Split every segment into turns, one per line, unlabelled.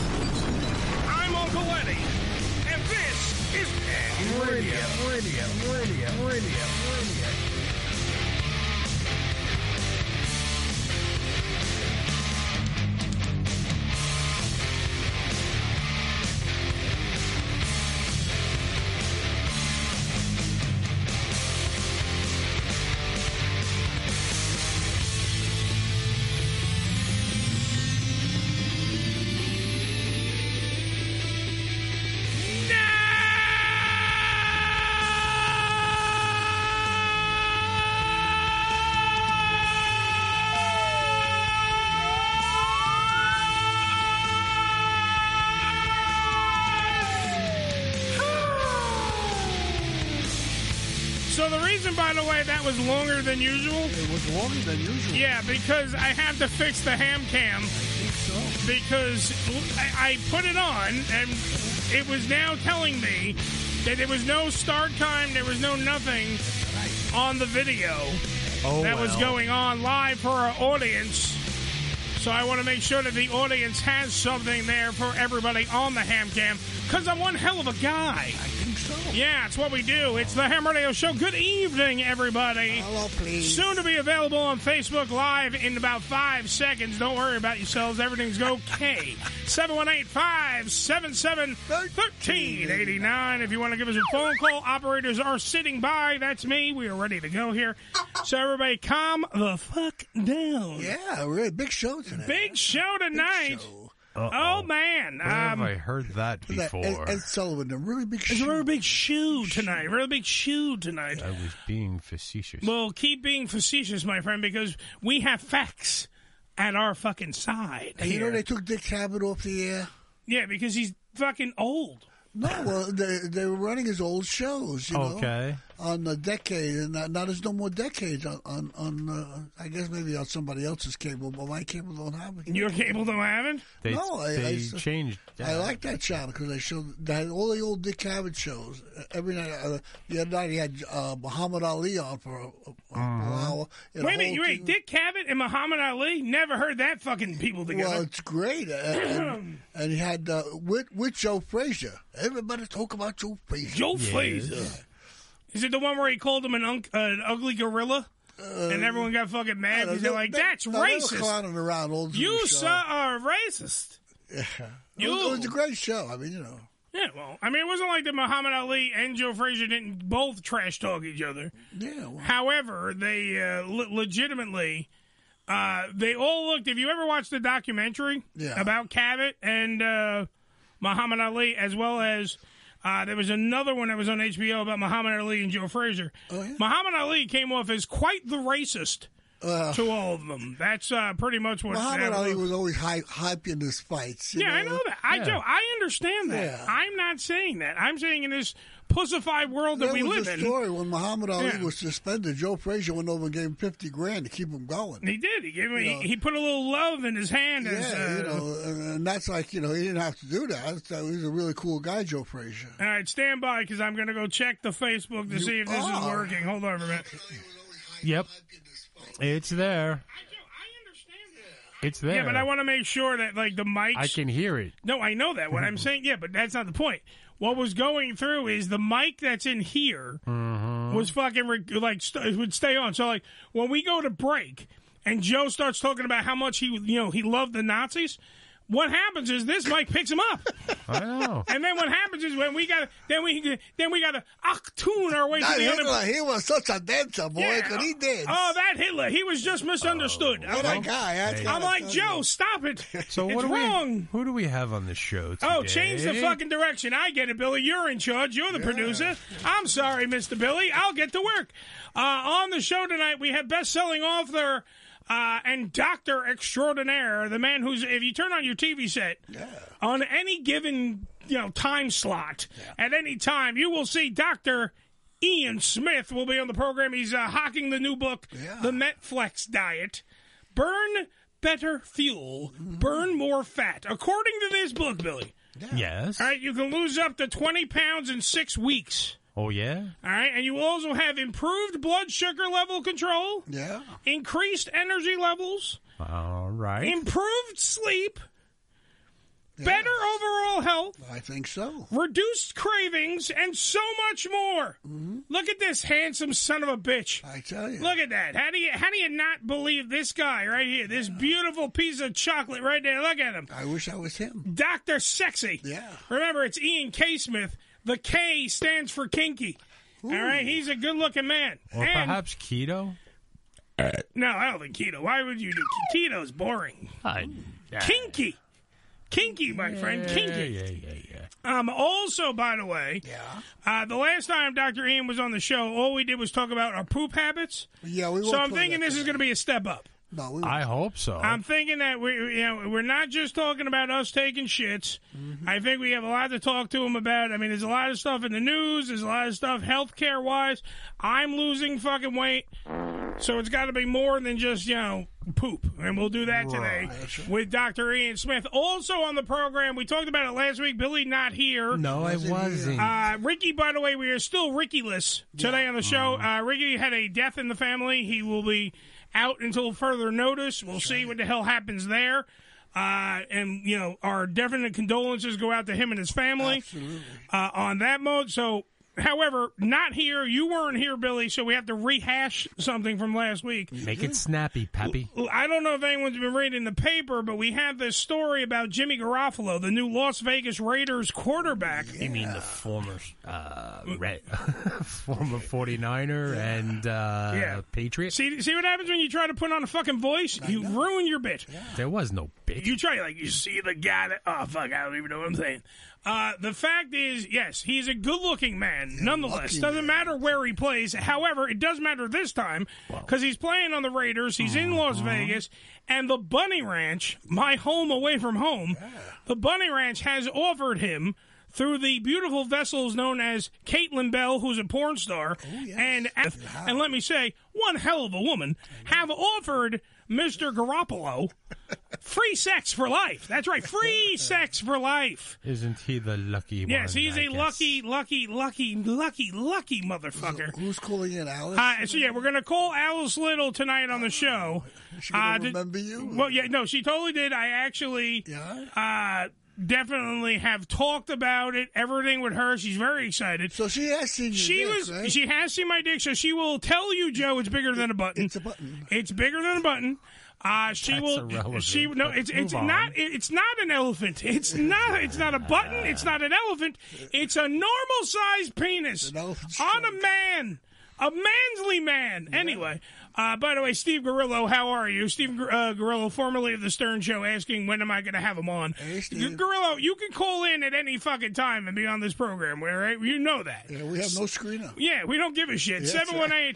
I'm Uncle Eddie, and this is Ed Radio. Radio, Radio, Radio, Radio. So the reason, by the way, that was longer than usual. It was longer than usual. Yeah, because I had to fix the ham cam. Because I, I put it on and it was now telling me that there was no start time, there was no nothing on the video
Oh,
that was
well.
going on live for our audience. So I want to make sure that the audience has something there for everybody on the ham cam because I'm one hell of a guy. Yeah, it's what we do. It's the Ham Radio Show. Good evening, everybody. Hello, please. Soon to be available on Facebook Live in about five seconds. Don't worry about yourselves. Everything's okay. 718 577 1389. If you want to give us a phone call, operators are sitting by. That's me. We are ready to go here. So, everybody, calm the fuck down.
Yeah, really big show tonight.
Big show tonight. Oh, man.
Where have
Um,
I heard that
That-
before?
Ed, Ed Sullivan, a really big
It's
show.
a really big shoe tonight. Really big shoe tonight.
I was being facetious.
Well, keep being facetious, my friend, because we have facts at our fucking side.
And you know
here.
they took Dick Cabot off the air.
yeah, because he's fucking old.
No, well, they, they were running his old shows, you know,
okay.
on the decade, and not, now there's no more decades on on, on uh, I guess maybe on somebody else's cable, but my cable don't have it.
Your cable don't have it?
They,
No, I-
they
I s-
changed
I
that.
like that channel because they showed they had all the old Dick Cabot shows Uh, every night. Uh, the other night he had uh, Muhammad Ali on for a,
Uh-huh.
a, a hour. and
Wait a
whole
minute, you
thing-
wait. Dick Cavett and Muhammad Ali? Never heard that fucking people
Well,
together.
it's great, Uh, and, and he had uh, with with Joe Frazier. Everybody talk about Joe Frazier.
Joe Frazier. Is it the one where he called him an, unk, uh, an ugly gorilla?
uh,
and everyone got fucking mad because they're like, that's
no, they were
racist.
clowning around all through
You,
the show.
sir, are racist.
It was, it was
you-
a great show. I mean, you know,
Yeah, well, I mean, it wasn't like that Muhammad Ali and Joe Frazier didn't both trash talk each other.
yeah. well,
However, they uh, le- legitimately, uh, they all looked. If you ever watched the documentary
Yeah.
about Cavett and uh, Muhammad Ali, as well as uh, there was another one that was on HBO about Muhammad Ali and Joe Frazier.
Oh, yeah?
Muhammad Ali came off as quite the racist
Uh,
to all of them. That's uh, pretty much what that
Muhammad Ali
was.
was always hype, hyping his fights. you
Yeah, I know that. I Joe, I understand that.
Yeah.
I'm not saying that. I'm saying in this pussified world that
There
we
was
live
a
in.
story when Muhammad Ali
Yeah.
was suspended. Joe Frazier went over and gave him fifty grand to keep him going.
He did. He gave me.
You know.
he, he put a little love in his hand. as,
yeah, you
uh,
know, and, and that's like you know he didn't have to do that. That's- He was a really cool guy, Joe Frazier.
All right, stand by because I'm going to go check the Facebook to see if this is
are.
working. Hold on for a minute.
Yep. It's there. It's there.
Yeah, but I want to make sure that like the mics.
I can hear it.
No, I know that. What I'm saying, yeah, but that's not the point. What was going through is the mic that's in here
Mm-hmm.
was fucking re- like st- it would stay on. So like when we go to break and Joe starts talking about how much he you know he loved the Nazis, what happens is this mic picks him up,
I know.
and then what happens is when we got then we then we got to tune our way to
That
the other.
Hitler, he was such a dancer, boy,
Yeah.
because he did.
Oh, that Hitler! He was just misunderstood. I'm
what a
like,
guy. that's
I'm
gotta
like
tell
Joe,
you.
stop it!
So
it's
what do
wrong.
we? Who do we have on the show today?
Oh, change the fucking direction. I get it, Billy. You're in charge. You're the producer. I'm sorry, Mr. Billy. I'll get to work. Uh, on the show tonight, we have best-selling author uh, and doctor extraordinaire, the man who's, if you turn on your TV set, on any given you know time slot, at any time, you will see Doctor Ian Smith will be on the program. He's uh, hawking the new book, The Metflex Diet. Burn better fuel, burn more fat. According to this book, Billy.
Yes.
All right, you can lose up to 20 pounds in six weeks.
Oh yeah.
All right, and you will also have improved blood sugar level control.
Yeah.
Increased energy levels.
All right.
Improved sleep. Better overall health.
I think so.
Reduced cravings and so much more. Look at this handsome son of a bitch.
Mm-hmm. I tell you.
Look at that. How do you how do you not believe this guy right here? This beautiful piece of chocolate right there. Look at him.
I wish I was him.
Dr. Sexy.
Yeah.
Remember, it's Ian K. Smith. The K stands for kinky. All right, he's a good looking man.
Or
and
perhaps keto.
no, I don't think keto. Why would you do keto's boring.
I,
Kinky. Kinky, my friend. Kinky.
Yeah, yeah, yeah, yeah.
Um, also, by the way,
Yeah.
uh, the last time Dr. Ian was on the show, all we did was talk about our poop habits.
Yeah, we
So
won't
I'm
play
thinking
that
this is
tonight.
going to be a step up.
No, we
I hope so.
I'm thinking that we, you know, we're not just talking about us taking shits.
Mm-hmm.
I think we have a lot to talk to him about. I mean, there's a lot of stuff in the news. There's a lot of stuff healthcare wise. I'm losing fucking weight, so it's got to be more than just you know poop. And we'll do that today with Dr. Ian Smith. Also on the program, we talked about it last week. Billy not here.
no, I wasn't.
Uh, Ricky, by the way, we are still Ricky-less today on the show.
Mm-hmm.
Uh, Ricky had a death in the family. He will be out until further notice. We'll see what the hell happens there. Uh, and, you know, our definite condolences go out to him and his family
absolutely.
uh, on that mode. So, however, not here. You weren't here, Billy, so we have to rehash something from last week.
Make it snappy, Pappy.
I don't know if anyone's been reading the paper, but we have this story about Jimmy Garofalo, the new Las Vegas Raiders quarterback.
You mean the former uh, Red, former 49er and uh,
Yeah.
Patriot?
See, see what happens when you try to put on a fucking voice? you ruin your bit.
there was no bitch.
You try, like, you see the guy that, oh, fuck, I don't even know what I'm saying. Uh, the fact is, yes, he's a good looking man, nonetheless.
lucky
Doesn't
man.
matter where he plays. However, it does matter this time because he's playing on the Raiders, he's in Las Vegas, and the Bunny Ranch, my home away from home, the Bunny Ranch has offered him. Through the beautiful vessels known as Caitlin Bell, who's a porn star, and and let me say, one hell of a woman, have offered Mr. Garoppolo free sex for life. That's right, free sex for life.
Isn't he the lucky one?
Yes, he's
I
a
guess?
lucky, lucky, lucky, lucky, lucky motherfucker.
Who's calling it Alice?
Uh, so yeah, we're gonna call Alice Little tonight on the show.
She gonna
uh, did-
remember you?
Well, yeah, no, she totally did. I actually
yeah.
uh, definitely have talked about it, everything with her. She's very excited.
So she has seen you.
She
yes,
was.
Right?
She has seen my dick, so she will tell you, Joe. It's bigger than a button.
it's a button.
It's bigger than a button. Uh, she will.
irrelevant,
She no.
but
It's it's
move on.
not. it- It's not an elephant. It's not. It's not a button. It's not an elephant. It's a normal sized penis
An elephant's
on a
trunk.
man, a manly man. Anyway. Uh, by the way, Steve Gorillo, how are you? Steve Gor- uh, Gorillo, formerly of the Stern Show, asking when am I going to have him on?
Hey, Steve.
Gorillo, you can call in at any fucking time and be on this program, all right? You know that.
Yeah, we have no screener.
Yeah, we don't give a shit.
Yes, sir.
718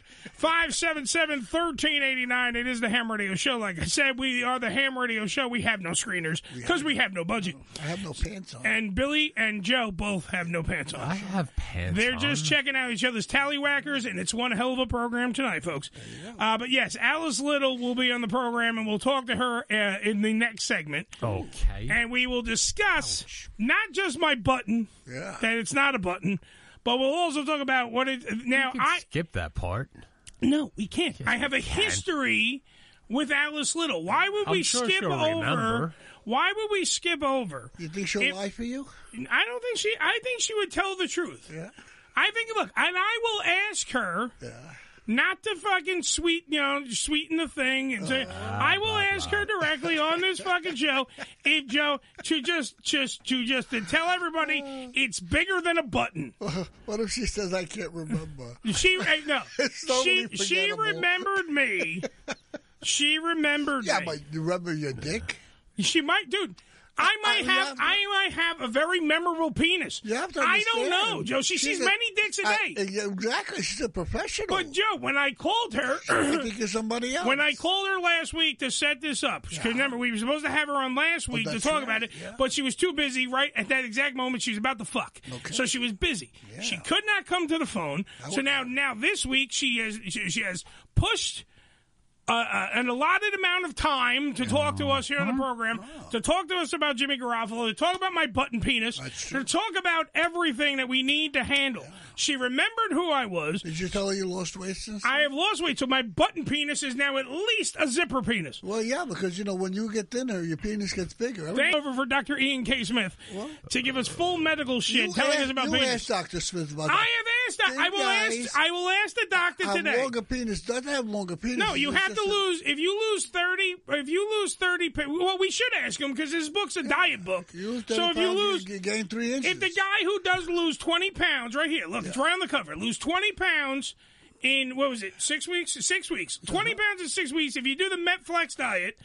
577 1389. It is the Ham Radio Show. Like I said, we are the Ham Radio Show. We have no screeners because we have no budget.
I have no pants on.
And Billy and Joe both have no pants on.
I have pants.
They're
on.
just checking out each other's tallywhackers, and it's one hell of a program tonight, folks. Uh, but yes, Alice Little will be on the program, and we'll talk to her uh, in the next segment.
Okay.
And we will discuss not just my button,
Yeah.
that it's not a button, but we'll also talk about what it. Now,
You can
I.
skip that part.
No, we can't. I have a history with Alice Little. Why would
I'm
we
sure
skip
she'll
over?
remember.
Why would we skip over?
You think she'll
It-
lie for you?
I don't think she. I think she would tell the truth.
Yeah.
I think. Look, and I will ask her. Not to fucking sweet, you know, sweeten the thing. And say,
Ah,
I will ask her directly on this fucking show if Joe to just, just, to just to tell everybody it's bigger than a button.
What Oh. if she says I can't remember?
She eh, no. she
totally
she
forgettable.
remembered me. She remembered
Yeah,
me.
but you remember your dick?
She might, dude. I might have I might have a very memorable penis.
You have to
I don't
understand.
know, Joe. She
She's
sees
a-
many dicks a
I-
day.
exactly. She's a professional.
but Joe, when I called
I
her
think you're somebody else.
When I called her last week to set this up, 'cause remember we were supposed to have her on last week to
that's
talk
right,
about it,
yeah.
but she was too busy. Right at that exact moment, she was about to fuck, so she was busy. She could not come to the phone. So now, now this week she has she, she has pushed. Uh, uh, an allotted amount of time to talk to us here on the
Uh-huh.
program, to talk to us about Jimmy Garofalo, to talk about my button penis, to talk about everything that we need to handle. She remembered who I was.
Did you tell her you lost weight since?
I have lost weight, so my button penis is now at least a zipper penis.
well, yeah, because you know when you get thinner, your penis gets bigger. Everybody-
Thank over for Dr. Ian K. Smith to give us full medical shit,
you
telling
asked,
us about
you
penis.
asked Dr. Smith about
I
that.
have asked. that. I
Think,
will ask.
guys,
I will ask the doctor
have
today.
longer penis. Doesn't have longer penis.
No, you
It's
have to
just a-
lose. If you lose thirty, if you lose thirty, pa- well, we should ask him because his book's a diet book.
You lose
So
30
if you
pounds,
lose,
you gain three inches.
if the guy who does lose 20 pounds right here look it's right on the cover lose 20 pounds in what was it six weeks six weeks
Uh-huh.
20 pounds in six weeks if you do the metflex diet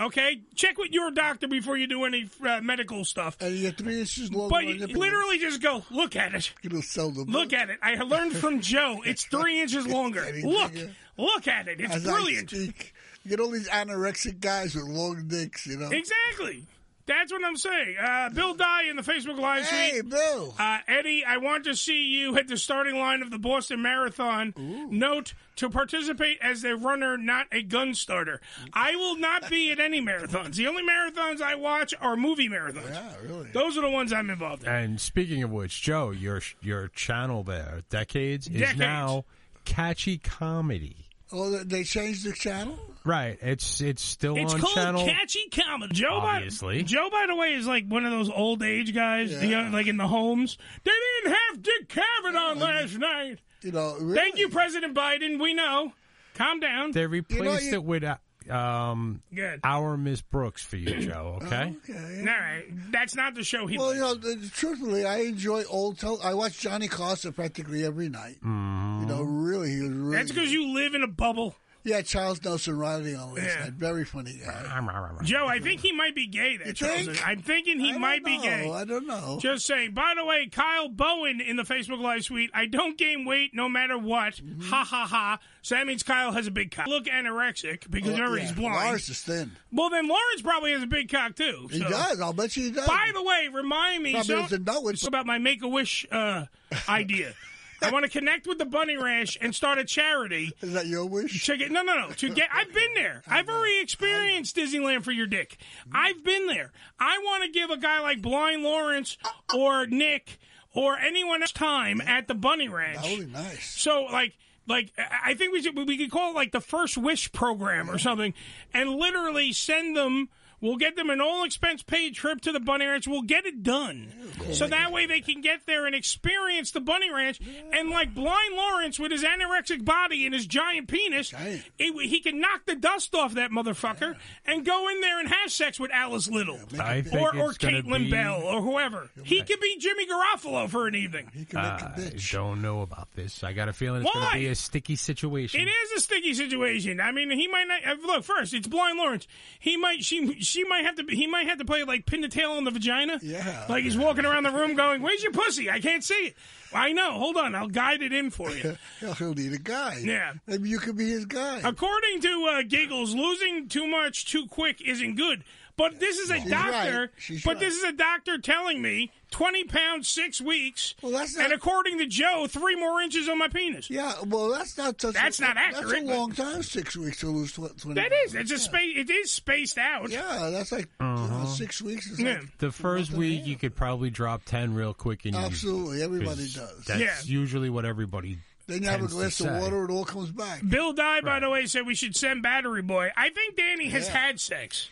okay check with your doctor before you do any uh, medical stuff
and you get three inches longer.
but
on
you
your penis.
literally just go look at it
it'll sell them.
look at it i learned from joe it's three inches longer
Any
look
bigger.
look at it it's
As
brilliant
I speak, you get all these anorexic guys with long dicks. You know.
exactly that's what i'm saying uh, bill dye in the facebook live stream.
Hey, Bill.
Uh, Eddie, I want to see you at the starting line of the Boston Marathon. Note to participate as a runner, not a gun starter. I will not be at any marathons. The only marathons I watch are movie marathons.
yeah, really.
Those are the ones I'm involved in.
And speaking of which, Joe, your your channel there, Decades,
Decades.
is now catchy comedy.
Oh, they- they changed the channel.
Right. It's it's still
It's
on
called
channel.
catchy comedy. Joe,
Obviously.
By, Joe, by the way, is like one of those old age guys, the young- like in the homes. They didn't have Dick Cavett on last night.
You know. Really.
Thank you, President Biden. We know. Calm down.
they replaced
you-
it with uh, um
Good.
our Miss Brooks for you, Joe.
Uh-huh.
Okay.
Oh, Okay.
All right. That's not the show he
Well, you know, th- truthfully, I enjoy old. Tel- I watch Johnny Carson practically every night. You know,
Mm-hmm.
really, he was really.
That's because you live in a bubble.
Yeah, Charles Nelson Riley on last
Yeah.
night. Very funny guy.
Joe, I think he might be gay. That Charles.
think?
I'm thinking he
I
might
don't
be
know,
gay.
I don't know.
Just saying. By the way, Kyle Bowen in the Facebook Live suite. I don't gain weight no matter what.
Mm-hmm.
Ha ha ha. So that means Kyle has a big cock. Look anorexic because remember
Oh, Yeah,
he's blind.
Lars is thin.
Well, then Lawrence probably has a big cock too.
He
so-
does. I'll bet you he does.
By the way, remind me
Probably
so-
doesn't know it,
so about my Make a Wish uh, idea. I want to connect with the Bunny Ranch and start a charity.
is that your wish?
Check it. No, no, no. To get, I've been there. I've already experienced Disneyland for your dick. I've been there. I want to give a guy like Blind Lawrence or Nick or anyone else time at the Bunny Ranch.
Holy nice.
So like like I I think we should we could call it like the first wish program or something, and literally send them. We'll get them an all expense paid trip to the Bunny Ranch. We'll get it done. So that way they can get there and experience the Bunny Ranch. And like Blind Lawrence with his anorexic body and his giant penis,
Giant.
it- he can knock the dust off that motherfucker and go in there and have sex with Alice Little.
I think
or or
it's gonna
Caitlin
be-
Bell or whoever. He could be Jimmy Garofalo for an evening.
He can make a
Uh, I
bitch.
don't know about this. I got a feeling it's going
Why?
to be a sticky situation.
It is a sticky situation. I mean, he might not uh, look first. It's blind Lawrence. He might she she might have to be- he might have to play like pin the tail on the vagina.
Yeah.
like he's walking around the room going, "Where's your pussy? I can't see it." I know. Hold on, I'll guide it in for you.
Hell, He'll need a guy.
Yeah.
Maybe you could be his guy.
According to uh, Giggles, losing too much too quick isn't good. But this is a doctor.
right. She's
but
right.
this is a doctor telling me twenty pounds six weeks.
Well, that's
and
not-
according to Joe, three more inches on my penis.
yeah, well, that's not such
That's
a,
not
That's
accurate,
a
but-
long time, six weeks to lose tw- 20
That is. It's a space. It is spaced out.
Yeah, that's like you know,
Uh-huh.
six weeks. Is
Yeah.
like,
The first week, you could probably drop 10 real quick. And
absolutely, everybody does.
That's
Yeah.
usually what everybody
then you have a
tends to
glass of
say.
water, it all comes back.
Bill Dye, by the way, said we should send Battery Boy. I think Danny has
Yeah.
had sex.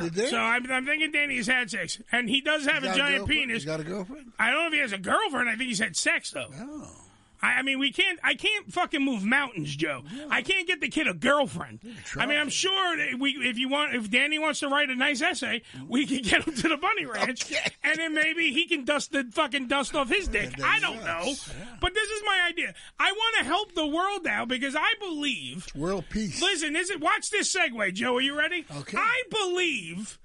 You did?
So I'm, I'm thinking Danny has had sex. And he does have
You
a
got
giant
girlfriend?
penis.
You got a girlfriend?
I don't know if he has a girlfriend. I think he's had sex, though.
Oh.
I, I mean, we can't. I can't fucking move mountains, Joe. I can't get the kid a girlfriend. I mean, I'm sure that we. If you want, if Danny wants to write a nice essay, we can get him to the bunny ranch,
Okay.
and then maybe he can dust the fucking dust off his dick. I don't know,
yes.
but this is my idea. I want to help the world now because I believe
World peace.
Listen, is it? Watch this segue, Joe. Are you ready?
Okay.
I believe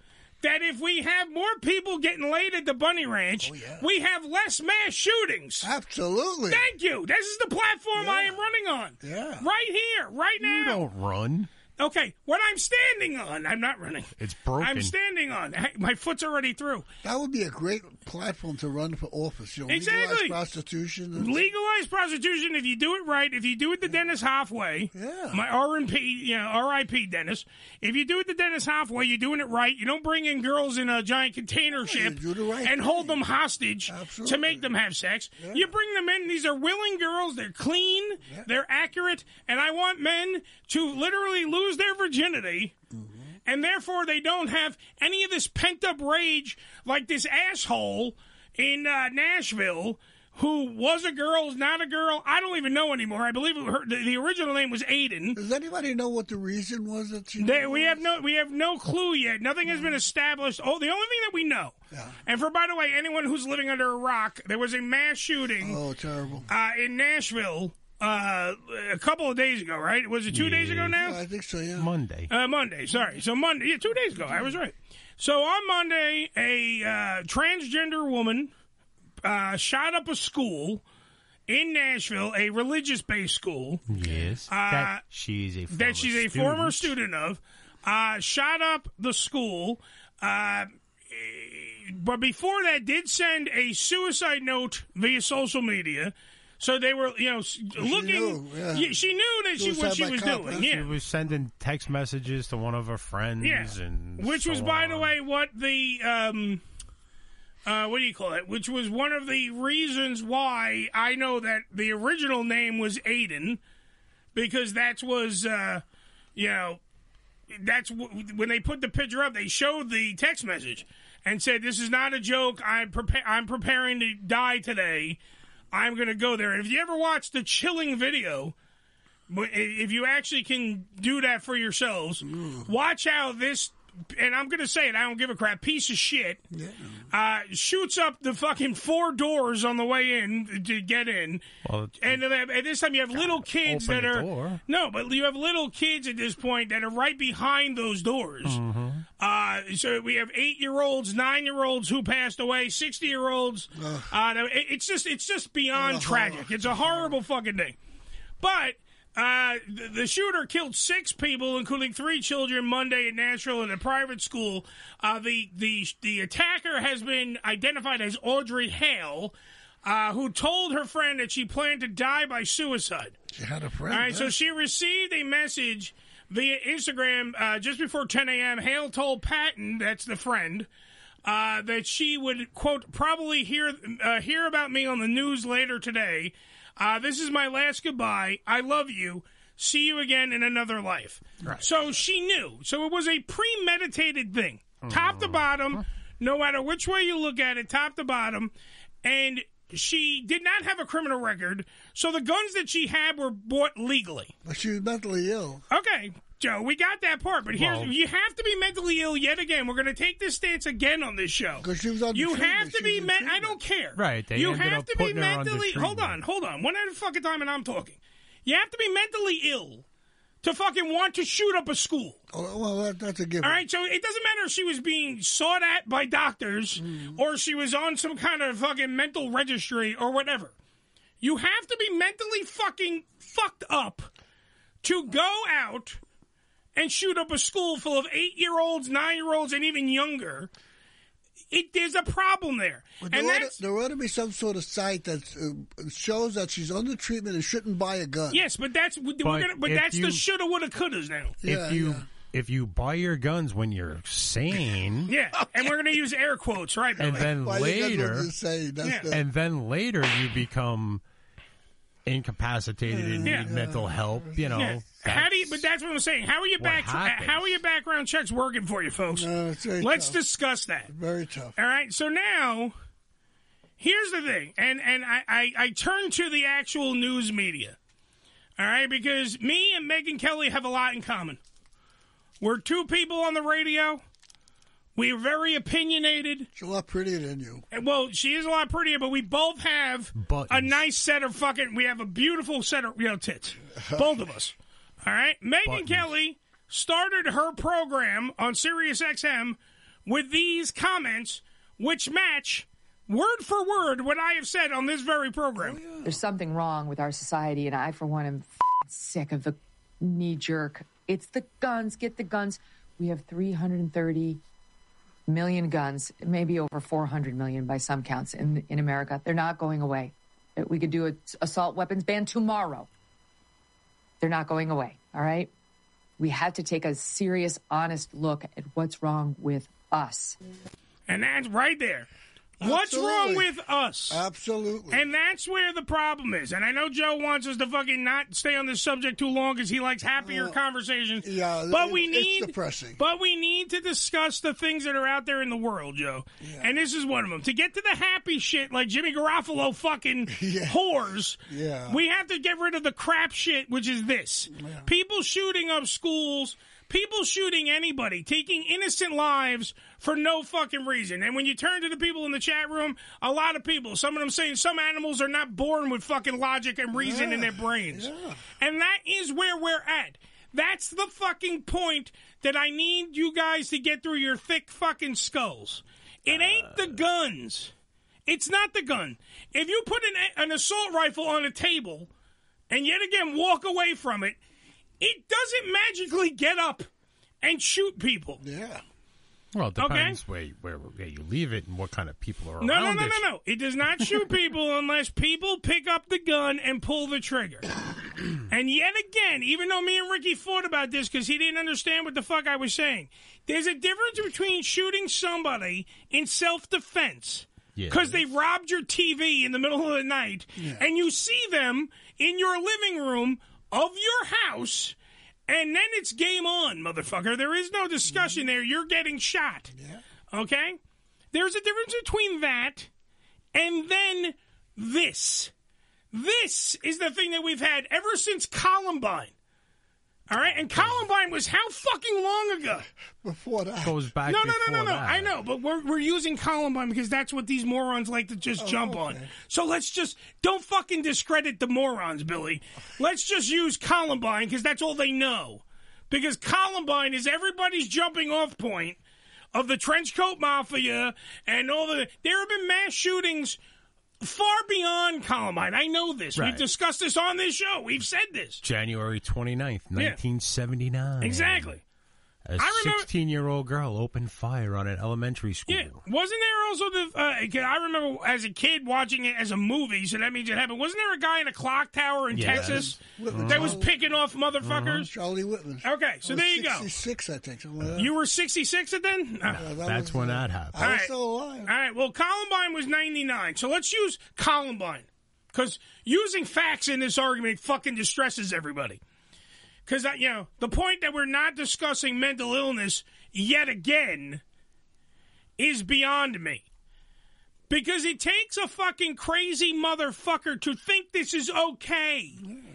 that if we have more people getting laid at the Bunny Ranch, we have less mass shootings.
Oh, Absolutely.
Thank you. This is the platform I am running on.
Yeah.
Right here, right now.
You don't run.
Okay, what I'm standing on, I'm not running.
It's broken.
I'm standing on. Hey, My foot's already through.
That would be a great platform to run for office. You know, legalize
Exactly.
prostitution. and-
Legalize prostitution if you do it right. If you do it the Dennis Hoff way,
Yeah.
my R&P, you know, R.I.P. Dennis. If you do it the Dennis Hoff way, you're doing it right. You don't bring in girls in a giant container ship
do the right
and hold them hostage to
Absolutely.
make them have sex. You bring them in. These are willing girls. They're clean. They're accurate. And I want men to literally lose their virginity. and therefore they don't have any of this pent up rage like this asshole in uh, Nashville who was a girl, is not a girl. I don't even know anymore. I believe it, her, the, the original name was Aiden.
Does anybody know what the reason was that she?
They, we have no we have no clue yet. Nothing has been established. Oh, the only thing that we know. And for by the way, anyone who's living under a rock, there was a mass shooting
Oh, terrible.
uh, in Nashville uh, a couple of days ago. Right? Was it two days ago now?
I think so. Yeah.
Monday.
Uh, Monday, sorry. So Monday, yeah, two days ago, I was right. So on Monday, a uh, transgender woman uh, shot up a school in Nashville, a religious-based school
yes. that she's a former
Uh, that she's a
student.
former student of, uh, shot up the school. Uh, but before that, did send a suicide note via social media. So they were, you know, s looking.
knew, yeah.
she knew that she what
Suicide
she
by
was
cop,
doing.
huh?
Yeah,
She was sending text messages to one of her friends.
Yeah.
and
which was
so
by the
on.
way what the um uh, what do you call it? Which was one of the reasons why I know that the original name was Aiden, because that was, uh, you know, that's w- when they put the picture up. They showed the text message and said, "This is not a joke. I'm prepa- I'm preparing to die today. I'm going to go there." And if you ever watch the chilling video, but i- if you actually can do that for yourselves, watch how this. And I'm going to say it. I don't give a crap. Piece of shit uh, shoots up the fucking four doors on the way in to get in.
Well,
And then they have- at this time, you have little kids
open
that
the
are
door.
no, but you have little kids at this point that are right behind those doors.
Mm-hmm.
Uh, so we have eight-year-olds, nine-year-olds who passed away, sixty-year-olds. Uh, no, it- it's just it's just beyond tragic. It's a horrible fucking thing. But uh, the, the shooter killed six people, including three children, Monday in Nashville in a private school. Uh, the the the attacker has been identified as Audrey Hale, uh, who told her friend that she planned to die by suicide.
She had a friend.
All right,
huh?
so she received a message via Instagram uh, just before 10 a.m. Hale told Patton, that's the friend, uh, that she would quote probably hear uh, hear about me on the news later today. Uh, this is my last goodbye. I love you. See you again in another life. So she knew. So it was a premeditated thing, top
Oh.
to bottom. No matter which way you look at it, top to bottom, and she did not have a criminal record. So the guns that she had were bought legally.
But she was mentally ill.
Okay, Joe, we got that part, but here's
Well-
you have to be mentally ill yet again. We're going to take this stance again on this show.
'Cause she was on the
You
treatment.
have to
She
be
was on
men. I
treatment.
don't care.
Right, they
you
ended
have
up
to be
putting her on the
mentally. hold on,
treatment.
hold on. One at a fucking time, and I'm talking. You have to be mentally ill to fucking want to shoot up a school.
Oh, well, that, that's a given.
All right, so it doesn't matter if she was being sought at by doctors
Mm.
or she was on some kind of fucking mental registry or whatever. You have to be mentally fucking fucked up to go out and shoot up a school full of eight year olds, nine year olds, and even younger. It, there's a problem there.
But
and
there, ought
that's,
to, there ought to be some sort of site that uh, shows that she's under treatment and shouldn't buy a gun.
yes, but that's we're gonna, but
if
that's the
you-
shoulda, woulda, couldas now.
Yeah,
if you
yeah.
if you buy your guns when you're sane,
Yeah, and we're gonna use air quotes, right?
and
Billy?
then
Why,
later,
That's what say. That's
Yeah.
the,
and then later you become incapacitated and
Yeah.
need mental help. You know,
Yeah. How do you? But that's what I'm saying. How are your back? uh,
happens.
How are your background checks working for you, folks?
No, it's very
Let's
tough.
discuss that.
very tough.
All right. So now, here's the thing, and and I I, I turn to the actual news media. All right, because me and Megan Kelly have a lot in common. We're two people on the radio. We're very opinionated.
She's a lot prettier than you.
And, Well, she is a lot prettier, but we both have a
Buttons.
nice set of fucking. We have a beautiful set of real tits, both of us. All right, Megan
Buttons.
Kelly started her program on Sirius XM with these comments, which match word for word what I have said on this very program.
There's something wrong with our society, and I, for one, am f***ing sick of the knee jerk. It's the guns, get the guns. We have 330 million guns, maybe over 400 million by some counts in, in America. They're not going away. We could do an assault weapons ban tomorrow. They're not going away, all right? We have to take a serious, honest look at what's wrong with us.
And that's right there. What's wrong
Absolutely.
with us?
Absolutely.
And that's where the problem is. And I know Joe wants us to fucking not stay on this subject too long because he likes happier conversations.
Uh, yeah,
but
it-
we
it's
need
depressing.
But we need to discuss the things that are out there in the world, Joe. And this is one of them. To get to the happy shit, like Jimmy Garofalo fucking whores,
Yeah.
we have to get rid of the crap shit, which is this: people shooting up schools. People shooting anybody, taking innocent lives for no fucking reason. And when you turn to the people in the chat room, a lot of people, some of them saying some animals are not born with fucking logic and reason in their brains. And that is where we're at. That's the fucking point that I need you guys to get through your thick fucking skulls. It ain't the guns. It's not the gun. If you put an, an assault rifle on a table and yet again walk away from it, it doesn't magically get up and shoot people.
yeah.
Well, it
Okay.
depends where, you- where where you leave it and what kind of people are
No, no,
around
no,
it.
no, no. It does not shoot people unless people pick up the gun and pull the trigger. and yet again, even though me and Ricky fought about this because he didn't understand what the fuck I was saying, there's a difference between shooting somebody in self defense
Yeah.
because they robbed your TV in the middle of the night and you see them in your living room of your house. And then it's game on, motherfucker. There is no discussion
Mm-hmm.
there. You're getting shot. Okay? There's a difference between that and then this. This is the thing that we've had ever since Columbine. All right? And Columbine was how fucking long ago?
Before that.
goes back.
No, no, no, no,
before
no.
that.
I know, but we're, we're using Columbine because that's what these morons like to just jump on. So let's just don't fucking discredit the morons, Billy. Let's just use Columbine because that's all they know. Because Columbine is everybody's jumping off point of the trench coat mafia and all the. There have been mass shootings far beyond Columbine. I know this.
Right.
We've discussed this on this show. We've said this.
January 29th, 1979.
Exactly.
A
I remember-
16-year-old girl opened fire on an elementary school.
Yeah, wasn't there also the? Uh, okay, I remember as a kid watching it as a movie, so that means it happened. Wasn't there a guy in a clock tower in
Yes.
Texas
Whitman,
that was
Charlie- Uh-huh.
picking off motherfuckers?
Charlie Whitman.
Okay, so
I was
there you go.
66, I think. something like that.
You were sixty six at then. No.
Yeah, that
That's
was- uh,
when that happened.
I
All
was
right.
still alive.
All right. Well, Columbine was ninety nine, so let's use Columbine because using facts in this argument fucking distresses everybody. Because you know the point that we're not discussing mental illness yet again is beyond me. Because it takes a fucking crazy motherfucker to think this is okay.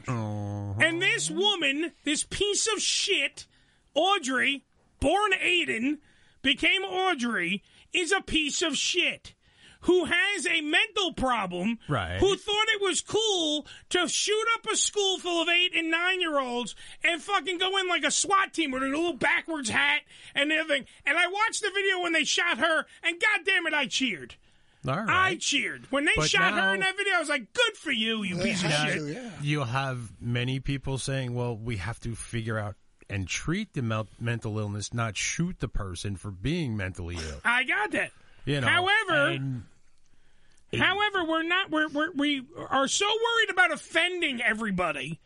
And this woman, this piece of shit, Audrey, born Aiden, became Audrey, is a piece of shit who has a mental problem,
Right.
who thought it was cool to shoot up a school full of eight and nine year olds and fucking go in like a SWAT team with a little backwards hat and everything. And I watched the video when they shot her, and goddamn it, I cheered.
All right.
I cheered when they
But
shot her
now-
in that video. I was like, "Good for you, you piece of
had
shit."
to, yeah.
You'll have many people saying, well, we have to figure out and treat the mel- mental illness, not shoot the person for being mentally ill.
I got that.
You know,
However-
and-
However, we're not we're, we're we are so worried about offending everybody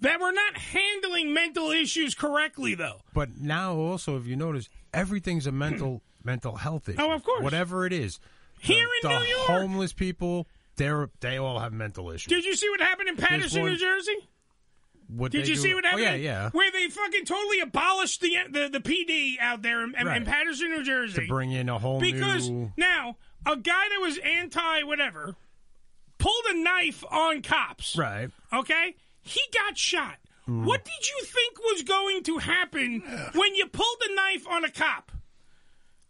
that we're not handling mental issues correctly, though.
but now also, if you notice, everything's a mental mental health issue.
Oh, of course.
whatever it is.
Here
the,
in
the
New York.
homeless people, they're they all have mental issues.
Did you see what happened in Patterson,
one-
New Jersey?
What
Did
they
you
do-
see what happened?
Oh, yeah,
in-
yeah.
Where they fucking totally abolished the the, the PD out there in, in- in
Right.
Patterson, New Jersey.
to bring in a whole
because
new.
now a guy that was anti whatever pulled a knife on cops.
Right. Mm.
Okay? He got shot. What did you think was going to happen when you pulled a knife on a cop?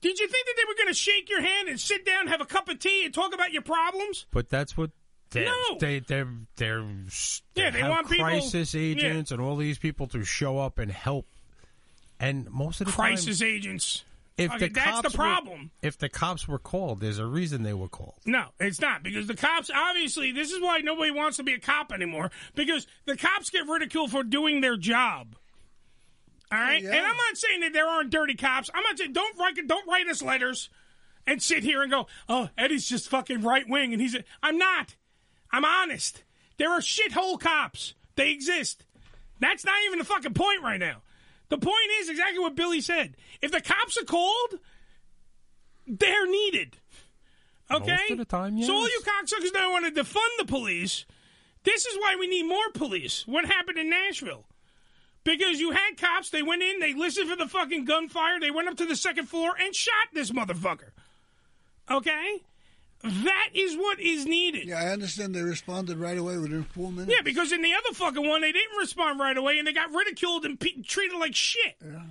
Did you think that they were going to shake your hand and sit down, have a cup of tea, and talk about your problems?
But that's what they
No.
they they're they're they
Yeah, they
have
want people-
crisis
yeah.
agents and all these people to show up and help. And most of the
Crisis
time,
agents.
If
Okay,
the
that's the
cops were-
problem.
if the cops were called, there's a reason they were called.
No, it's not because the cops obviously this is why nobody wants to be a cop anymore because the cops get ridiculed for doing their job. All right?
yeah.
And I'm not saying that there aren't dirty cops. I'm not saying don't write don't write us letters and sit here and go, "Oh, Eddie's just fucking right wing and he's a-" I'm not. I'm honest. There are shithole cops. They exist. That's not even the fucking point right now. The point is exactly what Billy said. If the cops are called, they're needed. Okay?
Most of the time,
So all
yes.
you cocksuckers that want to defund the police, this is why we need more police. What happened in Nashville? Because you had cops, they went in, they listened for the fucking gunfire, they went up to the second floor and shot this motherfucker. Okay? That is what is needed.
Yeah, I understand they responded right away within four minutes.
Yeah, because in the other fucking one, they didn't respond right away, and they got ridiculed and pe- treated like shit. And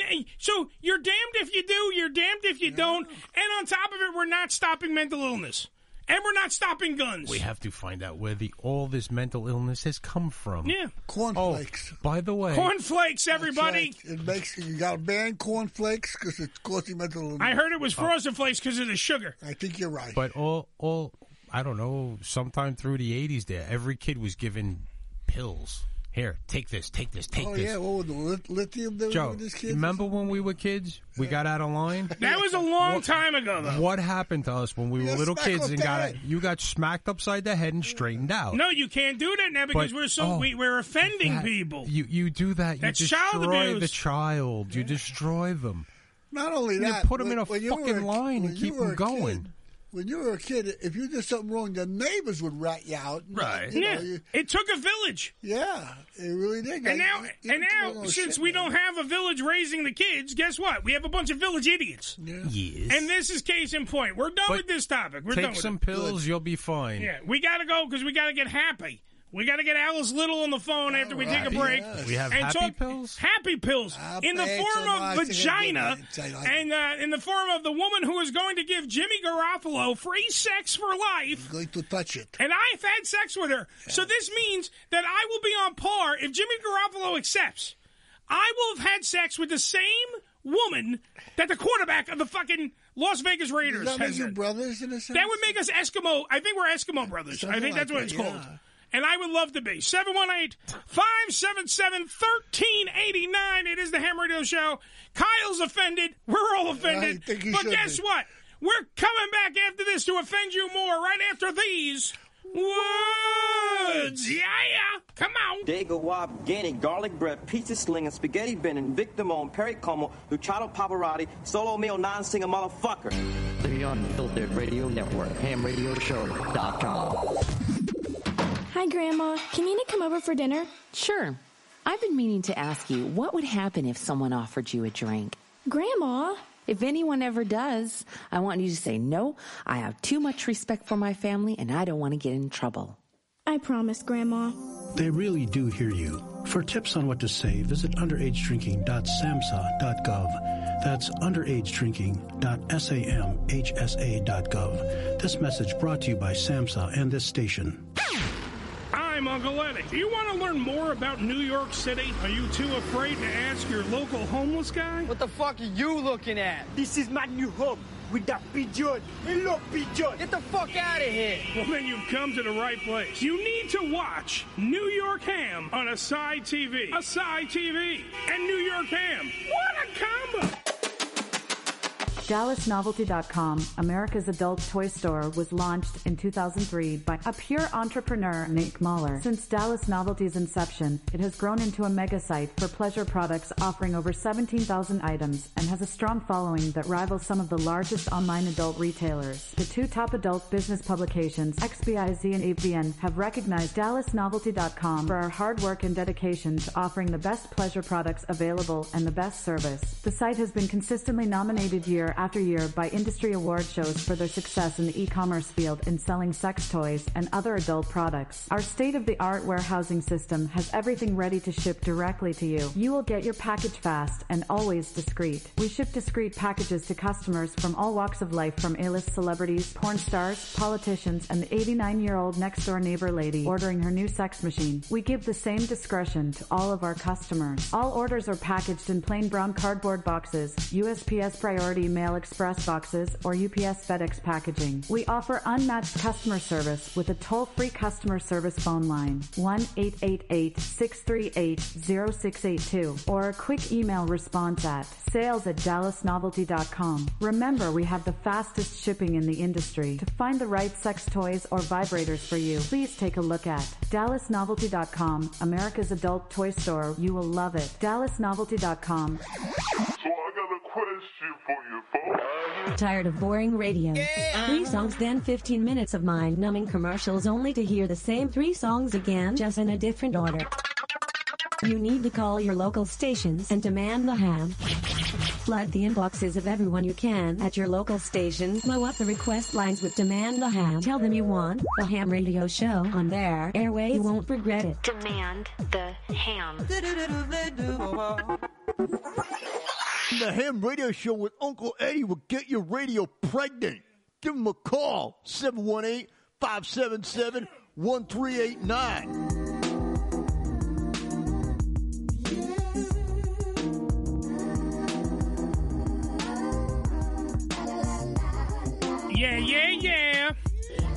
they- so you're damned if you do, you're damned if you don't. And on top of it, we're not stopping mental illness, and we're not stopping guns.
We have to find out where the all this mental illness has come from. Oh,
yeah,
cornflakes.
By the way,
cornflakes, everybody.
That's right. It makes you got to ban cornflakes because it's causing mental. illness. Uh,
I heard it was
Oh.
frozen flakes because of the sugar.
I think you're right.
but all all I don't know. Sometime through the eighties, there every kid was given pills. Here, take this, take this, take
oh
this.
yeah, what was the lit- lithium they were
Joe,
with this kid?
remember when we were kids? We got out of line.
That was a long time ago, though.
What happened to us when we were
got
little
smacked
kids and got
upside
it?
the head.
You got smacked upside the head and straightened out.
No, you can't do that now because
Oh. But-
we're so
oh,
we, we're offending
That-
people.
You you do that.
That's
you
child
destroy
abuse.
the child. You destroy them.
Not only
You
that,
put 'em in a
you were
fucking
a-
line and
when you
keep 'em
were a
going.
kid- when you were a kid, if you did something wrong, your neighbors would rat you out.
Right.
You know,
yeah,
you-
it took a village.
yeah, it really did.
And
Like,
now,
you-
and
you don't
now,
know
since
shit,
we
man.
don't have a village raising the kids, guess what? We have a bunch of village idiots.
Yes.
And this is case in point. We're done
But
with this topic. We're done
Take
with
some
it.
pills, you'll be fine.
Yeah, we gotta go because we gotta get happy. We gotta get Alice Little on the phone after we take a break.
Uh, We have
And
happy
talk-
pills.
Happy pills in the
Happy
form of
tonight.
vagina,
Say like-
and uh, in the form of the woman who is going to give Jimmy Garofalo free sex for life.
going to touch it.
and I've had sex with her. So this means that I will be on par if Jimmy Garoppolo accepts. I will have had sex with the same woman that the quarterback of the fucking Las Vegas Raiders
Does that
has.
make you
had.
brothers in a sense?
That would make us Eskimo. I think we're Eskimo brothers. I
Something
think that's
like
what it's
that,
called.
yeah.
And I would love to be. 718 577 1389. It is the Ham Radio Show. Kyle's offended. We're all offended.
I think he
but
should
guess
be.
what? We're coming back after this to offend you more right after these words. Yeah, yeah. Come on.
Dago Wop, Gainey, Garlic Bread, Pizza Slinging, Spaghetti Bending, Vic Damone, Perry Como, Luciano Pavarotti, Solo Meal Non Singer Motherfucker.
The Unfiltered Radio Network, hamradioshow.com.
Hi, Grandma. Can Nina come over for dinner?
Sure. I've been meaning to ask you, what would happen if someone offered you a drink?
Grandma?
If anyone ever does, I want you to say, no, I have too much respect for my family and I don't want to get in trouble.
I promise, Grandma.
They really do hear you. For tips on what to say, visit underagedrinking.samhsa.gov. That's underagedrinking.samhsa.gov. This message brought to you by SAMHSA and this station.
I'm Uncle Eddie. Do you want to learn more about New York City? Are you too afraid to ask your local homeless guy?
What the fuck are you looking at?
This is my new home with that pigeon. Hello, pigeon.
Get the fuck out of here!
Well, then you've come to the right place. You need to watch New York Ham on Asai TV. Asai TV and New York Ham. What a combo!
DallasNovelty.com, America's adult toy store, was launched in 2003 by a pure entrepreneur, Nick Mahler. Since Dallas Novelty's inception, it has grown into a mega site for pleasure products offering over 17,000 items and has a strong following that rivals some of the largest online adult retailers. The two top adult business publications, XBIZ and AVN, have recognized DallasNovelty.com for our hard work and dedication to offering the best pleasure products available and the best service. The site has been consistently nominated year after year by industry award shows for their success in the e-commerce field in selling sex toys and other adult products. Our state-of-the-art warehousing system has everything ready to ship directly to you. You will get your package fast and always discreet. We ship discreet packages to customers from all walks of life from A-list celebrities, porn stars, politicians, and the 89-year-old next-door neighbor lady ordering her new sex machine. We give the same discretion to all of our customers. All orders are packaged in plain brown cardboard boxes, USPS Priority Mail Express boxes, or UPS FedEx packaging. We offer unmatched customer service with a toll-free customer service phone line 1-888-638-0682 or a quick email response at sales at dallasnovelty.com. Remember, we have the fastest shipping in the industry. To find the right sex toys or vibrators for you, please take a look at dallasnovelty.com, America's adult toy store. You will love it. dallasnovelty.com.
Tired of boring radio? Three songs, then 15 minutes of mind numbing commercials only to hear the same three songs again, just in a different order. You need to call your local stations and demand the ham. Flood the inboxes of everyone you can at your local station. Blow up the request lines with Demand the Ham. Tell them you want the ham radio show on their airway. You won't regret it.
Demand the ham.
The Ham Radio Show with Uncle Eddie will get your radio pregnant. Give him a call, 718 577 1389.
Yeah, yeah, yeah.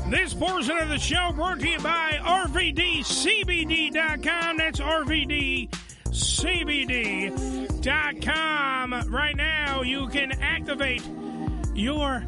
This portion of the show brought to you by RVDCBD.com. That's RVDCBD.com. Right now, you can activate your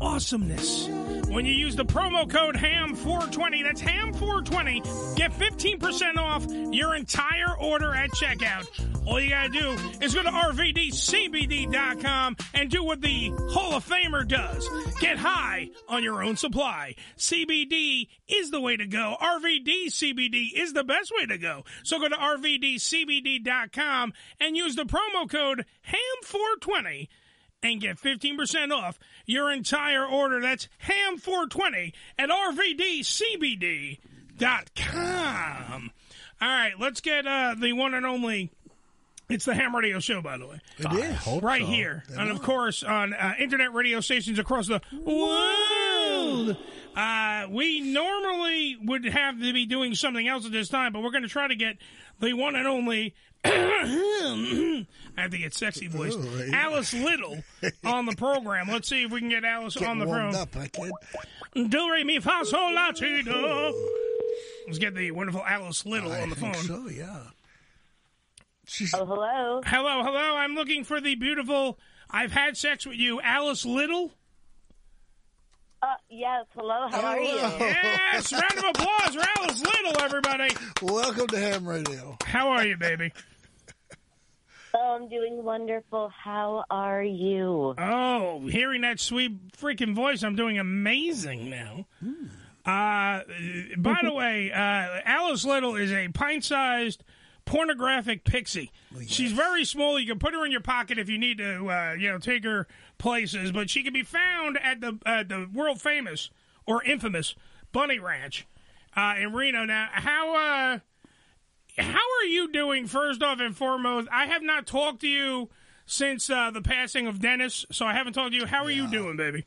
awesomeness when you use the promo code HAM420. That's HAM420. Get 15% off your entire order at checkout. All you gotta do is go to RVDCBD.com and do what the Hall of Famer does get high on your own supply. CBD is the way to go. RVDCBD is the best way to go. So go to RVDCBD.com and use the promo code HAM420 and get 15% off your entire order. That's ham420 at rvdcbd.com. All right, let's get uh, the one and only. It's the Ham Radio Show, by the way.
It I is. hope
Right
so.
here.
It
and
is.
of course, on uh, internet radio stations across the world. Uh, we normally would have to be doing something else at this time, but we're going to try to get the one and only. I have to get sexy voice. Alice Little on the program. Let's see if we can get Alice
Getting
on the
warmed
program.
up, I kid.
Do re mi fa sol la ti do. Let's get the wonderful Alice Little on the phone.
think so,
yeah.
Oh,
hello. Hello, hello. I'm looking for the beautiful. I've had sex with you, Alice Little.
Uh, yes, hello, how are you?
Yes, round of applause for Alice Little, everybody.
Welcome to Ham Radio.
How are you, baby?
Oh, I'm doing wonderful. How are you?
Oh, hearing that sweet freaking voice, I'm doing amazing now.
Hmm.
Uh, by the way, uh, Alice Little is a pint sized pornographic pixie. She's very small. You can put her in your pocket if you need to, uh, you know, take her places. But she can be found at the uh, the world famous or infamous Bunny Ranch uh, in Reno. Now, how uh, how are you doing? First off and foremost, I have not talked to you since uh, the passing of Dennis, so I haven't talked to you. How are you doing, baby?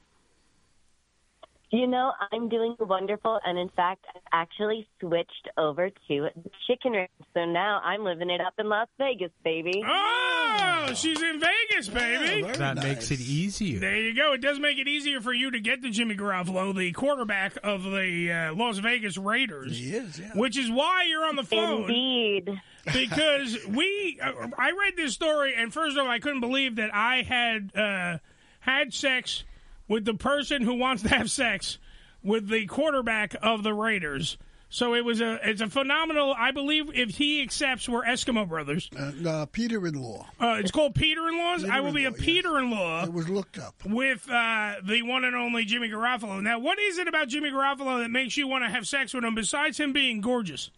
You know, I'm doing wonderful, and in fact, I've actually switched over to the chicken ranch. So now I'm living it up in Las Vegas, baby.
Oh, she's in Vegas, baby.
That makes it easier.
There you go. It does make it easier for you to get to Jimmy Garoppolo, the quarterback of the uh, Las Vegas Raiders. He is, yeah. Which is why you're on the phone.
Indeed.
Because we, uh, I read this story, and first of all, I couldn't believe that I had uh, had sex with the person who wants to have sex with the quarterback of the Raiders. So it was a, it's a phenomenal. I believe if he accepts, we're Eskimo brothers.
Uh, Peter in law.
Uh, it's called Peter in Laws. I will be a Peter in Law. It
was looked up
with uh, the one and only Jimmy Garofalo. Now, what is it about Jimmy Garofalo that makes you want to have sex with him? Besides him being gorgeous,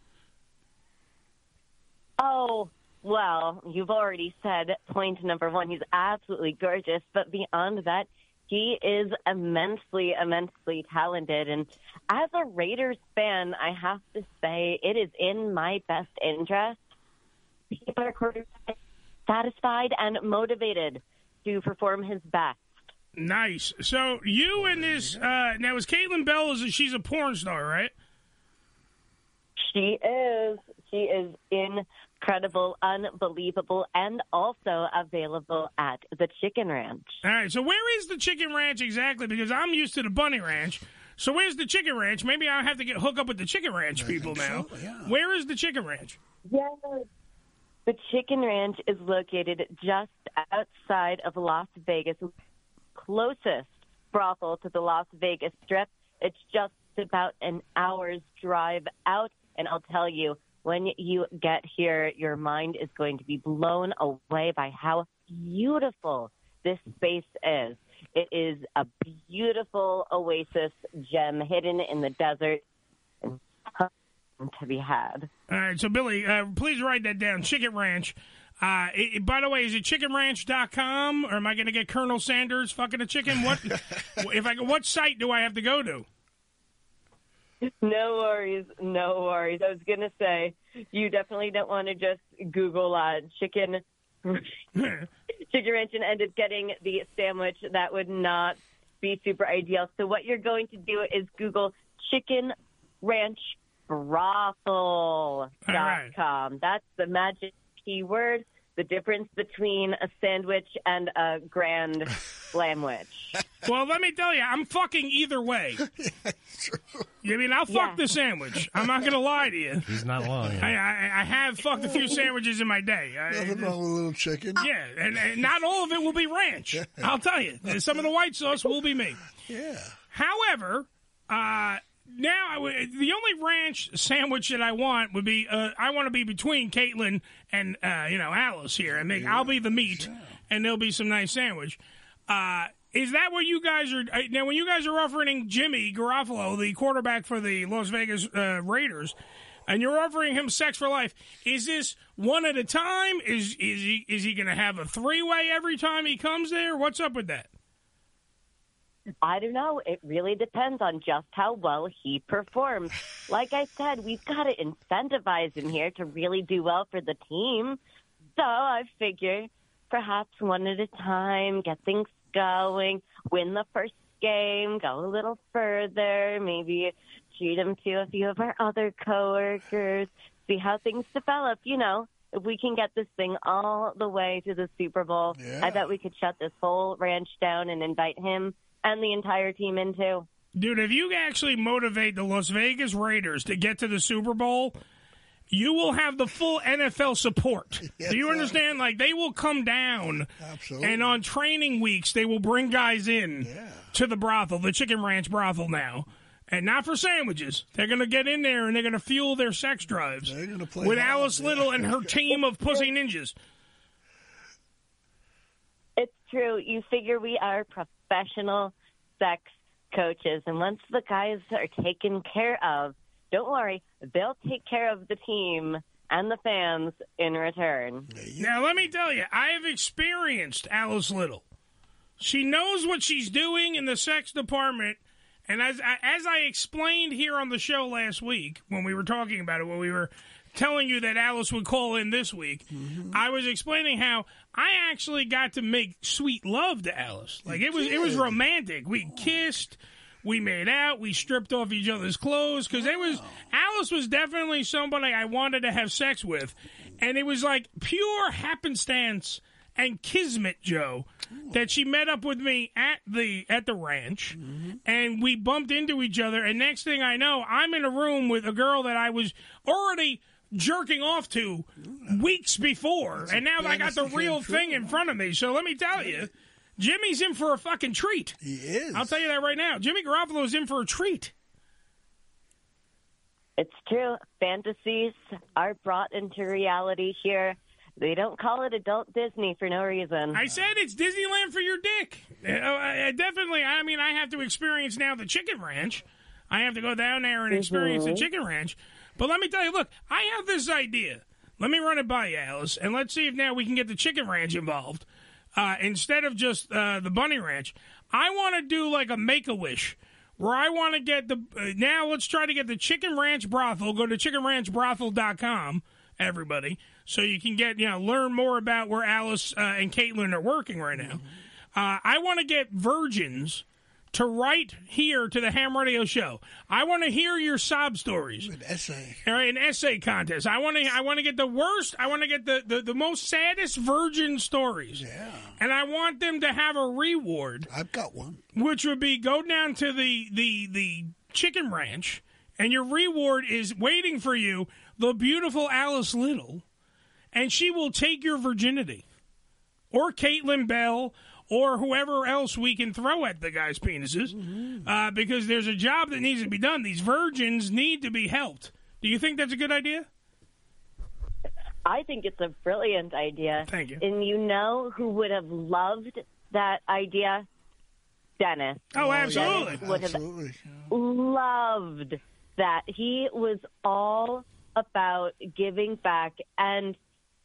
Oh, Well, you've already said point number one. He's absolutely gorgeous, but beyond that, he is immensely, immensely talented. And as a Raiders fan, I have to say it is in my best interest to keep our quarterback satisfied and motivated to perform his best.
Nice. So you and this uh, now is Caitlin Bell is she's a porn star, right?
She is. She is incredible, unbelievable, and also available at the Chicken Ranch.
All right. So where is the Chicken Ranch exactly? Because I'm used to the Bunny Ranch. So where's the Chicken Ranch? Maybe I have to get hook up with the Chicken Ranch people now. Where is the Chicken Ranch?
Yes. The Chicken Ranch is located just outside of Las Vegas, closest brothel to the Las Vegas Strip. It's just about an hour's drive out. And I'll tell you, when you get here, your mind is going to be blown away by how beautiful this space is. It is a beautiful oasis gem hidden in the desert and to be had.
All right, so Billy, uh, please write that down. Chicken Ranch. Uh, it, it- by the way, is it chickenranch.com or am I going to get Colonel Sanders fucking a chicken? What if I what site do I have to go to?
No worries, no worries. I was gonna say you definitely don't want to just Google uh, chicken chicken ranch and end up getting the sandwich. That would not be super ideal. So what you're going to do is Google chicken ranch brothel
All
dot
right.
com. That's the magic keyword. The difference between a sandwich and a grand sandwich.
Well, let me tell you, I'm fucking either way. You mean I'll fuck
Yeah.
the sandwich? I'm not going to lie to you.
He's not lying.
I, I, I have fucked a few sandwiches in my day. I,
Nothing wrong with a little chicken.
Yeah, and, and not all of it will be ranch. I'll tell you, some of the white sauce will be me.
Yeah.
However, uh, now I w- the only ranch sandwich that I want would be uh, I want to be between Caitlin and uh, you know Alice here, and make, I'll be the meat, and there'll be some nice sandwich. Uh, is that what you guys are uh, now? When you guys are offering Jimmy Garofalo, the quarterback for the Las Vegas uh, Raiders, and you're offering him sex for life, is this one at a time? Is is he is he going to have a three way every time he comes there? What's up with that?
I don't know. It really depends on just how well he performs. Like I said, we've got to incentivize him here to really do well for the team. So I figure perhaps one at a time, get things going, win the first game, go a little further, maybe treat him to a few of our other coworkers, see how things develop. You know, if we can get this thing all the way to the Super Bowl, I bet we could shut this whole ranch down and invite him and the entire team into.
Dude, if you actually motivate the Las Vegas Raiders to get to the Super Bowl, you will have the full NFL support. Do you understand? Like they will come down,
Absolutely.
and on training weeks they will bring guys in to the brothel, the Chicken Ranch brothel now, and not for sandwiches. They're going to get in there and they're going to fuel their sex drives they're gonna
play
with
hard,
Alice Little and her team of pussy ninjas.
It's true. You figure we are professional sex coaches, and once the guys are taken care of, don't worry, they'll take care of the team and the fans in return.
Now, let me tell you, I have experienced Alice Little. She knows what she's doing in the sex department. And as I- as I explained here on the show last week, when we were talking about it, when we were telling you that Alice would call in this week, I was explaining how I actually got to make sweet love to Alice. Like it was it was romantic. We kissed. We made out. We stripped off each other's clothes because it was Alice was definitely somebody I wanted to have sex with, and it was like pure happenstance and kismet, Joe, that she met up with me at the at the ranch, and we bumped into each other. And next thing I know, I'm in a room with a girl that I was already jerking off to weeks before, and now I got the
fantasy
real
come true.
thing in front of me. So let me tell you. Jimmy's in for a fucking treat.
He is.
I'll tell you that right now. Jimmy Garoppolo's in for a treat.
It's true. Fantasies are brought into reality here. They don't call it adult Disney for no reason.
I said it's Disneyland for your dick. Uh, uh, definitely. I mean, I have to experience now the Chicken Ranch. I have to go down there and experience the
Mhm.
Chicken Ranch. But let me tell you, look, I have this idea. Let me run it by you, Alice, and let's see if now we can get the chicken ranch involved uh, instead of just uh, the bunny ranch. I want to do like a make a wish where I want to get the. Uh, now let's try to get the chicken ranch brothel. Go to chickenranchbrothel.com, everybody, so you can get, you know, learn more about where Alice uh, and Caitlin are working right now. Uh, I want to get virgins to write here to the Ham Radio Show. I want to hear your sob stories. An
essay.
All right, an essay contest. I want to. I want to get the worst. I want to get the, the the most saddest virgin stories. Yeah. And I want them to have a reward.
I've got one.
Which would be go down to the the the chicken ranch, and your reward is waiting for you. The beautiful Alice Little, and she will take your virginity, or Caitlin Bell. Or whoever else we can throw at the guy's penises, uh, because there's a job that needs to be done. These virgins need to be helped. Do you think that's a good idea?
I think it's a brilliant idea.
Thank you.
And you know who would have loved that idea? Dennis.
Oh, absolutely.
Dennis would have loved that. He was all about giving back. And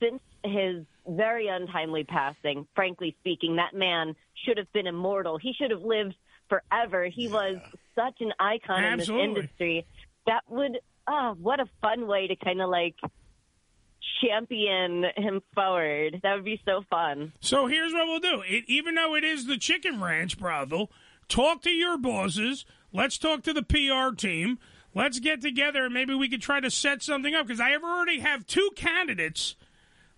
since his very untimely passing, frankly speaking, that man should have been immortal. He should have lived forever. He was such an icon in
Absolutely.
this industry. That would, ah, what a fun way to kind of like champion him forward. That would be so fun.
So here's what we'll do. It, even though it is the Chicken Ranch brothel, talk to your bosses. Let's talk to the PR team. Let's get together and maybe we could try to set something up because I have already have two candidates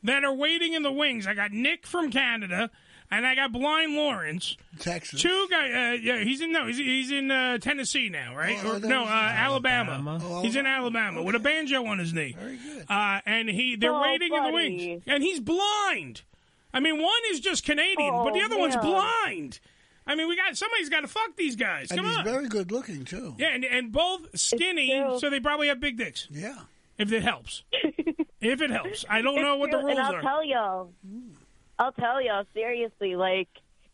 that are waiting in the wings. I got Nick from Canada and I got Blind Lawrence.
Texas.
Two guys. Uh, yeah, he's in no, he's, he's in uh, Tennessee now, right?
Oh, I
Or-
thought
no, uh,
he was-
Alabama.
Oh,
he's in Alabama with a banjo on his knee. Very good. Uh, and he they're
Oh,
waiting in the
buddy.
wings and he's blind. I mean, one is just Canadian, but the
Oh,
other one's
man.
blind. I mean, we got somebody's got to fuck these guys.
And
Come
he's
on,
very good looking too.
yeah, and, and both skinny,
true.
so they probably have big dicks.
Yeah,
if it helps. if it helps, I don't know what the
It's
rules
true, and I'll
are.
tell y'all. I'll tell y'all seriously. Like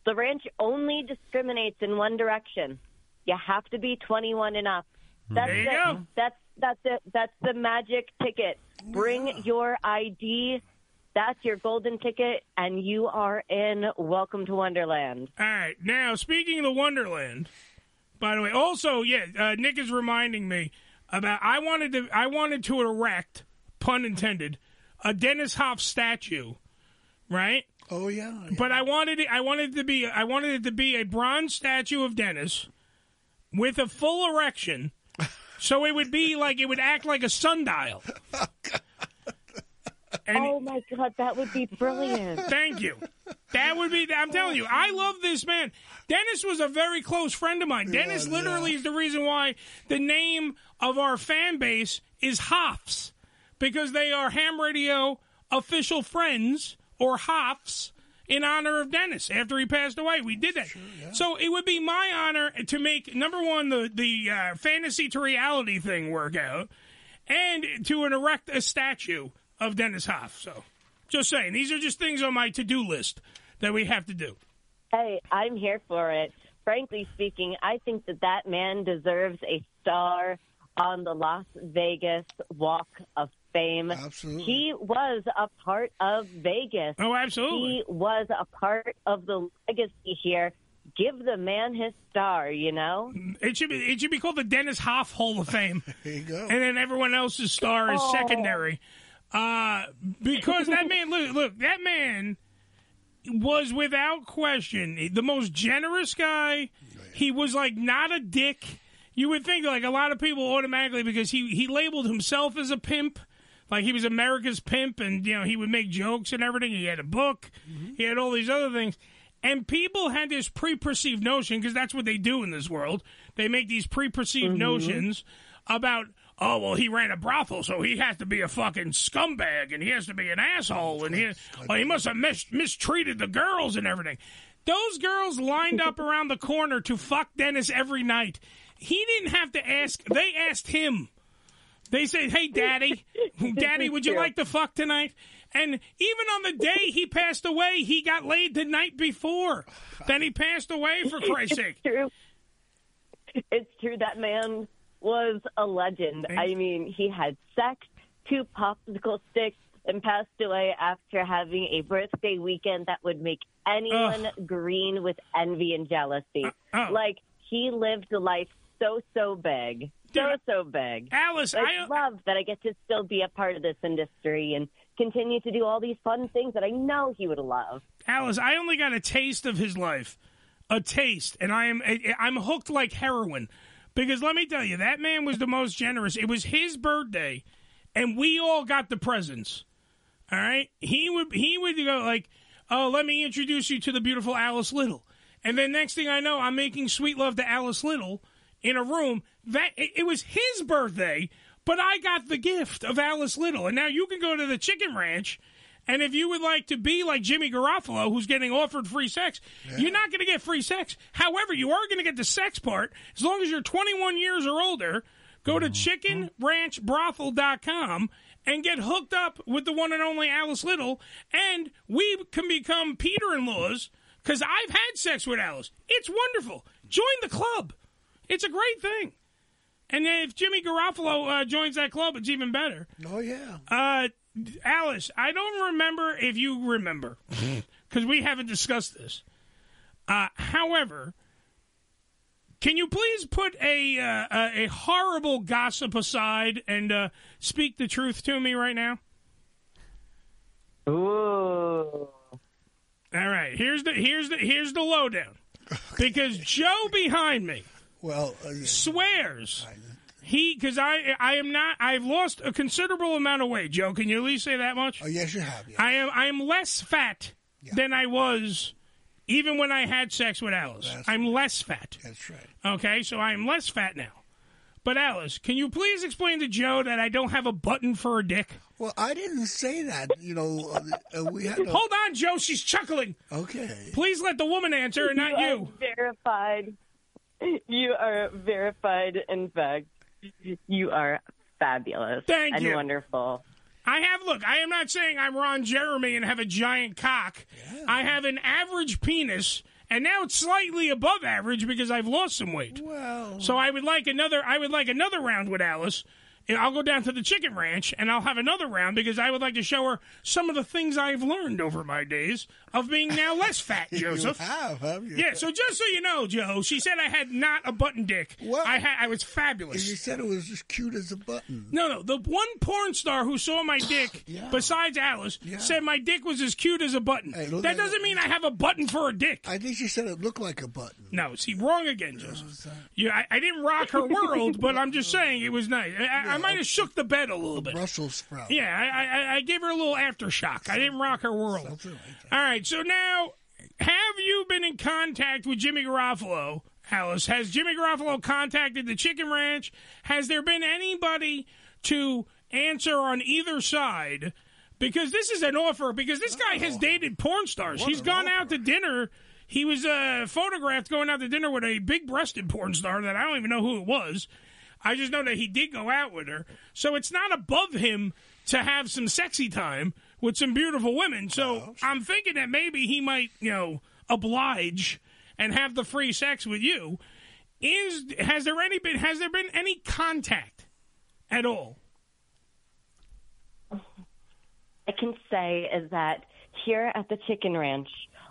the ranch only discriminates in one direction. You have to be 21 and up. That's
Hmm. There you
it.
go.
That's that's it. That's the magic ticket. Bring your ID. That's your golden ticket, and you are in. Welcome to Wonderland.
All right. Now, speaking of the Wonderland, by the way, also, yeah, uh, Nick is reminding me about I wanted to I wanted to erect, pun intended, a Dennis Hoff statue, right?
Oh yeah.
But I wanted it, I wanted it to be I wanted it to be a bronze statue of Dennis with a full erection. So it would be like it would act like a sundial.
oh my God, that would be brilliant.
Thank you. That would be. I'm telling you, I love this man. Dennis was a very close friend of mine. Dennis literally is the reason why the name of our fan base is Hoffs, because they are ham radio official friends or Hoffs in honor of Dennis. After he passed away, we did that. So it would be my honor to make number one the the uh, fantasy to reality thing work out, and to erect a statue of Dennis Hoff. So. Just saying, these are just things on my to-do list that we have to do.
Hey, I'm here for it. Frankly speaking, I think that that man deserves a star on the Las Vegas Walk of Fame. Absolutely. He was a part of Vegas.
Oh, absolutely.
He was a part of the legacy here. Give the man his star, you know?
It should be it should be called the Dennis Hoff Hall of Fame. There you go. And then everyone else's star is
Oh.
secondary, uh, because that man look look that man was without question the most generous guy. He was like not a dick. You would think like a lot of people automatically because he he labeled himself as a pimp. Like he was America's pimp, and you know he would make jokes and everything. He had a book, he had all these other things, and people had this pre-perceived notion because that's what they do in this world. They make these pre-perceived
Mhm.
notions about oh well he ran a brothel, so he has to be a fucking scumbag and he has to be an asshole and he well, he must have mis- mistreated the girls and everything. Those girls lined up around the corner to fuck Dennis every night. He didn't have to ask; they asked him. They said, "Hey, Daddy, Daddy, would you
Yeah.
like to fuck tonight?" And even on the day he passed away, he got laid the night before. Then he passed away for Christ's sake.
It's true. It's true. That man was a legend. I mean, he had sex, two popsicle sticks, and passed away after having a birthday weekend that would make anyone green with envy and jealousy.
Uh, oh.
Like he lived a life so so big, so so big.
Alice,
I
I-
love that I get to still be a part of this industry and continue to do all these fun things that I know he would love.
Alice, I only got a taste of his life, a taste, and I am I- I'm hooked like heroin. Because let me tell you, that man was the most generous. It was his birthday, and we all got the presents. All right, he would he would go like, "Oh, let me introduce you to the beautiful Alice Little," and then next thing I know, I'm making sweet love to Alice Little in a room that it, it was his birthday, but I got the gift of Alice Little, and now you can go to the Chicken Ranch. And if you would like to be like Jimmy Garofalo, who's getting offered free sex, you're not going to get free sex. However, you are going to get the sex part as long as you're 21 years or older. Go to chickenranchbrothel.com and get hooked up with the one and only Alice Little, and we can become Peter in laws because I've had sex with Alice. It's wonderful. Join the club, it's a great thing. And then if Jimmy Garofalo uh, joins that club, it's even better.
Oh yeah.
Uh, Alice, I don't remember if you remember because we haven't discussed this. Uh, however, can you please put a uh, a, a horrible gossip aside and uh, speak the truth to me right now?
Ooh.
All right, here's the here's the here's the lowdown. Because Joe behind me,
well, uh,
swears he because I I am not I've lost a considerable amount of weight. Joe, can you at least say that much? Oh
yes, you have.
I am I am less fat than I was even when I had sex with Alice. I'm less fat.
That's right.
Okay, so I'm less fat now. But Alice, can you please explain to Joe that I don't have a button for a dick?
Well, I didn't say that. You know, uh, uh, we had. A,
Hold on, Joe. She's chuckling.
Okay.
Please let the woman answer and not you.
Are verified. You are verified. In fact, you are fabulous.
Thank
and
you.
Wonderful.
I have look. I am not saying I'm Ron Jeremy and have a giant cock. I have an average penis, and now it's slightly above average because I've lost some weight.
Well,
so I would like another. I would like another round with Alice. And I'll go down to the chicken ranch and I'll have another round because I would like to show her some of the things I've learned over my days of being now less fat, Joseph.
have, have you?
Yeah, so just so you know, Joe, she said I had not a button dick. I had I was fabulous.
You said it was as cute as a button.
No, no. The one porn star who saw my dick, besides Alice, said my dick was as cute as a button. that doesn't mean I have a button for a dick.
I think she said it looked like a button.
No, see, wrong again, Joseph. Yeah, I, I didn't rock her world, but I'm
Oh,
just saying it was nice. I, I, I might have shook the bed a little bit.
Brussels sprout.
Yeah, I, I- I, I gave her a little aftershock. I didn't rock her world. All right, so now, have you been in contact with Jimmy Garofalo, Alice? Has Jimmy Garofalo contacted the Chicken Ranch? Has there been anybody to answer on either side? Because this is an offer. Because this guy has dated porn stars. He's gone out to dinner. He was uh, photographed going out to dinner with a big-breasted porn star that I don't even know who it was. I just know that he did go out with her. So it's not above him to have some sexy time with some beautiful women. So I'm thinking that maybe he might, you know, oblige and have the free sex with you. Is has there any been has there been any contact at all?
I can say is that here at the Chicken Ranch,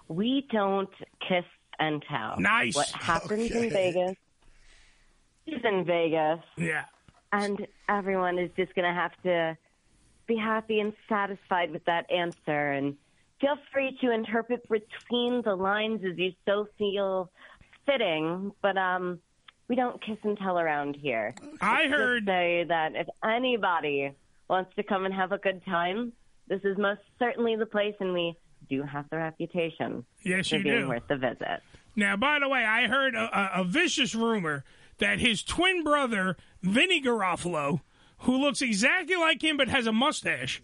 we don't kiss and tell.
Nice.
What happens in
Okay.
Vegas is in Vegas.
Yeah.
And everyone is just going to have to be happy and satisfied with that answer. And feel free to interpret between the lines as you so feel fitting. But um, we don't kiss and tell around here.
I
Let's just
heard-
say that if anybody wants to come and have a good time, this is most certainly the place, and we do have the reputation
Yes,
for
you
being
do.
worth the visit.
Now, by the way, I heard a, a, a vicious rumor that his twin brother, Vinny Garofalo, who looks exactly like him but has a mustache,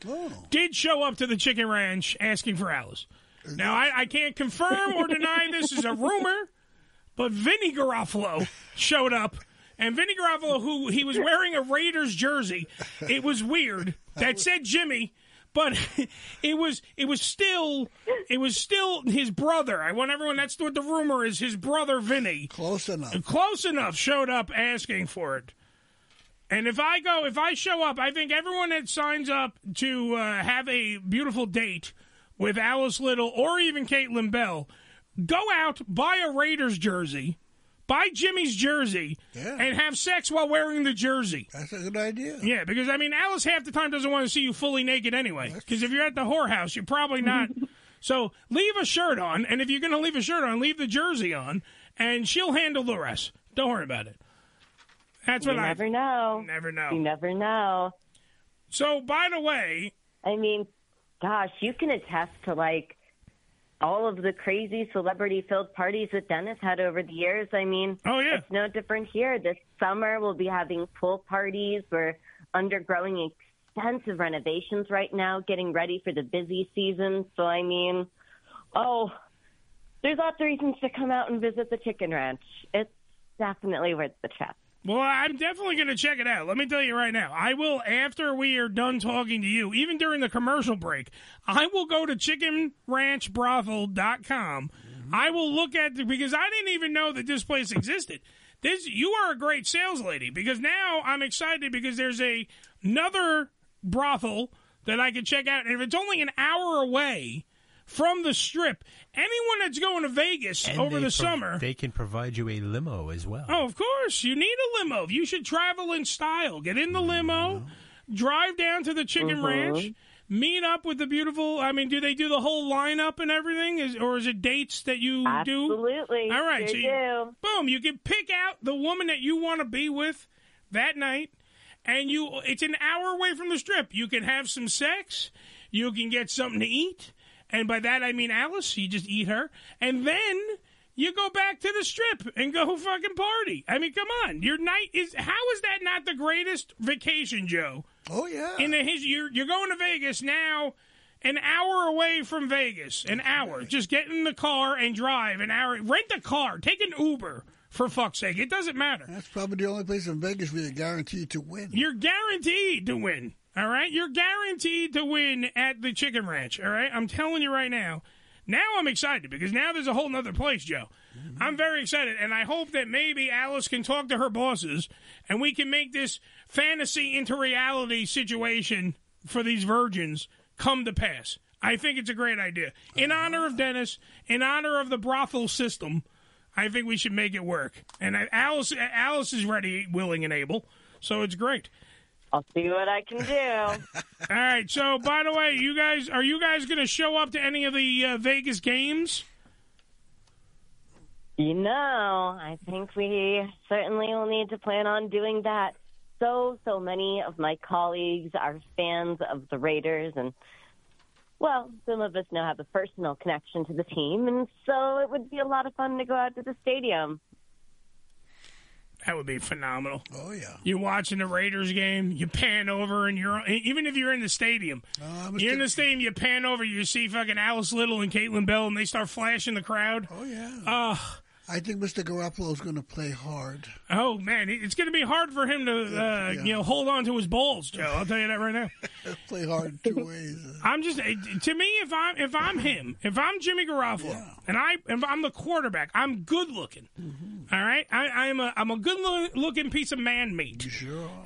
did show up to the chicken ranch asking for Alice. Now, I, I can't confirm or deny this is a rumor, but Vinny Garofalo showed up. And Vinny Garofalo, who he was wearing a Raiders jersey, it was weird. That said Jimmy, but it was it was still it was still his brother. I want everyone that's what the rumor is. His brother Vinny,
close enough,
close enough, showed up asking for it. And if I go, if I show up, I think everyone that signs up to uh, have a beautiful date with Alice Little or even Caitlin Bell, go out, buy a Raiders jersey, buy Jimmy's jersey, and have sex while wearing the jersey.
That's a good idea.
Yeah, because I mean, Alice half the time doesn't want to see you fully naked anyway. Because if you're at the whorehouse, you're probably not. so leave a shirt on, and if you're going to leave a shirt on, leave the jersey on, and she'll handle the rest. Don't worry about it. That's
you
what I
never know.
Never know.
You never know.
So, by the way,
I mean, gosh, you can attest to like all of the crazy celebrity-filled parties that Dennis had over the years. I mean,
oh yeah,
it's no different here. This summer we'll be having pool parties. We're undergoing extensive renovations right now, getting ready for the busy season. So, I mean, oh, there's lots of reasons to come out and visit the Chicken Ranch. It's definitely worth the trip.
Well, I'm definitely going to check it out. Let me tell you right now. I will, after we are done talking to you, even during the commercial break, I will go to chickenranchbrothel.com. I will look at the, because I didn't even know that this place existed. This you are a great sales lady because now I'm excited because there's a another brothel that I can check out and if it's only an hour away from the strip, anyone that's going to Vegas
And
over
they
the
pro-
summer
they can provide you a limo as well.
Oh, of course. You need a limo. You should travel in style. Get in the limo, drive down to the chicken
Uh-huh.
ranch, meet up with the beautiful. I mean, do they do the whole lineup and everything? Is, or is it dates that you do?
Absolutely.
All right.
Sure
so you, boom, you can pick out the woman that you want to be with that night. And you, it's an hour away from the strip. You can have some sex. You can get something to eat. And by that, I mean Alice. You just eat her. And then you go back to the strip and go fucking party. I mean, come on. Your night is, how is that not the greatest vacation, Joe?
Oh, yeah.
In the his, you're, you're going to Vegas now, an hour away from Vegas. An hour. Just get in the car and drive an hour. Rent a car. Take an Uber, for fuck's sake. It doesn't matter.
That's probably the only place in Vegas where you're guaranteed to win.
You're guaranteed to win. All right, you're guaranteed to win at the Chicken Ranch. All right, I'm telling you right now. Now I'm excited because now there's a whole nother place, Joe.
Mm-hmm.
I'm very excited, and I hope that maybe Alice can talk to her bosses, and we can make this fantasy into reality situation for these virgins come to pass. I think it's a great idea. In honor of Dennis, in honor of the brothel system, I think we should make it work. And I- Alice, Alice is ready, willing, and able, so it's great.
I'll see what I can do.
All right. So, by the way, you guys, are you guys going to show up to any of the uh, Vegas games?
You know, I think we certainly will need to plan on doing that. So, so many of my colleagues are fans of the Raiders, and well, some of us now have a personal connection to the team, and so it would be a lot of fun to go out to the stadium.
That would be phenomenal.
Oh yeah.
You're watching the Raiders game. You pan over, and you're even if you're in the stadium, you're in the stadium. You pan over, you see fucking Alice Little and Caitlin Bell, and they start flashing the crowd.
Oh yeah.
Uh,
I think Mr. Garoppolo's going to play hard.
Oh man, it- it's going to be hard for him to uh, you know hold on to his balls, Joe. I'll tell you that right now.
Play hard two ways.
I'm just it- to me if I'm if I'm him, if I'm Jimmy Garoppolo, and I if I'm the quarterback, I'm good looking. All right, I, I'm a I'm a good loo- looking piece of man meat,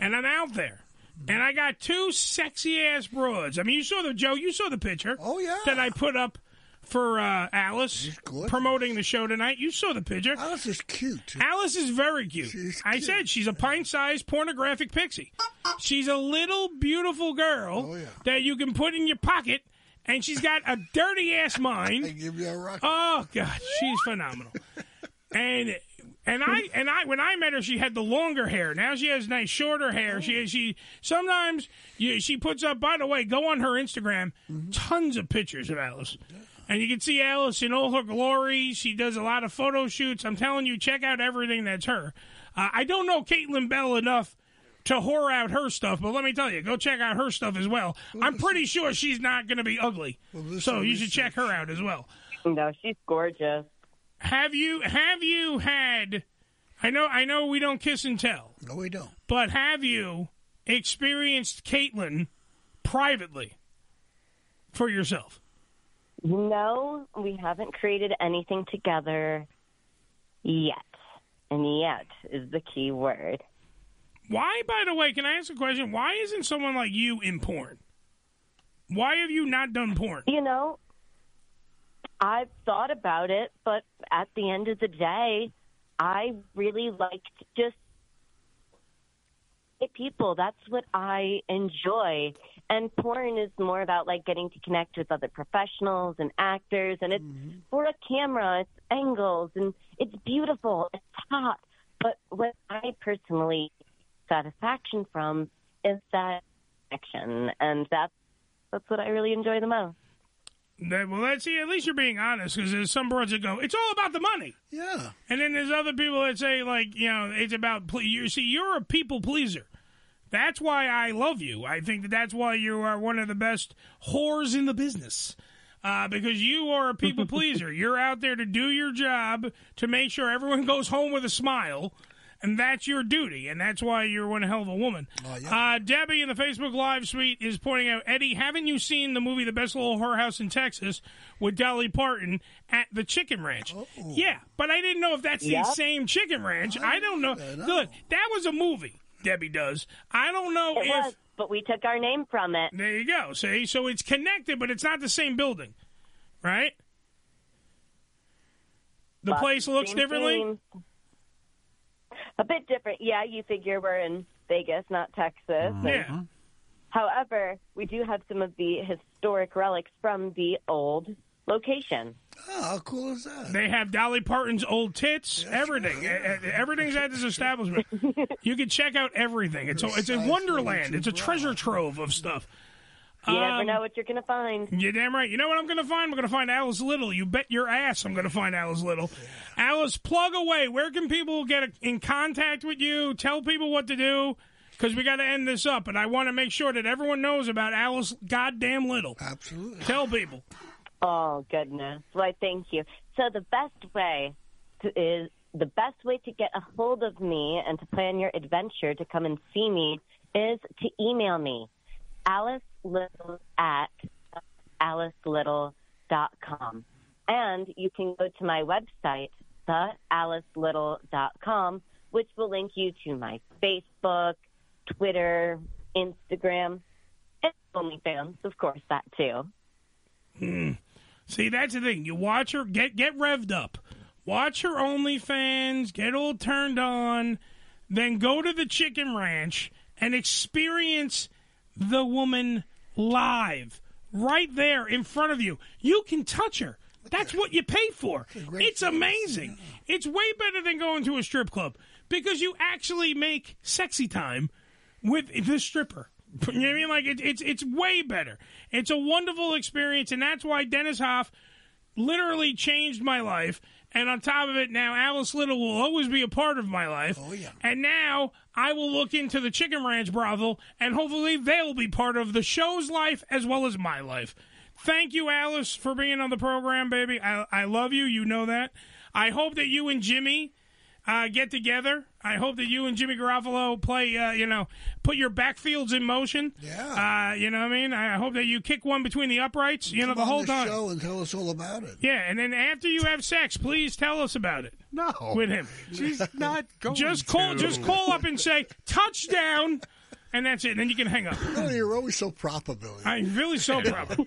and I'm out there. And I got two sexy ass broads. I mean, you saw the Joe. You saw the picture. Oh yeah, that I put up for uh, Alice promoting the show tonight. You saw the picture.
Alice is cute.
Alice is very cute. I said she's a pint-sized pornographic pixie. She's a little beautiful girl
Oh,
that you can put in your pocket, and she's got a dirty ass mind.
give you a rock.
Oh God, she's phenomenal. and and I and I when I met her, she had the longer hair. Now she has nice shorter hair. She she sometimes you, she puts up. By the way, go on her Instagram. Tons of pictures of Alice, and you can see Alice in all her glory. She does a lot of photo shoots. I'm telling you, check out everything that's her. Uh, I don't know Caitlyn Bell enough to whore out her stuff, but let me tell you, go check out her stuff as well. I'm pretty sure she's not going to be ugly, so you should check her out as well.
No, she's gorgeous.
Have you have you had? I know I know we don't kiss and tell.
No, we don't.
But have you experienced Caitlyn privately for yourself?
No, we haven't created anything together yet, and yet is the key word.
Why, by the way, can I ask a question? Why isn't someone like you in porn? Why have you not done porn?
You know, I've thought about it, but at the end of the day, I really like to just meet people. That's what I enjoy. And porn is more about like getting to connect with other professionals and actors, and it's for a camera, it's angles, and it's beautiful, it's hot. But what I personally satisfaction from is that connection, and that's that's what I really enjoy the most.
That, well, let's see. At least you're being honest, because there's some broads that go, "It's all about the money."
Yeah.
And then there's other people that say, like, you know, it's about ple- you. See, you're a people pleaser. That's why I love you. I think that that's why you are one of the best whores in the business. Uh, because you are a people pleaser. You're out there to do your job to make sure everyone goes home with a smile, and that's your duty. And that's why you're one hell of a woman. uh, Debbie in the Facebook Live suite is pointing out Eddie, haven't you seen the movie The Best Little Whorehouse in Texas with Dolly Parton at the Chicken Ranch? Yeah, but I didn't know if that's
Yep.
the same Chicken Ranch. I don't know. Look, that was a movie. Debbie does. I don't know
It
if.
was, but we took our name from it.
There you go. See, so it's connected, but it's not the same building, right? The
But
place looks
same
differently.
thing. A bit different. Yeah, you figure we're in Vegas, not Texas.
Mm-hmm. Yeah.
However, we do have some of the historic relics from the old location.
Oh, how cool is that?
They have Dolly Parton's old tits, everything. E- e- Everything's at this establishment. you can check out everything. It's a, it's a wonderland. It's a treasure trove of stuff.
You never
Um,
know what you're going to find.
You're damn right. You know what I'm going to find? I'm going to find Alice Little. You bet your ass I'm going to find Alice Little. Alice, plug away. Where can people get in contact with you? Tell people what to do because we got to end this up. And I want to make sure that everyone knows about Alice Goddamn Little.
Absolutely.
Tell people.
Oh goodness! Why, thank you. So the best way to, is the best way to get a hold of me and to plan your adventure to come and see me is to email me, Alice Little at alicelittle.com, and you can go to my website, thealicelittle.com, which will link you to my Facebook, Twitter, Instagram, and OnlyFans, of course, that too.
Mm. See, that's the thing. You watch her get get revved up. Watch her OnlyFans, get all turned on, then go to the chicken ranch and experience the woman live. Right there in front of you. You can touch her. That's what you pay for. It's amazing. It's way better than going to a strip club because you actually make sexy time with the stripper. You know what I mean? Like it, it's it's way better. It's a wonderful experience, and that's why Dennis Hoff literally changed my life. And on top of it, now Alice Little will always be a part of my life. Oh yeah. And now I will look into the Chicken Ranch brothel, and hopefully they'll be part of the show's life as well as my life. Thank you, Alice, for being on the program, baby. I I love you. You know that. I hope that you and Jimmy uh, get together. I hope that you and Jimmy Garofalo play, uh, you know, put your backfields in motion. Yeah. Uh, you know what I mean? I hope that you kick one between the uprights, you know,
Come
the
on
whole
this
time.
show and tell us all about it.
Yeah, and then after you have sex, please tell us about it. No, with him,
She's not going
Just call,
to.
just call up and say touchdown, and that's it. And then you can hang up.
No, you're always so proper, Billy.
I'm really so proud.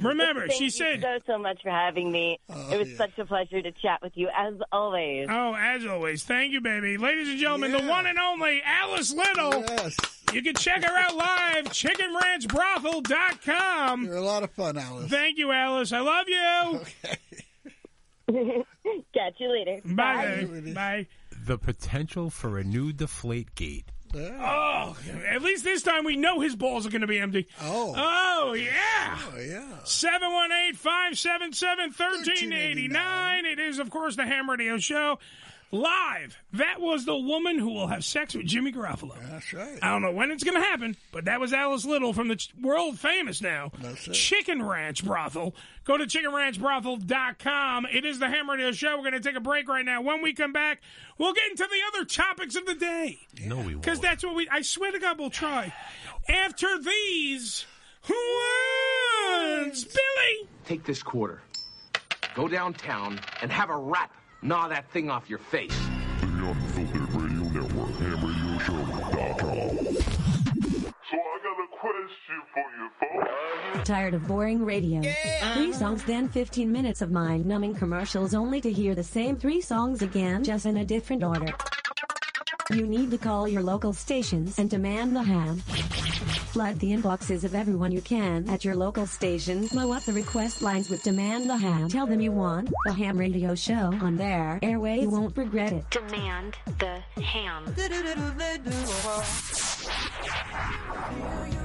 Remember,
Thank
she
you
said-
so so much for having me. it was such a pleasure to chat with you as always.
Oh, as always, thank you, baby. Ladies and gentlemen, the one and only Alice Little.
Yes.
You can check her out live, chickenranchbrothel.com. You're
a lot of fun, Alice.
Thank you, Alice. I love you.
Catch you later.
Bye. Bye. Bye.
The potential for a new deflate gate.
Oh, at least this time we know his balls are going to be empty. Oh. Oh, yeah.
Oh, yeah.
718 577 1389. It is, of course, the Ham Radio Show. Live. That was the woman who will have sex with Jimmy Garofalo.
That's right.
I don't know when it's going to happen, but that was Alice Little from the ch- world famous now Chicken Ranch Brothel. Go to chickenranchbrothel.com. It is the Ham Radio Show. We're going to take a break right now. When we come back, we'll get into the other topics of the day.
No, we
Because that's what we. I swear to God, we'll try. After these ones, Billy.
Take this quarter. Go downtown and have a rap. Gnaw that thing off your face.
The Unfiltered Radio Network, Ham Radio Show.
Tired of boring radio? Three songs, then 15 minutes of mind numbing commercials only to hear the same three songs again, just in a different order. You need to call your local stations and demand the ham. Flood the inboxes of everyone you can at your local station. Blow up the request lines with Demand the Ham. Tell them you want the ham radio show on their airway. You won't regret it.
Demand the ham.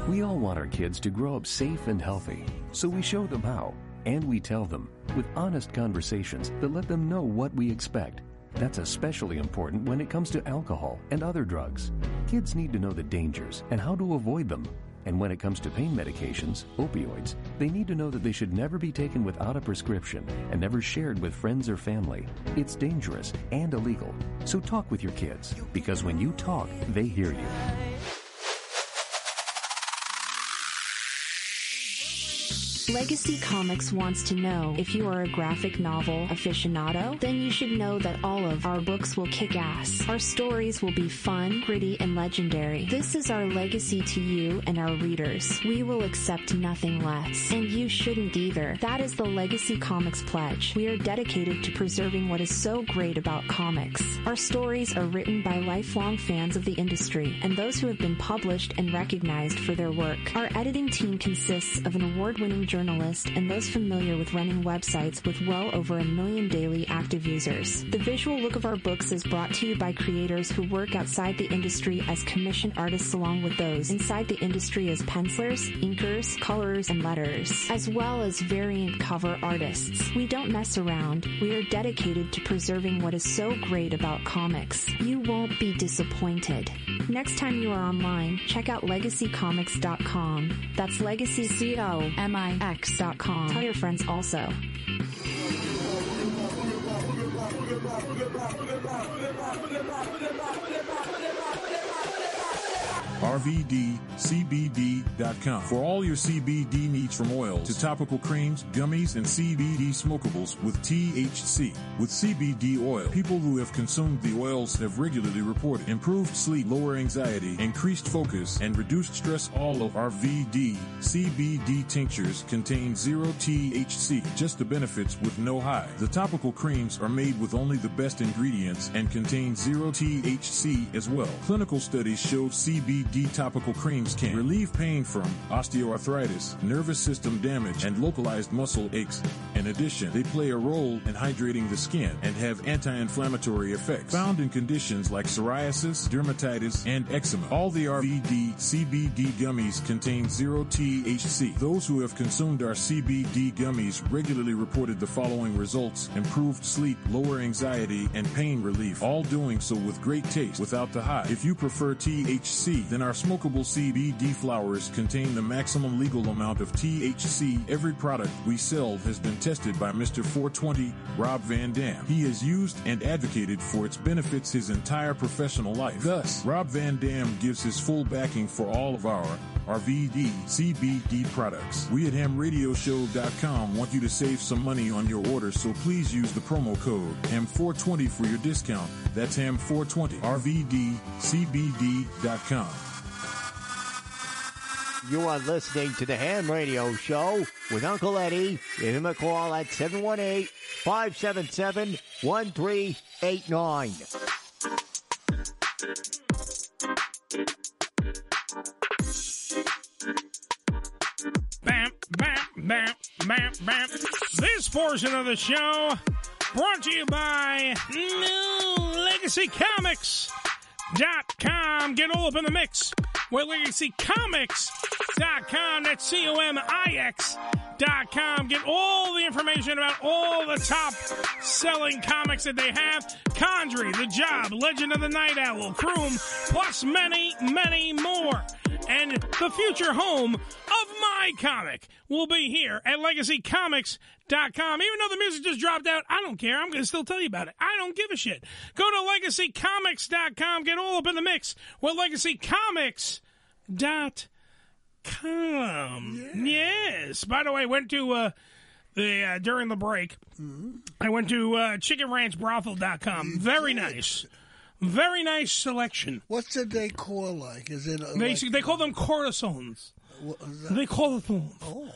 We all want our kids to grow up safe and healthy, so we show them how, and we tell them with honest conversations that let them know what we expect. That's especially important when it comes to alcohol and other drugs. Kids need to know the dangers and how to avoid them. And when it comes to pain medications, opioids, they need to know that they should never be taken without a prescription and never shared with friends or family. It's dangerous and illegal. So talk with your kids, because when you talk, they hear you.
Legacy Comics wants to know if you are a graphic novel aficionado, then you should know that all of our books will kick ass. Our stories will be fun, gritty, and legendary. This is our legacy to you and our readers. We will accept nothing less, and you shouldn't either. That is the Legacy Comics pledge. We are dedicated to preserving what is so great about comics. Our stories are written by lifelong fans of the industry and those who have been published and recognized for their work. Our editing team consists of an award-winning journalist and those familiar with running websites with well over a million daily active users. The visual look of our books is brought to you by creators who work outside the industry as commissioned artists along with those inside the industry as pencilers, inkers, colorers, and letters, as well as variant cover artists. We don't mess around. We are dedicated to preserving what is so great about comics. You won't be disappointed. Next time you are online, check out legacycomics.com. That's legacy C O M I X.com. Tell your friends also.
RVDCBD.com for all your CBD needs from oils to topical creams, gummies, and CBD smokables with THC. With CBD oil, people who have consumed the oils have regularly reported improved sleep, lower anxiety, increased focus, and reduced stress. All of RVD CBD tinctures contain zero THC, just the benefits with no high. The topical creams are made with only the best ingredients and contain zero THC as well. Clinical studies showed CBD topical creams can relieve pain from osteoarthritis, nervous system damage, and localized muscle aches. In addition, they play a role in hydrating the skin and have anti-inflammatory effects found in conditions like psoriasis, dermatitis, and eczema. All the RVD CBD gummies contain zero THC. Those who have consumed our CBD gummies regularly reported the following results: improved sleep, lower anxiety, and pain relief. All doing so with great taste, without the high. If you prefer THC, then our smokable CBD flowers contain the maximum legal amount of THC. Every product we sell has been tested by Mr. 420 Rob Van Dam. He has used and advocated for its benefits his entire professional life. Thus, Rob Van Dam gives his full backing for all of our RVD CBD products. We at hamradioshow.com want you to save some money on your order, so please use the promo code HAM420 for your discount. That's HAM420, RVDCBD.com.
You are listening to the Ham Radio Show with Uncle Eddie. Give him a call at 718 577 1389.
Bam, bam, bam, bam, bam. This portion of the show brought to you by New Legacy Comics. Dot com. Get all up in the mix with legacycomics.com. That's C O M I X dot com. Get all the information about all the top selling comics that they have Condry, The Job, Legend of the Night Owl, Croom, plus many, many more. And the future home of my comic will be here at legacycomics.com. Even though the music just dropped out, I don't care. I'm going to still tell you about it. I don't give a shit. Go to legacycomics.com. Get all up in the mix with legacycomics.com. Yes. By the way, went to uh, the uh, during the break.
Mm-hmm.
I went to uh, chickenranchbrothel.com. Very nice. Very nice selection.
What's the decor like? Is it uh,
They,
like,
they call them corazones. They call the Thorns.
Oh.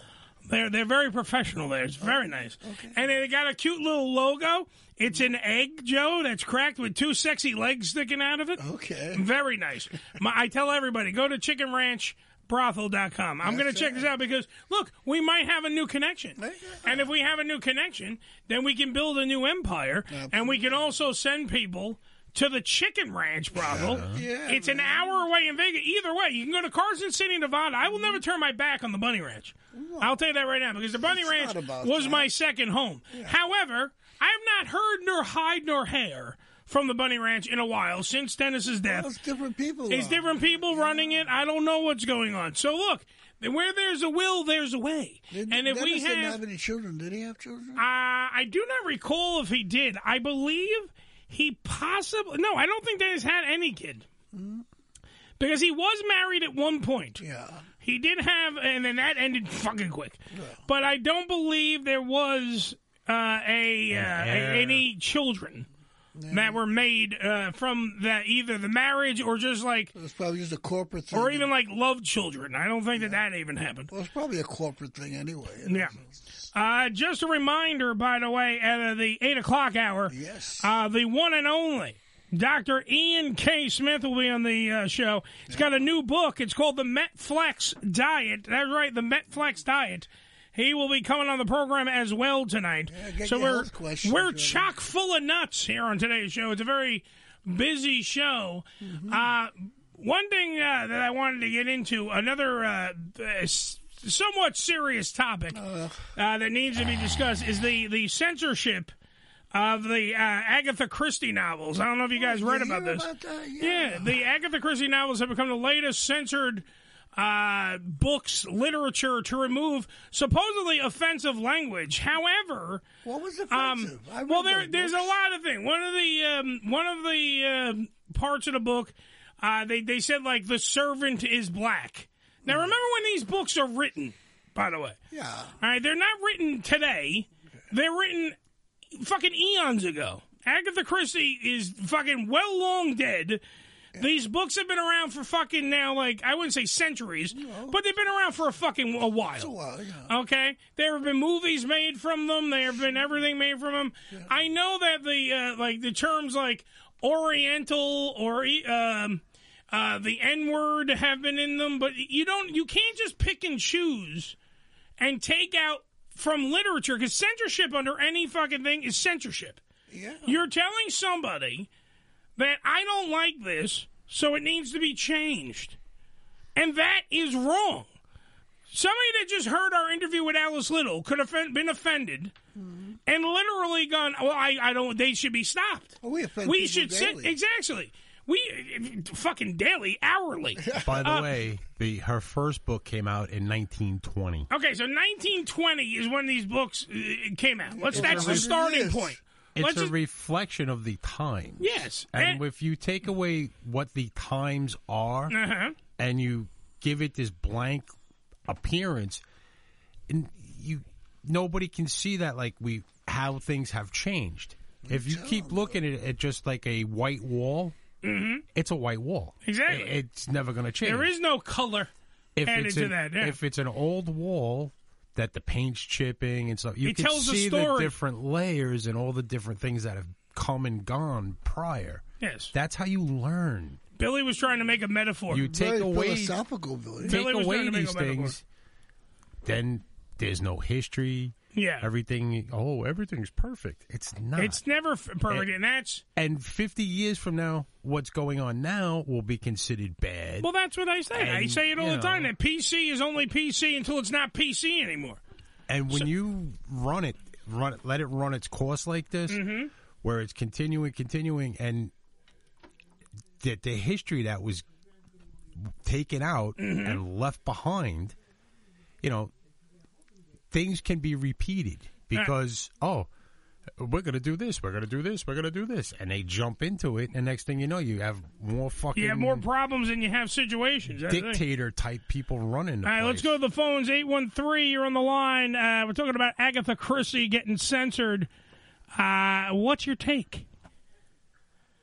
They're they're very professional there. It's very nice. And they got a cute little logo. It's an egg, Joe, that's cracked with two sexy legs sticking out of it. Okay. Very nice. My, I tell everybody, go to Chicken Ranch brothel.com. I'm going to check this out because look, we might have a new connection. And if we have a new connection, then we can build a new empire and we can also send people to the Chicken Ranch brothel.
Yeah,
it's an hour away in Vegas. Either way, you can go to Carson City, Nevada. I will never turn my back on the Bunny Ranch. I'll tell you that right now because the Bunny
It's
Ranch
not about
was
that.
my second home. However, I have not heard nor hide nor hair from the Bunny Ranch in a while since Dennis's death. it's different people. It's different people running it. I don't know what's going on. So look, where there's a will, there's a way. and if
Dennis
we
didn't
have
have any children, did he have children?
uh, I do not recall if he did. I believe he possibly. No, I don't think Dennis had any kid. Because he was married at one point. Yeah. He did have, and then that ended fucking quick. But I don't believe there was uh, a, uh,
heir.
a- any children that were made uh, from the, either the marriage or just like. It's probably just a corporate thing. Or even like love children. I don't think that that even happened.
Well, it's probably a corporate thing anyway.
Yeah. Uh, just a reminder, by the way, at uh, the 8 o'clock hour, yes. uh, the one and only Dr. Ian K. Smith will be on the uh, show. He's got a new book. It's called The Metflex Diet. That's right, The Metflex Diet. He will be coming on the program as well tonight.
get
so
your
we're
health questions
we're chock full of nuts here on today's show. It's a very busy show. Uh, one thing uh, that I wanted to get into, another uh, uh, somewhat serious topic uh, that needs to be discussed, is the the censorship of the uh, Agatha Christie novels. I don't know if Oh, you guys read about this. yeah. the Agatha Christie novels have become the latest censored uh, books, literature to remove supposedly offensive language. However, what was offensive? Um, well, there, there's a lot of things. One of the um, one of the um parts of the book, uh, they they said like the servant is black. Now remember when these books are written, by the way. Yeah. All right, they're not written today. They're written fucking eons ago. Agatha Christie is fucking well long dead. These books have been around for fucking now, like I wouldn't say centuries, but they've been around for a fucking a while. Okay, there have been movies made from them. There have been everything made from them. I know that the uh, like the terms like Oriental or um, uh, the N word have been in them, but you don't, you can't just pick and choose and take out from literature because censorship under any fucking thing is censorship. Yeah. You're telling somebody that I don't like this, so it needs to be changed. And that is wrong. Somebody that just heard our interview with Alice Little could have been offended and literally gone, well, I, I don't, they should be stopped. we
offend people
should sit,
daily.
exactly. We fucking daily, hourly.
By the
Uh,
way, the her first book came out in 1920.
Okay, so 1920 is when these books uh, came out. Let's,
It's
that's
a
the
re-
starting point.
It's
Let's
a
just-
reflection of the time.
Yes.
And if you take away what the times are
Uh-huh.
and you give it this blank appearance, and you nobody can see that like we how things have changed. If you keep looking at it at just like a white wall,
Mhm.
it's a white wall.
Exactly.
It- it's never going to change.
There is no color
if
added
it's
to
an,
that. Yeah.
If it's an old wall that the paint's chipping and stuff, you
It
can
tells a
see the
story.
different layers and all the different things that have come and gone prior.
Yes.
That's how you learn.
Billy was trying to make a metaphor.
You take away
Billy.
Take
was
away
trying to make
these
a metaphor.
things, then there's no history.
Yeah.
Everything. Oh, everything's perfect. It's not.
It's never f- perfect,
It-
and that's
and 50 years from now, what's going on now will be considered bad.
well. That's what I say. I
And,
say it all
you
the time
know.
that PC is only PC until it's not PC anymore.
And when you run it, run it, let it run its course like this,
Mm-hmm.
where it's continuing, continuing, and the, the history that was taken out
Mm-hmm.
and left behind, you know, things can be repeated because oh. We're gonna do this. We're gonna do this. We're gonna do this, and they jump into it. And next thing you know, you have more fucking
You have more problems than you have situations. That's the thing.
dictator type people running. The
All right,
place.
let's go to the phones. 813, you're on the line. Uh, we're talking about Agatha Christie getting censored. Uh, what's your take?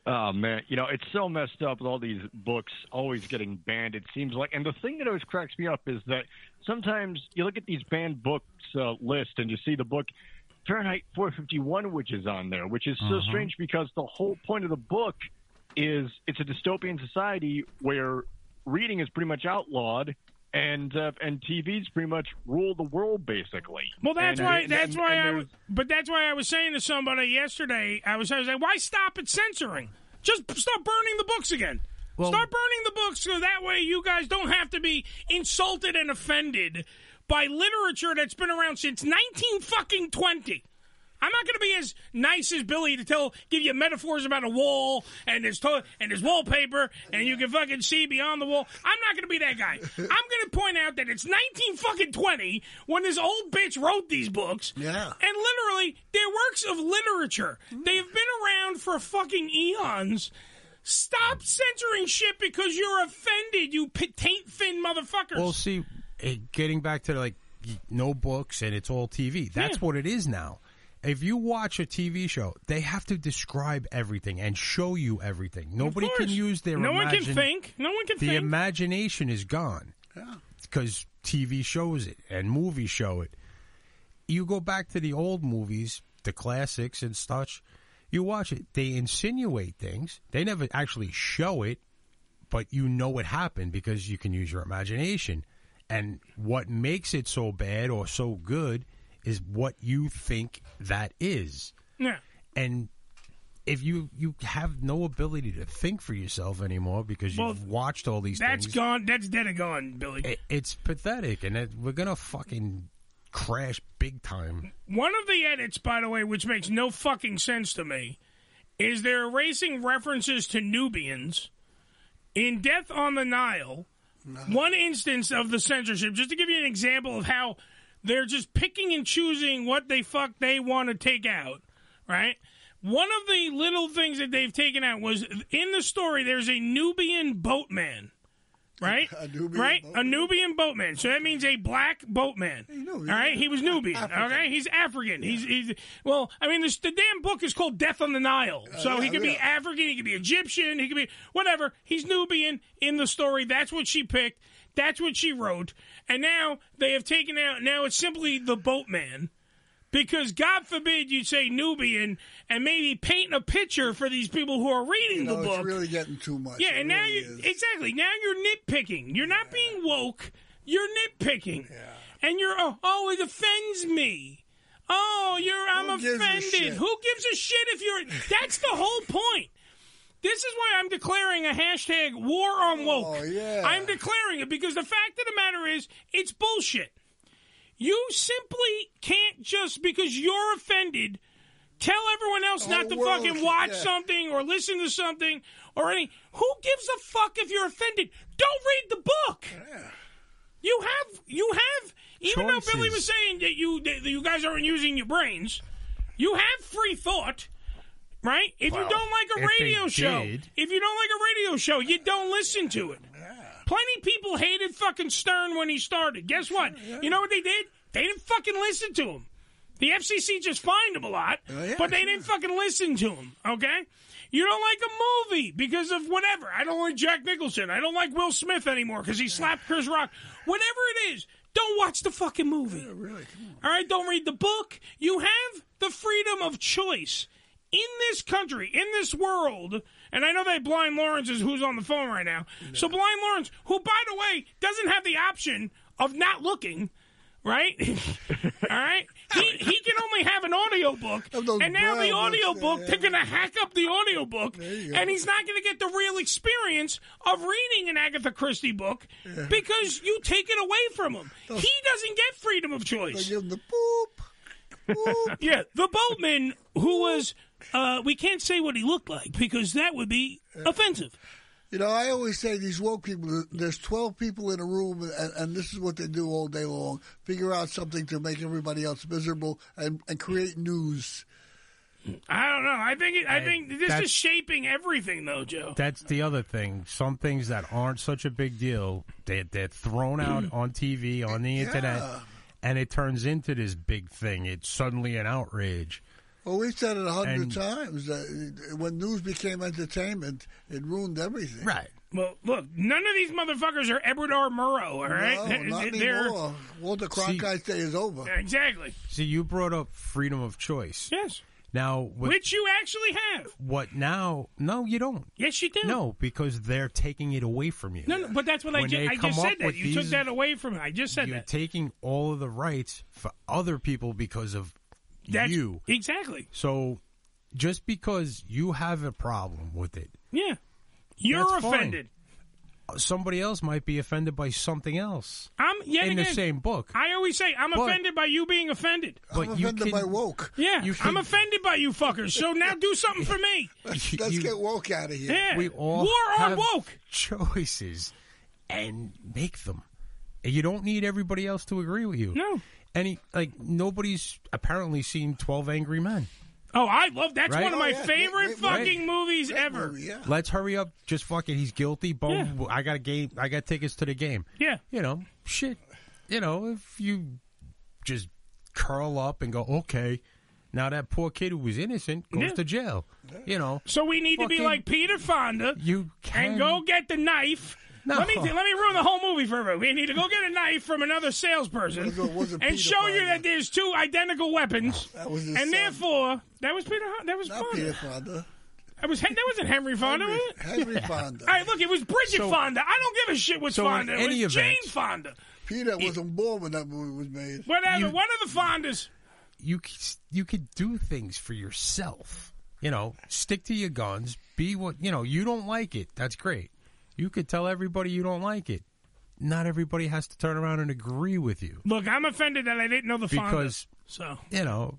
Oh man, you know it's so messed up with all these books always getting banned. It seems like, and the thing that always cracks me up is that sometimes you look at these banned books uh, list and you see the book Fahrenheit 451, which is on there, which is
Uh-huh.
so
Mhm.
strange because the whole point of the book is it's a dystopian society where reading is pretty much outlawed and uh, and TV's pretty much rule the world basically.
Well, that's
And-
why.
and-
that's
and-
why
and
I.
there's-
Was, but that's why I was saying to somebody yesterday. I was. I was like, why stop at censoring? Just stop burning the books again. Start burning the books so that way you guys don't have to be insulted and offended by literature that's been around since nineteen fucking twenty. I'm not going to be as nice as Billy to tell, give you metaphors about a wall and his to- and his wallpaper, and you can fucking see beyond the wall. I'm not going to be that guy. I'm going to point out that it's 19 fucking 20 when this old bitch wrote these books. Yeah, and literally, they're works of literature. They've been around for fucking eons. Stop censoring shit because you're offended, you p- taint fin motherfuckers.
Well, see, it, getting back to like y- no books and it's all TV. That's what it is now. If you watch a TV show, they have to describe everything and show you everything. Nobody can
course.
use their.
No one can
imagine-
think. No one can
the
think.
imagination is gone. Because TV shows it and movies show it. You go back to the old movies, the classics and such. You watch it. They insinuate things. They never actually show it, but you know what happened because you can use your imagination. And what makes it so bad or so good is what you think that is
yeah.
and if you you have no ability to think for yourself anymore because you've watched all these
That's
things,
gone. That's dead and gone, Billy.
i- it's pathetic, and it, we're gonna fucking crash big time.
One of the edits, by the way, which makes no fucking sense to me, is they're erasing references to Nubians in Death on the Nile. One instance of the censorship, just to give you an example of how they're just picking and choosing what they fuck they want to take out, right? One of the little things that they've taken out was in the story there's a Nubian boatman. Right? A Nubian right? A Nubian boatman. So that means a black boatman. All right? He was Nubian. Okay? He's African. He's, he's well, I mean this, the damn book is called Death on the Nile. So
yeah,
he could be
yeah.
African, he could be Egyptian, he could be whatever. He's Nubian in the story. That's what she picked. That's what she wrote. And now they have taken out now it's simply the boatman. Because God forbid you say Nubian and maybe paint a picture for these people who are reading
No,
the book.
it's really getting too much.
Yeah, and now you exactly now you're nitpicking. You're not being woke. You're nitpicking, and you're oh, oh it offends me. Oh, you're I'm offended. Who gives a shit if you're? That's the whole point. This is why I'm declaring a hashtag war on woke. I'm declaring it because the fact of the matter is, it's bullshit. You simply can't just because you're offended tell everyone else not to
world,
fucking watch
yeah.
something or listen to something or any. Who gives a fuck if you're offended? Don't read the book. You have you have even though Billy was
Choices.
saying that you that you guys aren't using your brains, you have free thought. Right? If
Well,
you don't like a
if they
radio show,
did-
if you don't like a radio show, you don't listen to it. Plenty of people hated fucking Stern when he started. Guess what? You know what they did? They didn't fucking listen to him. The FCC just fined him a lot, but they didn't fucking listen to him. Okay, you don't like a movie because of whatever. I don't like Jack Nicholson. I don't like Will Smith anymore because he slapped Chris Rock. Whatever it is, don't watch the fucking movie. really? All right, don't read the book. You have the freedom of choice in this country, in this world, and I know that Blind Lawrence is who's on the phone right now. So Blind Lawrence, who by the way doesn't have the option of not looking, right? All right, he he can only have an audiobook, and now the
brown books,
audiobook they're going to hack up the audiobook, and he's not going to get the real experience of reading an Agatha Christie book because you take it away from him. He doesn't get freedom of choice. yeah, the boatman who was. Uh, we can't say what he looked like because that would be offensive.
You know, I always say these woke people. There's 12 people in a room, and, and this is what they do all day long: figure out something to make everybody else miserable and, and create news.
I don't know. I think it, I, think this
that's-
is shaping everything, though, Joe.
That's the other thing. Some things that aren't such a big deal, they they're thrown out on TV, on the internet,
Yeah.
and it turns into this big thing. It's suddenly an outrage.
Well, we've said it a hundred
And-
times. That when news became entertainment, it ruined everything.
Right.
Well, look, none of these motherfuckers are Edward R. Murrow, all right?
No,
They're-
not
they're-
anymore. Walter Cronkite's day is over.
Exactly.
See, you brought up freedom of choice.
Yes.
Now, what,
Which you actually have.
what now? No, you don't.
Yes, you do.
No, because they're taking it away from you.
No, no, but that's what I,
When
ju-
they
I
come
just
up
said. That
with
you took
these-
that away from me. I just said
You're
that.
taking all of the rights for other people because of
That's-
you.
Exactly.
So, just because you have a problem with it,
Yeah. You're
That's fine.
offended.
somebody else might be offended by something else
I'm yet
in
again.
the same book.
I always say I'm
But-
offended by you being offended.
But you offended can- by
woke.
Yeah,
You
I'm
can-
offended by you fuckers. So now do something for me.
Let's, let's get woke out of here.
Yeah.
We all
War on
have
woke.
choices and make them. And You don't need everybody else to agree with you. No. Any like nobody's apparently seen Twelve Angry Men.
Oh, I love that's
Right?
one of
Oh,
my
yeah.
favorite
Right, right.
fucking movies ever.
Let's hurry up. Just fucking. He's guilty. Boom. I got a game. I got tickets to the game.
Yeah.
You know, shit. You know, if you just curl up and go, okay. Now that poor kid who was innocent goes
Yeah.
to jail. You know.
So we need to be
Fucking-
like Peter Fonda.
You
and go get the knife.
No.
Let me let me ruin the whole movie for everyone. We need to go get a knife from another salesperson and show you that there's two identical weapons.
That was his
and
son.
therefore, that was Peter. Hon- That was
Not
Fonda.
Peter Fonda.
That was Hen- that wasn't Henry Fonda.
Henry-
was it?
Henry Yeah. Fonda.
All right, look, it was Bridget
So-
Fonda. I don't give a shit what
so in
Fonda. It
any
was
event-
Jane Fonda.
Peter wasn't born when that movie was made.
Whatever. one of the Fondas.
you c- you could do things for yourself. You know, stick to your guns. Be what you know. You don't like it. That's great. You could tell everybody you don't like it. Not everybody has to turn around and agree with you
Look, I'm offended that I didn't know the
because
Fonda. So
you know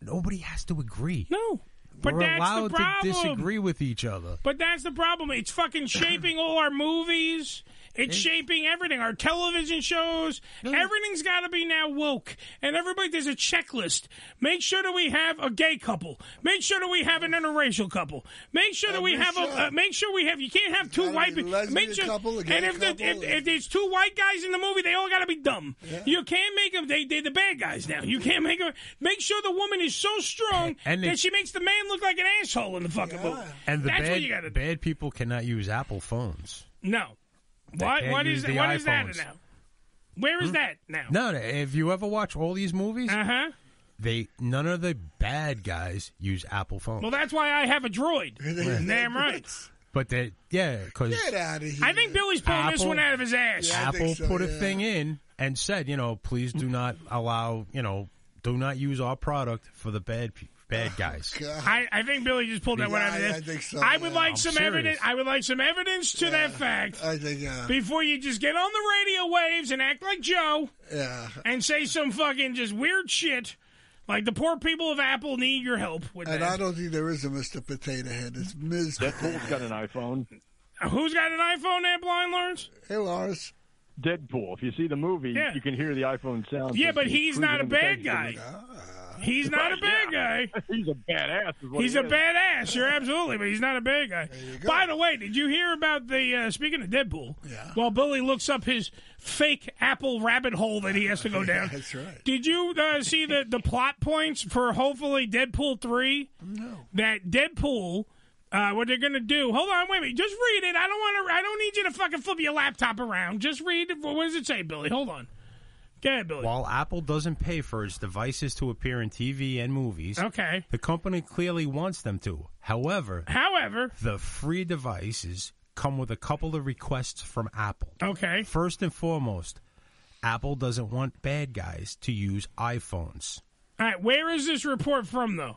nobody has to agree.
No, but
we're
that's the
allowed to
problem.
disagree with each other.
But that's the problem. It's fucking shaping all our movies. It's shaping everything. Our television shows. Everything's got to be now woke. And everybody, there's a checklist. Make sure that we have a gay couple. Make sure that we have an interracial couple. Make sure that we
Every
have
show.
a. Uh, make sure we have. You can't have two white people.
lesbian
Make sure.
couple, a gay
and if,
couple,
the, if, if there's two white guys in the movie, they all got to be dumb. You can't make them. They, they're the bad guys now. You can't make them. Make sure the woman is so strong
And
that
it-
she makes the man look like an asshole in the fucking movie.
And the
that's what
bad
you got to
bad people cannot use Apple phones.
no.
They
What?
can't
What
use
is that?
the
What is that
iPhones.
now? Where is
Hmm?
that now?
No, no, if you ever watch all these movies,
uh-huh.
they none of the bad guys use Apple phones.
Well, that's why I have a droid. Damn right.
But that, yeah, because
I think Billy's pulling this
Apple-
one out of his ass.
Apple put a thing in and said, you know, please do not allow, you know, do not use our product for the bad pe- bad guys.
I, I think Billy just pulled that one
Yeah,
out of his
I-
ass.
I think so,
I would
yeah.
like
I'm
some
serious.
evidence. I would like some evidence to that fact
I think, yeah.
before you just get on the radio waves and act like Joe
yeah.
and say some fucking just weird shit. Like the poor people of Apple need your help with
And I
that.
don't think there is a Mr. Potato Head. It's Ms. Deadpool's
got an iPhone.
Who's got an iPhone there, Blind Lawrence?
Hey, Lawrence.
Deadpool. If you see the movie,
Yeah.
you can hear the iPhone sound.
Yeah,
system
but he's
cruising
not a
in the
bad guy.
background.
He's not a bad guy.
He's a badass. Is what
He's
he
a
is.
badass. You're absolutely, but he's not a bad guy. By the way, did you hear about the uh, speaking of Deadpool? Yeah. While Billy looks up his fake Apple rabbit hole that he has to go down.
That's right.
Did you uh, see the the plot points for hopefully Deadpool three? No. That Deadpool. Uh, what they're gonna do? Hold on, wait a minute. Just read it. I don't want to. I don't need you to fucking flip your laptop around. Just read. it. What does it say, Billy? Hold on. Go ahead, Billy.
While Apple doesn't pay for its devices to appear in TV and movies,
Okay.
the company clearly wants them to. However,
however,
the free devices come with a couple of requests from Apple.
Okay.
First and foremost, Apple doesn't want bad guys to use iPhones.
All right, where is this report from, though?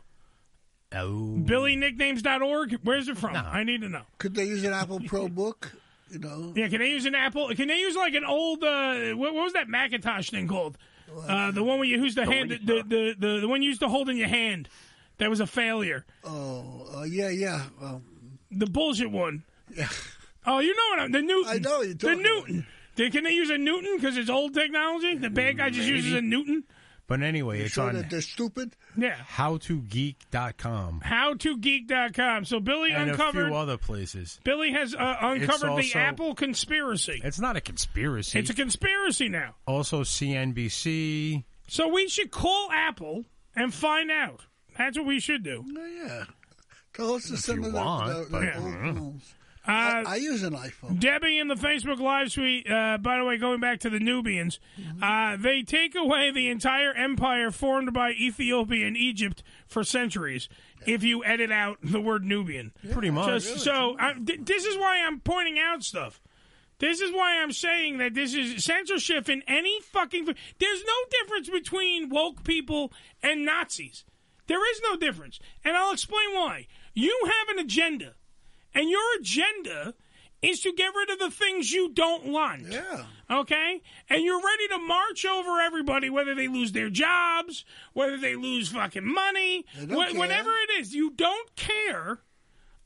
Oh.
BillyNicknames.org? Where's it from? I need to know.
Could they use an Apple Pro book? You know,
Yeah, can they use an Apple? Can they use like an old uh, what, what was that Macintosh thing called? Uh, the one where you who's the hand the the, the the one you used to hold in your hand that was a failure.
Oh uh, yeah yeah. Well,
the bullshit one. Oh, you know what I'm the Newton. I know you the Newton. They- Can they use a Newton because it's old technology? The bad guy just uses a Newton.
But anyway, it's
sure
on
that they're stupid.
Yeah.
howtogeek.com
HowToGeek.com. So Billy
and
uncovered.
a few other places.
Billy has uh,
It's
uncovered the
also-
Apple conspiracy.
It's not a conspiracy.
It's a conspiracy now.
also CNBC.
So we should call Apple and find out. That's what we should do.
Yeah. Tell us to send
you
it
want,
out.
but-
old phones.
Uh,
I use an iPhone.
Debbie in the Facebook Live suite, uh, by the way, going back to the Nubians, uh, they take away the entire empire formed by Ethiopia and Egypt for centuries if you edit out the word Nubian.
Pretty much.
Just- so I, th- this is why I'm pointing out stuff. This is why I'm saying that this is censorship in any fucking. There's no difference between woke people and Nazis. There is no difference. And I'll explain why. You have an agenda. And your agenda is to get rid of the things you don't want. Yeah. Okay? And you're ready to march over everybody, whether they lose their jobs, whether they lose fucking money,
don't
wha-
care.
whatever it is. You don't care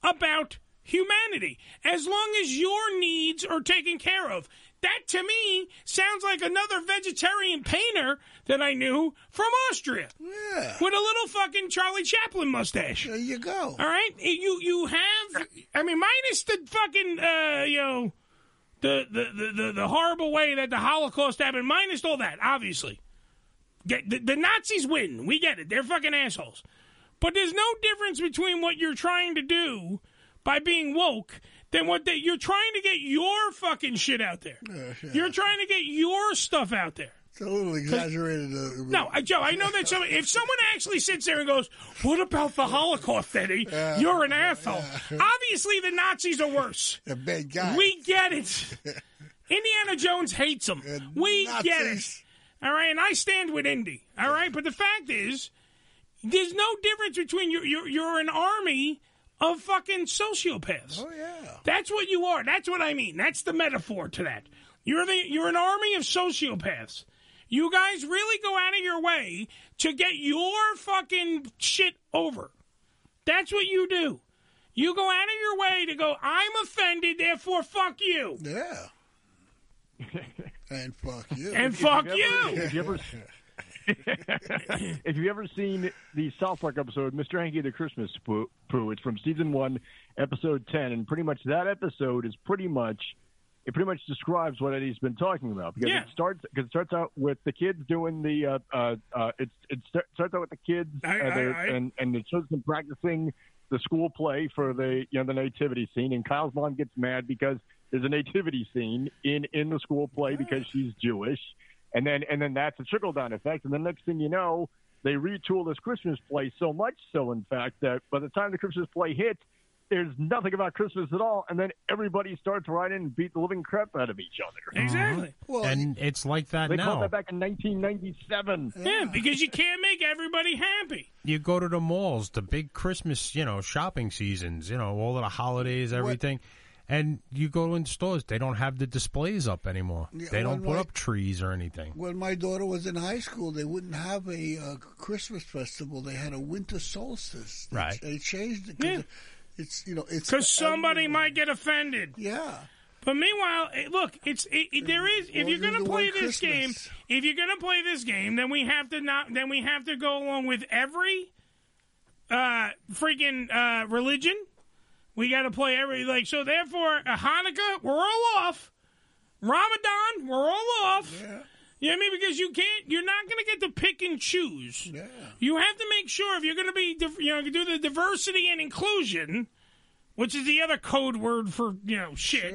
about humanity as long as your needs are taken care of. That to me sounds like another vegetarian painter that I knew from Austria. Yeah. With a little fucking Charlie Chaplin mustache. There
you go.
All right? You you have I mean minus the fucking uh you know the the, the, the, the horrible way that the Holocaust happened, minus all that, obviously. Get, the, the Nazis win. We get it. They're fucking assholes. But there's no difference between what you're trying to do by being woke than what they, you're trying to get your fucking shit out there.
uh,
You're trying to get your stuff out there.
It's a little exaggerated. Uh,
No, I, Joe, I know that some, if someone actually sits there and goes, What about the Holocaust, Eddie? You're an asshole. Obviously, the Nazis are worse.
The bad guy.
We get it. Indiana Jones hates them. we get it. All right, and I stand with Indy. All right, but the fact is, there's no difference between you. You're, you're an army of fucking sociopaths. Oh yeah, that's what you are. That's what I mean. That's the metaphor to that. You're the you're an army of sociopaths. You guys really go out of your way to get your fucking shit over. That's what you do. You go out of your way to go. I'm offended, therefore fuck you.
Yeah. And fuck you.
And
If
fuck
ever-
you.
If you ever, if you've ever seen the South Park episode "Mr. Hanky the Christmas Poo," Poo, it's from season one, episode ten, and pretty much that episode is pretty much it pretty much describes what Eddie's been talking about because
Yeah.
it starts because it starts out with the kids doing the uh, uh, uh, it's it start, starts out with the kids
Aye,
uh,
aye,
they're-
aye.
and and it shows them practicing the school play for the you know the nativity scene and Kyle's mom gets mad because there's a nativity scene in in the school play because she's Jewish and then and then that's a trickle down effect and the next thing you know they retool this Christmas play so much so in fact that by the time the Christmas play hits there's nothing about Christmas at all and then everybody starts riding and beat the living crap out of each other
exactly.
Uh-huh. and it's like that
they
now.
called that back in 1997
Yeah, because you can't make everybody happy.
you go to the malls, the big Christmas, you know, shopping seasons, you know, all of the holidays, everything. And you go in stores, they don't have the displays up anymore.
Yeah,
they don't
one
put
way-
up trees or anything.
When my daughter was in high school, they wouldn't have a uh, Christmas festival. They had a winter solstice. They,
Right.
They changed it. 'cause It's you know it's
Because somebody might get offended.
Yeah.
But meanwhile, it- look, it's it, it- there is. If
Or
you're going
use
to
the
play
word
this game,
Christmas.
if you're going to play this game, then we have to not. Then we have to go along with every uh, freaking uh, religion. We got to play every like. So therefore, uh, Hanukkah, we're all off. Ramadan, we're all off. You know what I mean? Because you can't. You're not going to get to pick and choose. You have to make sure if you're going to be, div- you know, if you do the diversity and inclusion, which is the other code word for you know shit.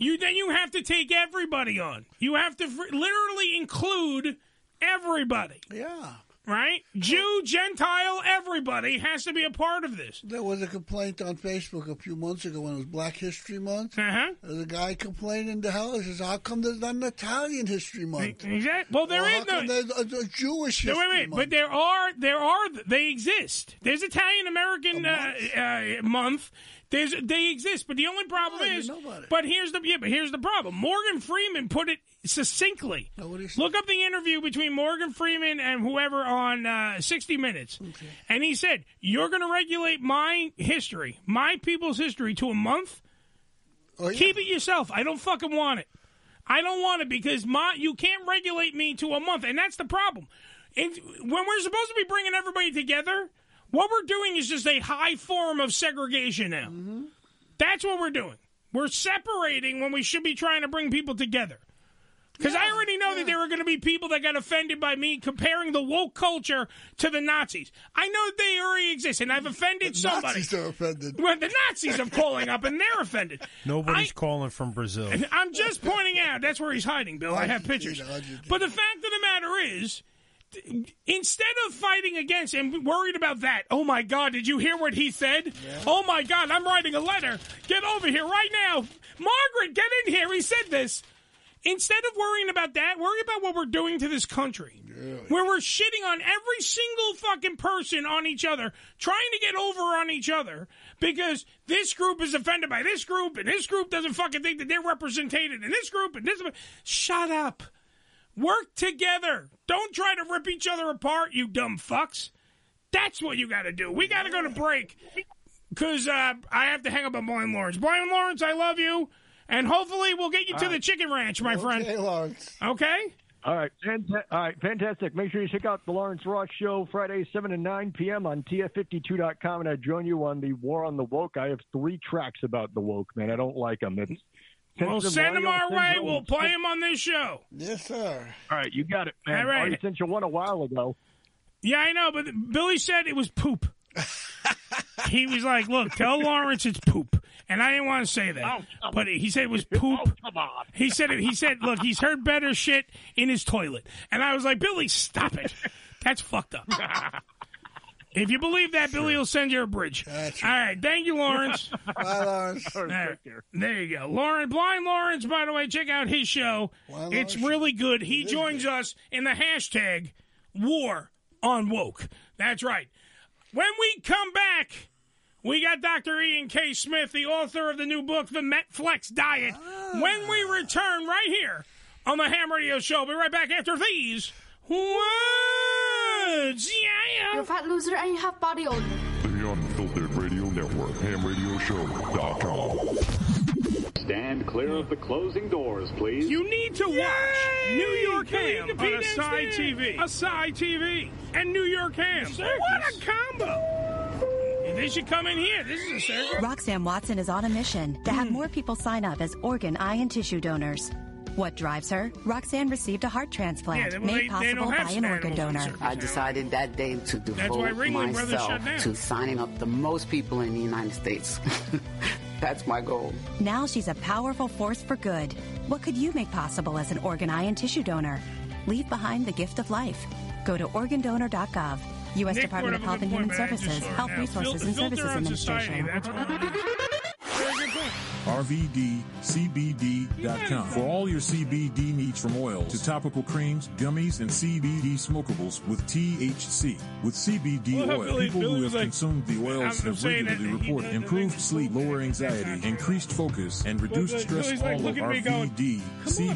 You then you have to take everybody on. You have to fr- literally include everybody.
Yeah.
Right? Jew, Gentile, everybody has to be a part of this.
There was a complaint on Facebook a few months ago when it was Black History Month.
Uh-huh.
There's a guy complaining to hell. He says, "How come there's not an Italian History Month?
Exactly. E-, Well, there
there
is
is
no-
there's a, a Jewish
No,
History
wait, wait,
Month?
but there are there are they exist. There's Italian American uh, uh, month. There's they exist, but the only problem is. But here's the yeah, but here's the problem. Morgan Freeman put it succinctly. Look up the interview between Morgan Freeman and whoever on uh, 60 Minutes, and he said, "You're going to regulate my history, my people's history, to a month." Keep it yourself. I don't fucking want it. I don't want it because my you can't regulate me to a month, and that's the problem. And when we're supposed to be bringing everybody together, what we're doing is just a high form of segregation now. That's what we're doing. We're separating when we should be trying to bring people together. Because I already know that there are going to be people that got offended by me comparing the woke culture to the Nazis. I know that they already exist, and I've offended somebody.
Nazis are offended.
Well, the Nazis are calling up, and they're offended.
Nobody's calling from Brazil.
I'm just pointing out that's where he's hiding, Bill. I have pictures. But the fact of the matter is, t- instead of fighting against and worried about that, oh my God, did you hear what he said? Oh my God, I'm writing a letter. Get over here right now. Margaret, get in here. He said this. Instead of worrying about that, worry about what we're doing to this country. Where we're shitting on every single fucking person on each other, trying to get over on each other because this group is offended by this group and this group doesn't fucking think that they're represented in this group and this. Shut up. Work together. Don't try to rip each other apart, you dumb fucks. That's what you got to do. We got to go to break because uh, I have to hang up on Brian Lawrence. Brian Lawrence, I love you. And hopefully we'll get you to
All right.
the chicken ranch, my friend. Okay,
Lawrence.
Okay?
All right, fanta- all right, fantastic. Make sure you check out the Lawrence Ross Show Friday, seven and nine p.m. on TF52.com, and I join you on the war on the woke. I have three tracks about the woke man. I don't like them. It's
We'll
Sensitive
send them
Loyal,
our way.
Sensitive-
We'll play them on this show.
Yes, sir.
All right, you got it, man.
All right.
I already sent you one a while ago.
Yeah, I know, but Billy said it was poop. he was like, "Look, tell Lawrence it's poop," and I didn't want to say that, but he said it was poop. come on. He said he said, "Look, he's heard better shit in his toilet," and I was like, "Billy, stop it. That's fucked up." If you believe that, Billy will send you a bridge. All right. Thank you, Lawrence.
Bye,
uh,
Lawrence.
There, there you go. Lauren, Blind Lawrence, by the way, check out his show. it's really good. He joins us in the hashtag war on woke. That's right. When we come back, we got Dr. Ian K. Smith, the author of the new book, The Metflex Diet. When we return right here on the Ham Radio Show, be right back after these words. Yeah,
You're a fat loser and you have body odor.
The Unfiltered Radio Network, hamradioshow.com.
Stand clear of the closing doors, please.
You need to watch New York Ham on a side TV. A side TV and New York Ham. What a combo! They should come in here. This is a circus.
Roxanne Watson is on a mission to
Hmm.
have more people sign up as organ, eye, and tissue donors. What drives her? Roxanne received a heart transplant
Yeah, well, they-
made
they
possible
don't have
by an organ
animals in
donor.
I decided that day to
why
devote
Ringling Brothers shut down.
myself to signing up the most people in the United States. That's my goal.
Now she's a powerful force for good. What could you make possible as an organ, eye, and tissue donor? Leave behind the gift of life. Go to organdonor.gov. U.S.
Nick brought
Department of
up a good
Health and
point, but
Human
I just
Services,
saw it
Health
now.
Resources
Fil-
and
filter
Services
on society,
Administration.
that's what-
RVDCBD.com for all your CBD needs from oils to topical creams, gummies, and CBD smokables with THC. With CBD Well, oil, Billy- people Billy who was have like- consumed the oils I'm have saying that regularly he reported doesn't improved sleep, lower anxiety, increased focus, and reduced Billy- stress. Billy's all like, of look at me going, RVD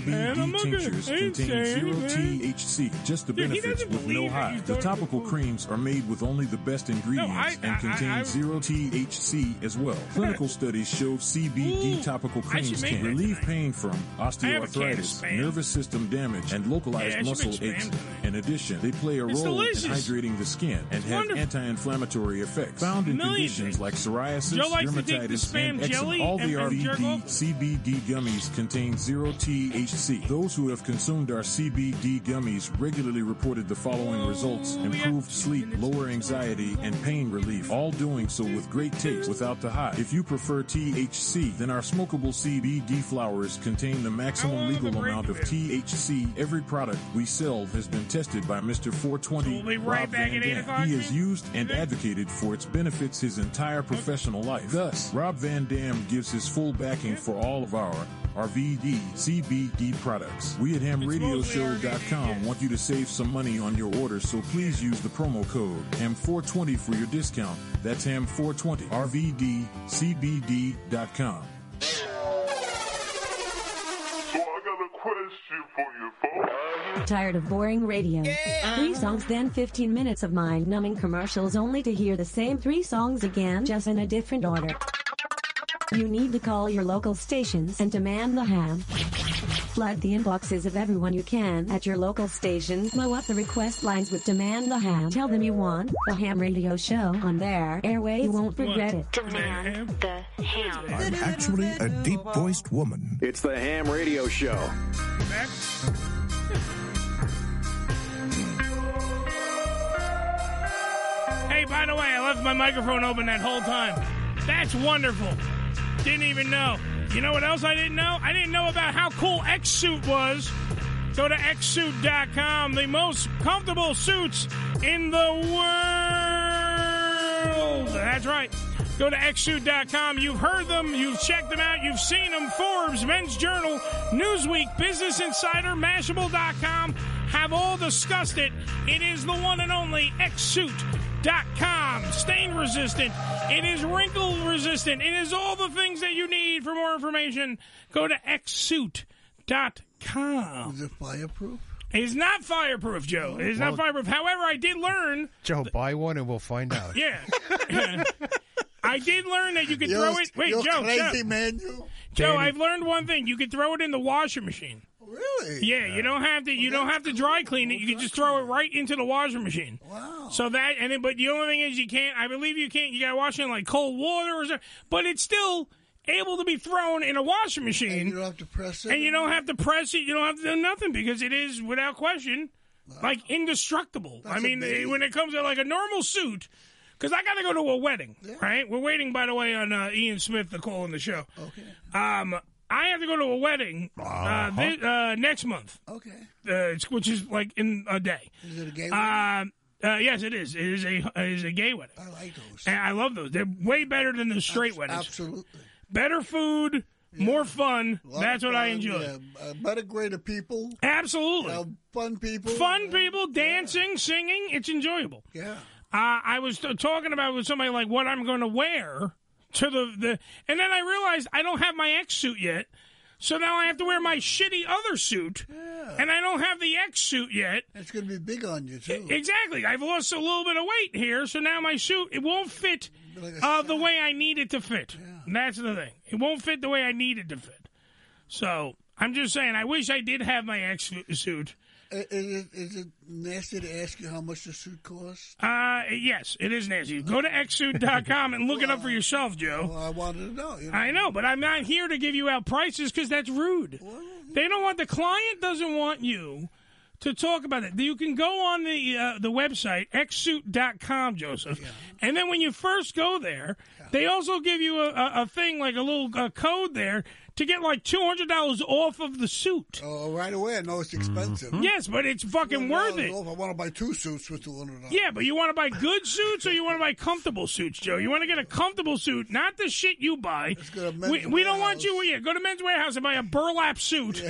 man, I'm CBD looking- tinctures I contain ain't saying zero anything. THC. Just the Dude, he benefits doesn't with no believe that high. he's The done it topical before. creams are made with only the best ingredients and contain I- zero THC as well. Clinical studies show CBD topical I should creams make can that relieve pain from have a can of osteoarthritis, Spam. nervous system damage, and localized Yeah, I should muscle make Spam aches. tonight. In addition, they play a It's role delicious. in hydrating the skin and have wonderful. anti-inflammatory effects found in Million conditions like psoriasis, Joe likes to take the dermatitis, and Spam eczema. jelly All the and- and jerk RVD off. CBD gummies contain zero THC. Those who have consumed our CBD gummies regularly reported the following results improved sleep, lower anxiety, and pain relief, all doing so with great taste without the high. If you prefer THC, then our smokable CBD flowers contain the maximum legal amount of THC. Every product we sell has been tested by Mr. 420.
we'll be right
Rob
back
Van
at eight
Dam.
o'clock,
He has used and advocated for its benefits his entire professional life. Thus, Rob Van Dam gives his full backing for all of our RVD CBD products. We at hamradioshow.com want you to save some money on your order, so please use the promo code HAM420 for your discount. That's HAM420, RVDCBD.com.
Tired of boring radio? Three songs, then 15 minutes of mind numbing commercials only to hear the same three songs again, just in a different order. You need to call your local stations and demand the ham. Flood the inboxes of everyone you can at your local station. Blow up the request lines with Demand the Ham. Tell them you want the ham radio show on their airway. You won't regret it.
Demand the ham.
I'm actually a deep voiced woman.
It's the Ham Radio Show.
that. hey, by the way, I left my microphone open that whole time. That's wonderful. Didn't even know. You know what else I didn't know? I didn't know about how cool Xsuit was. Go to xsuit.com, the most comfortable suits in the world. That's right. Go to xsuit.com. You've heard them, you've checked them out, you've seen them. Forbes, Men's Journal, Newsweek, Business Insider, Mashable.com have all discussed it. It is the one and only xsuit.com. Stain resistant, it is wrinkle resistant, it is all the things that you need. For more information, go to xsuit.com.
Is it fireproof?
It's not fireproof, Joe. It's not
Well-
fireproof. However, I did learn
Joe, buy one and we'll find out.
yeah. Yeah. I did learn that you could
You're-
throw it. Wait,
you're
Joe.
crazy,
Joe.
man.
Joe,
Danny.
I've learned one thing. You could throw it in the washing machine.
Really?
Yeah, you don't have to. You don't have to dry clean it. You can just throw it right into the washing machine. Wow. So that and it, but the only thing is you can't. I believe you can't. You got to wash it in like cold water or something. But it's still able to be thrown in a washing machine. And you don't have to press
it?
And you don't have to press it. You don't have to do nothing because it is without question like indestructible. I
That's
mean, eh,
amazing.
when it comes to like a normal suit, because I got to go to a wedding, right? We're waiting, by the way, on uh, Ian Smith to call in the show. Okay. Um, I have to go to a wedding uh thi- uh, next month. Okay. Uh, it's, which is like in a day.
Is it a gay
Um, uh, yes, it is. It is a it is a gay wedding. I like those. And I love those. They're way better than the straight weddings. Absolutely. Better food, more fun. That's what I enjoy.
uh, better grade of people.
Absolutely.
fun people.
Fun people dancing, singing. It's enjoyable.
Yeah.
Uh, I was t- talking about with somebody like what I'm going to wear to the, the, and then I realized I don't have my X suit yet, so now I have to wear my shitty other suit, and I don't have the X suit yet. E,
It's going to be big on you too.
Exactly, I've lost a little bit of weight here, so now my suit it won't fit uh, the way I need it to fit. And That's the thing; it won't fit the way I need it to fit. So I'm just saying, I wish I did have my X su- suit.
I- Is it, is it nasty to ask you how much the suit costs?
Uh, yes, it is nasty. Go to xsuit.com and look it up for yourself, Joe.
Well, I wanted to know. You know.
I know, but I'm not here to give you out prices because that's rude.
mm-hmm.
They don't want the client doesn't want you to talk about it. You can go on the uh, the website xsuit.com, Joseph, and then when you first go there, they also give you a, a, a thing like a little uh code there to get like two hundred dollars off of the suit.
Oh, right away. I know it's expensive.
Yes, but it's fucking worth it.
Well, if I want to buy two suits for two hundred dollars.
Yeah, but you want to buy good suits or you want to buy comfortable suits, Joe? You want to get a comfortable suit, not the shit you buy. We, we don't want you. Yeah, go to Men's Warehouse and buy a burlap suit,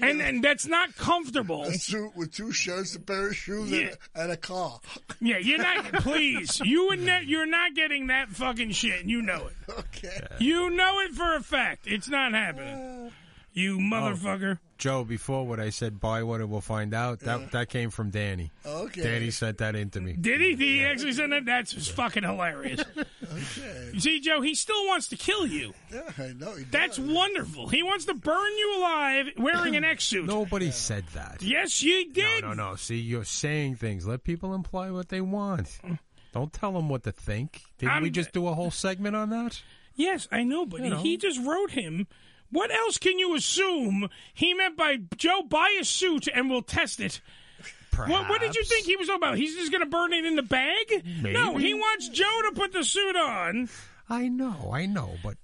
and and that's not comfortable.
A suit with two shirts, a pair of shoes,
Yeah.
and, and a car.
Yeah, you're not. please, you would. Ne- you're not getting that fucking shit. and You know it. Okay. You know it for a fact. It's not happening.
Oh.
You motherfucker.
Oh, Joe, before what I said, buy one and we'll find out. That that came from Danny.
Okay.
Danny sent that in to me.
Did he? Did he actually send that? That's just fucking hilarious. You see, Joe, he still wants to kill you.
Yeah, I know.
That's wonderful. He wants to burn you alive wearing an X suit.
Nobody said that.
Yes, you did.
No, no, no. See, you're saying things. Let people imply what they want. Don't tell them what to think. Didn't we
I'm-
just do a whole segment on that?
Yes, I know, but
You know.
he just wrote him. What else can you assume he meant by Joe? Buy a suit and we'll test it. What, what did you think he was talking about? He's just going to burn it in the bag? No,
Maybe.
he wants Joe to put the suit on.
I know, I know, but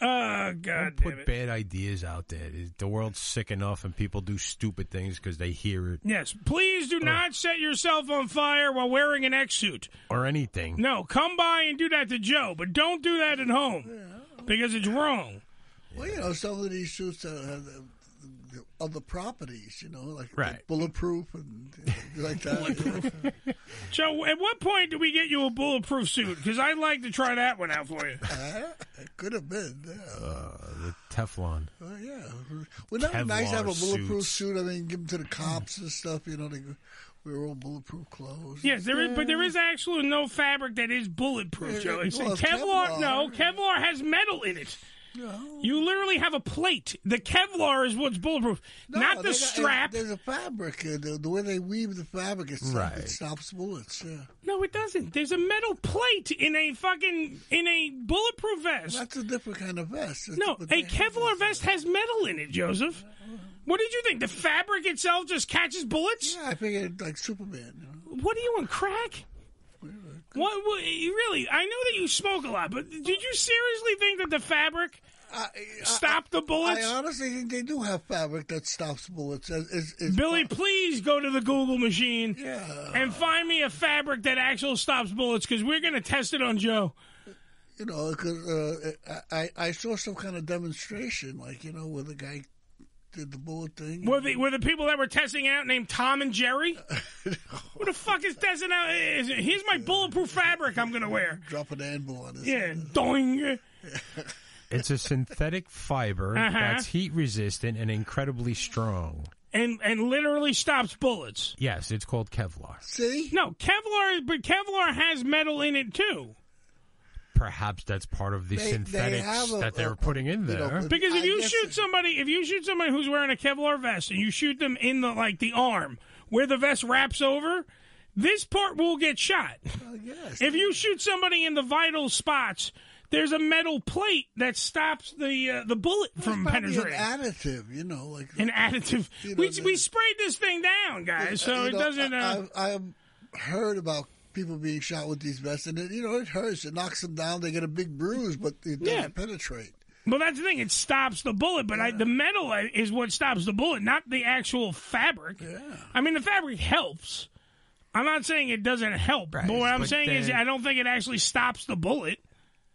Oh, God
don't
damn
put
it.
bad ideas out there. The world's sick enough, and people do stupid things because they hear it
Yes, please do not set yourself on fire while wearing an X suit.
or anything.
No, come by and do that to Joe, but don't do that at home because it's wrong.
Well, you know, some of these suits uh, have the, the other properties. You know, like
Right.
bulletproof and you know, like that.
Joe, at what point do we get you a bulletproof suit? Because I'd like to try that one out for you.
it could have been. Yeah.
Uh, the Teflon.
Uh, yeah. Well, that was nice to have a
Kevlar
bulletproof
suits.
suit. I mean, give them to the cops and stuff. You know, they go, we were all bulletproof clothes.
Yes, there is, but there is actually no fabric that is bulletproof, Joe. It's
Well,
Kevlar,
Kevlar.
no, Kevlar has metal in it.
No.
You literally have a plate. The Kevlar is what's bulletproof,
No,
not
they
the
got-
strap.
There's a fabric. uh, The, the way they weave the fabric, it stops,
Right.
it stops bullets. Yeah.
No, it doesn't. There's a metal plate in a fucking in a bulletproof vest.
That's a different kind of vest. It's-
no, a Kevlar vest has metal in it, Joseph. What did you think? The fabric itself just catches bullets?
Yeah, I figured like Superman.
What are you on crack? What, what? you Really? I know that you smoke a lot, but did you seriously think that the fabric stopped the bullets?
I honestly think they do have fabric that stops bullets. It's, it's, it's
Billy, please go to the Google machine and find me a fabric that actually stops bullets because we're going to test it on Joe.
you know, because uh, I I I saw some kind of demonstration, like you know, where the guy did the bullet thing.
Were the were the people that were testing out named Tom and Jerry? Who the fuck is testing out? is- Here's my bulletproof fabric I'm going to wear.
Drop an anvil on it.
Yeah, doing.
It's a synthetic fiber
Uh-huh.
that's heat resistant and incredibly strong.
And and literally stops bullets.
Yes, it's called Kevlar.
See?
No, Kevlar, but Kevlar has metal in it too.
Perhaps that's part of the
They- they
synthetics
have a-
that they're
a-
putting in
you know,
there.
Because if you shoot somebody, if you shoot somebody who's wearing a Kevlar vest and you shoot them in the like the arm where the vest wraps over, this part will get shot. If you shoot somebody in the vital spots, there's a metal plate that stops the uh, the bullet from
Probably an
penetrating.
additive, you know, like
An additive.
You know,
we
the-
we sprayed this thing down, guys, so
You
it
know,
doesn't.
I,
Uh,
I, I've heard about people being shot with these vests, and it, you know, it hurts. It knocks them down. They get a big bruise, but it doesn't
Yeah.
penetrate.
well, that's the thing. It stops the bullet, but I, the metal uh, is what stops the bullet, not the actual fabric. Yeah. I mean, the fabric helps. I'm not saying it doesn't help, but what I'm
but
saying is
then-
I don't think it actually stops the bullet.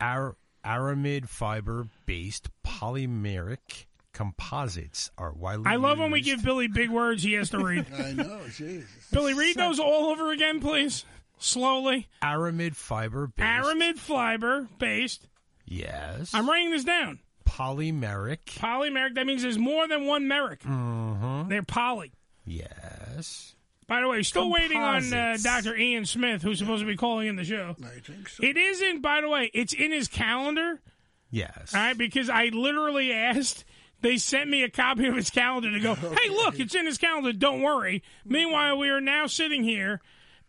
Ar- aramid fiber based polymeric composites are widely
I love when we give Billy big words he has to read.
I know, jeez.
Billy, read those all over again, please. Slowly.
aramid fiber based
Aramid fiber based.
yes
I'm writing this down.
polymeric
Polymeric, that means there's more than one meric.
Mhm.
They're poly.
yes
By the way, still waiting on uh,
Composites.
Dr. Ian Smith, who's supposed to be calling in the show. I think so. It isn't, by the way, it's in his calendar.
yes
All right, because I literally asked. They sent me a copy of his calendar to go, hey, look, it's in his calendar. Don't worry. Meanwhile, we are now sitting here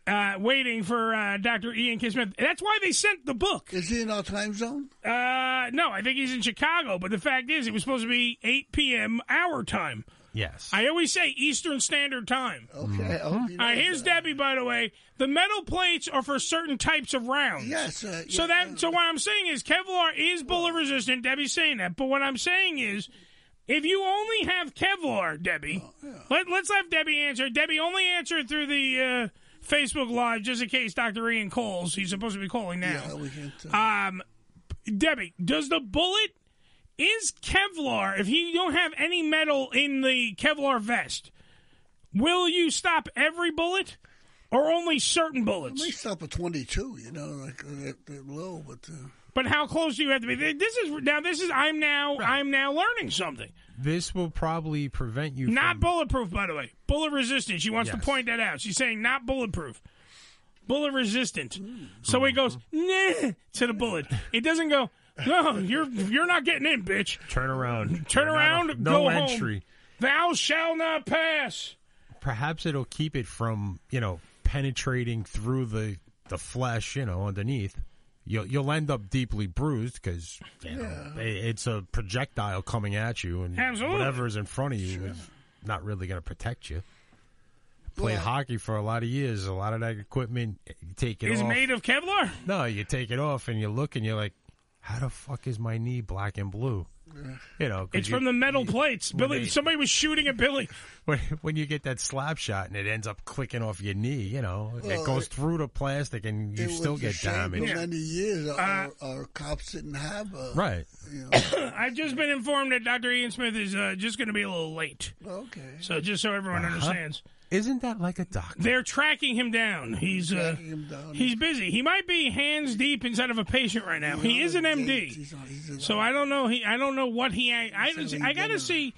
uh, waiting for uh, Dr. Ian K. Smith. That's why they sent the book.
Is he in our time zone?
Uh, no, I think he's in Chicago. But the fact is, it was supposed to be 8 p.m. our time.
yes Mm-hmm.
I always say Eastern Standard Time.
Okay. I'll be-
All right, here's Debbie. By the way, the metal plates are for certain types of rounds.
Yes, uh,
so that so what I'm saying is Kevlar is bullet resistant. Debbie's saying that, but what I'm saying is, if you only have Kevlar, Debbie,
Oh,
let, let's have Debbie answer. Debbie only answer through the uh, Facebook Live, just in case Dr. Ian calls. He's supposed to be calling now.
Yeah, we can't. Uh,
Um, Debbie, does the bullet is Kevlar? If you don't have any metal in the Kevlar vest, will you stop every bullet or only certain
I may
bullets?
stop at 22, you know, like uh, they're, they're low, but uh,
But how close do you have to be? This is now. This is I'm now. I'm now learning something.
this will probably prevent you
Not bulletproof, by the way. Bullet resistant. She wants
Yes.
to point that out. She's saying not bulletproof. Bullet resistant.
Hmm.
So he goes
Uh-huh.
nah, to the bullet. It doesn't go. No, you're you're not getting in, bitch.
turn around
Turn
You're not
around,
off- no
go
entry
home. Thou shall not pass.
perhaps it'll keep it from you know penetrating through the the flesh you know underneath you'll you'll end up deeply bruised because you know, i- it's a projectile coming at you and
Absolutely.
whatever is in front of you is not really going to protect you played hockey for a lot of years a lot of that equipment you take it
Is
off
made of Kevlar.
no you take it off and you look and you're like how the fuck is my knee black and blue you know 'cause
It's
you-
from the metal plates. Billy,
they-
somebody was shooting at Billy.
when, when you get that slap shot and it ends up clicking off your knee, you know,
Well,
it goes through the plastic and you
it
still
was a
get
shame
damage.
For many years, uh,
Uh,
our, our cops didn't have a.
Right.
I've just been informed that Dr. Ian Smith is uh, just going to be a little late.
Okay.
So just so everyone understands,
Isn't that like a doctor?
they're tracking him down. He's uh,
Tracking him down.
he's busy. He might be hands deep inside of a patient right now. He is an MD, so I don't know. He I don't know what he. I I, I got to see.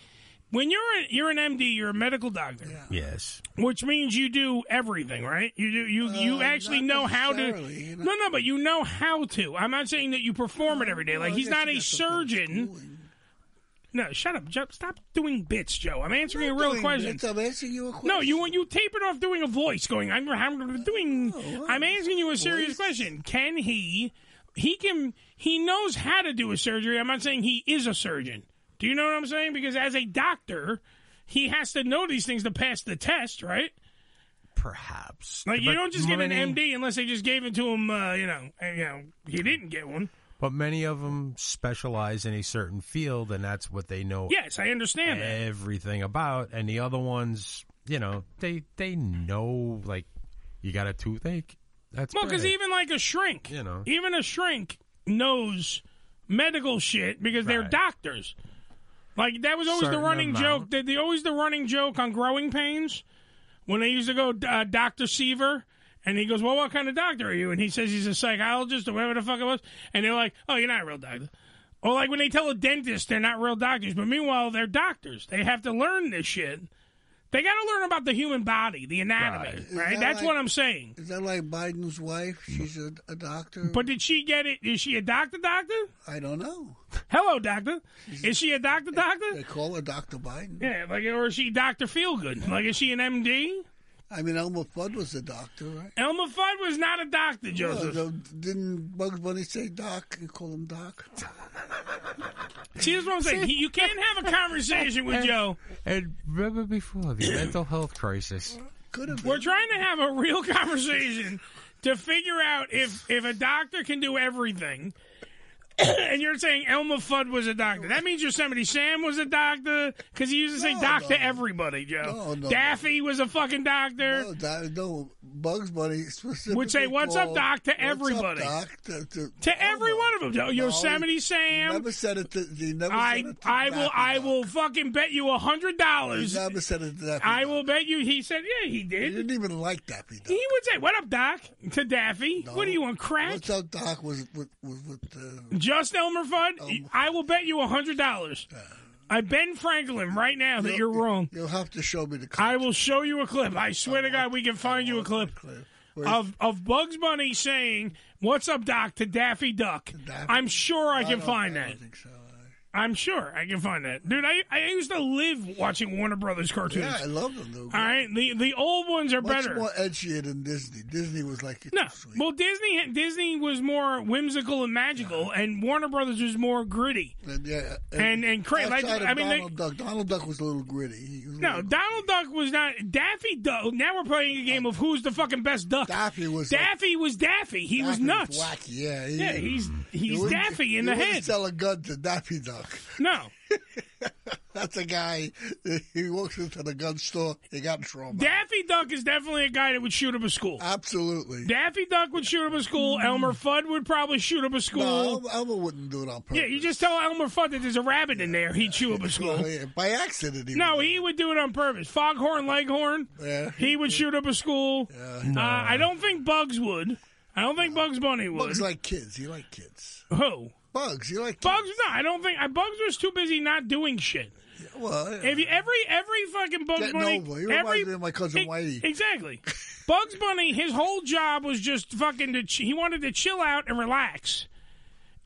When you're a, you're an MD, you're a medical doctor.
Yes.
Which means you do everything, right? You do you you actually know how to.
Uh, necessarily, you
No, no, but you know how to. I'm not saying that you perform it every day. Like
I
he's
guess
not
you
a
got some
surgeon. No, shut up, Joe. Stop doing bits, Joe. I'm answering a real
doing
question.
bits. I'm asking you a question.
No, you you tape it off doing a voice going. I'm, I'm doing. I'm asking you a serious question. Can he? He can. He knows how to do a surgery. I'm not saying he is a surgeon. Do you know what I'm saying? Because as a doctor, he has to know these things to pass the test, right?
Perhaps.
Like you
But
don't just get an
many-
MD unless they just gave it to him. Uh, you know, and, you know, he didn't get one.
But many of them specialize in a certain field, and that's what they know
Yes, I understand that.
everything about. And the other ones, you know, they they know like you got a toothache. That's
Well, because
bad.
even like a shrink,
You know.
even a shrink knows medical shit because they're
Right.
doctors. Like that was always
Certain
the running
amount.
joke. The, the always the running joke on growing pains when they used to go uh, Doctor Seaver. And he goes, "Well, what kind of doctor are you?" And he says he's a psychologist or whatever the fuck it was. And they're like, "Oh, you're not a real doctor." Or like when they tell a dentist they're not real doctors, but meanwhile they're doctors. They have to learn this shit. They got to learn about the human body, the anatomy, right?
that
That's
like-
what I'm saying.
Is that like Biden's wife? She's a, a doctor.
But did she get it? Is she a doctor? Doctor?
I don't know.
Hello, doctor. Is she a doctor? Doctor?
They call her Dr. Biden.
Yeah, like or is she Doctor Feelgood? Like is she an MD?
I mean, Elmer Fudd was a doctor, right?
Elmer Fudd was not a doctor, Joseph.
Well, didn't Bugs Bunny say doc and call him doc?
See, that's what I'm saying. He- You can't have a conversation with Joe.
And remember before the mental health crisis.
We're trying to have a real conversation to figure out if if a doctor can do everything. and you're saying Elmer Fudd was a doctor. That means Yosemite Sam was a doctor because he used to say doctor everybody, Joe.
Oh, No, no.
Daffy was a fucking doctor.
No, doc- no, Bugs Bunny specifically
Would say, "What's up,
called,
Doc?" to
"What's up,
everybody.
doc?" to, to-
to every one of them.
No,
Yosemite
he
Sam.
Never said it. To, he never
I
said it to
I will
Doc.
I will fucking bet you a hundred
He
dollars.
never said it to that.
I will bet you he said yeah he did. He didn't
even like Daffy. Duck.
He would say what up Doc to Daffy. What do you want crack?
What's up, Doc? Was with with, with uh,
Just Elmer Fudd.
Oh,
I will bet you a hundred dollars. I Ben Franklin right now that you're wrong.
Uh, You'll have to show me the
clip. I will show you a clip. I swear to God, we can find you a clip. Of of Bugs Bunny saying "What's up, Doc?" to Daffy Duck. I'm sure I can
don't-
find
I
that. I'm sure I can find that, dude. I, I used to live watching Warner Brothers cartoons.
Yeah, I love them. Though.
All right, the the old ones are
Much
better.
more edgier than Disney. Disney was like
no, well, Disney Disney was more whimsical and magical, and Warner Brothers was more gritty.
And, yeah,
And- and cra- like,
outside of
I mean, they-
Donald Duck. Donald Duck was a little gritty. He was a
No, Donald Duck was not Daffy Duck. Now we're playing a game of who's the fucking best duck. Daffy was Daffy was Daffy. He was nuts.
Wacky, yeah, he, Mm.
yeah, he's he's
you wouldn't-
Daffy in
you
the
wouldn't
head.
Sell a gun to Daffy Duck.
No,
that's a guy. He walks into the gun store. He got in trouble.
Daffy Duck is definitely a guy that would shoot up a school.
Absolutely.
Daffy Duck would shoot up a school. Elmer Fudd would probably shoot up a school.
No, Elmer- Elmer wouldn't do it on purpose.
Yeah, you just tell Elmer Fudd that there's a rabbit in there. He'd chew up a school.
Yeah, by accident. He
No, he would do it on purpose. Foghorn Leghorn,
Yeah.
he would shoot up a school.
No.
Uh, I don't think Bugs would. I don't think Bugs Bunny would.
Bugs like kids. He like kids.
Who?
Bugs. You like
Bugs? No, I don't think. I, Bugs was too busy not doing shit.
Well, yeah.
if you, every every fucking Bugs
Getting
Bunny,
over. He reminds
every
me of my cousin
e-
Whitey.
Exactly. Bugs Bunny, his whole job was just fucking to. Ch- he wanted to chill out and relax,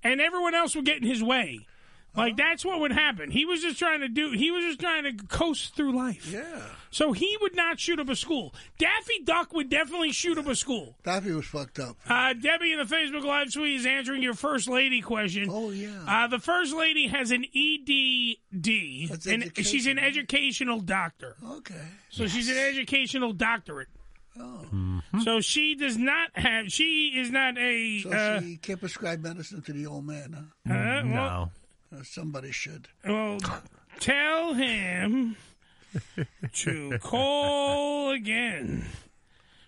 and everyone else would get in his way. Like that's what would happen. He was just trying to do. He was just trying to coast through life.
Yeah.
So he would not shoot up a school. Daffy Duck would definitely shoot up a school.
Daffy was fucked up.
Uh, Debbie in the Facebook Live suite is answering your first lady question. Oh yeah. Uh, the first lady has an EDD, and she's an educational Oh, doctor.
Okay.
So she's an educational doctorate.
Oh.
So she does not have. She is not a.
So
uh,
she can't prescribe medicine to the old man, huh?
Uh,
Oh.
well-
Uh, somebody should.
well, tell him to call again.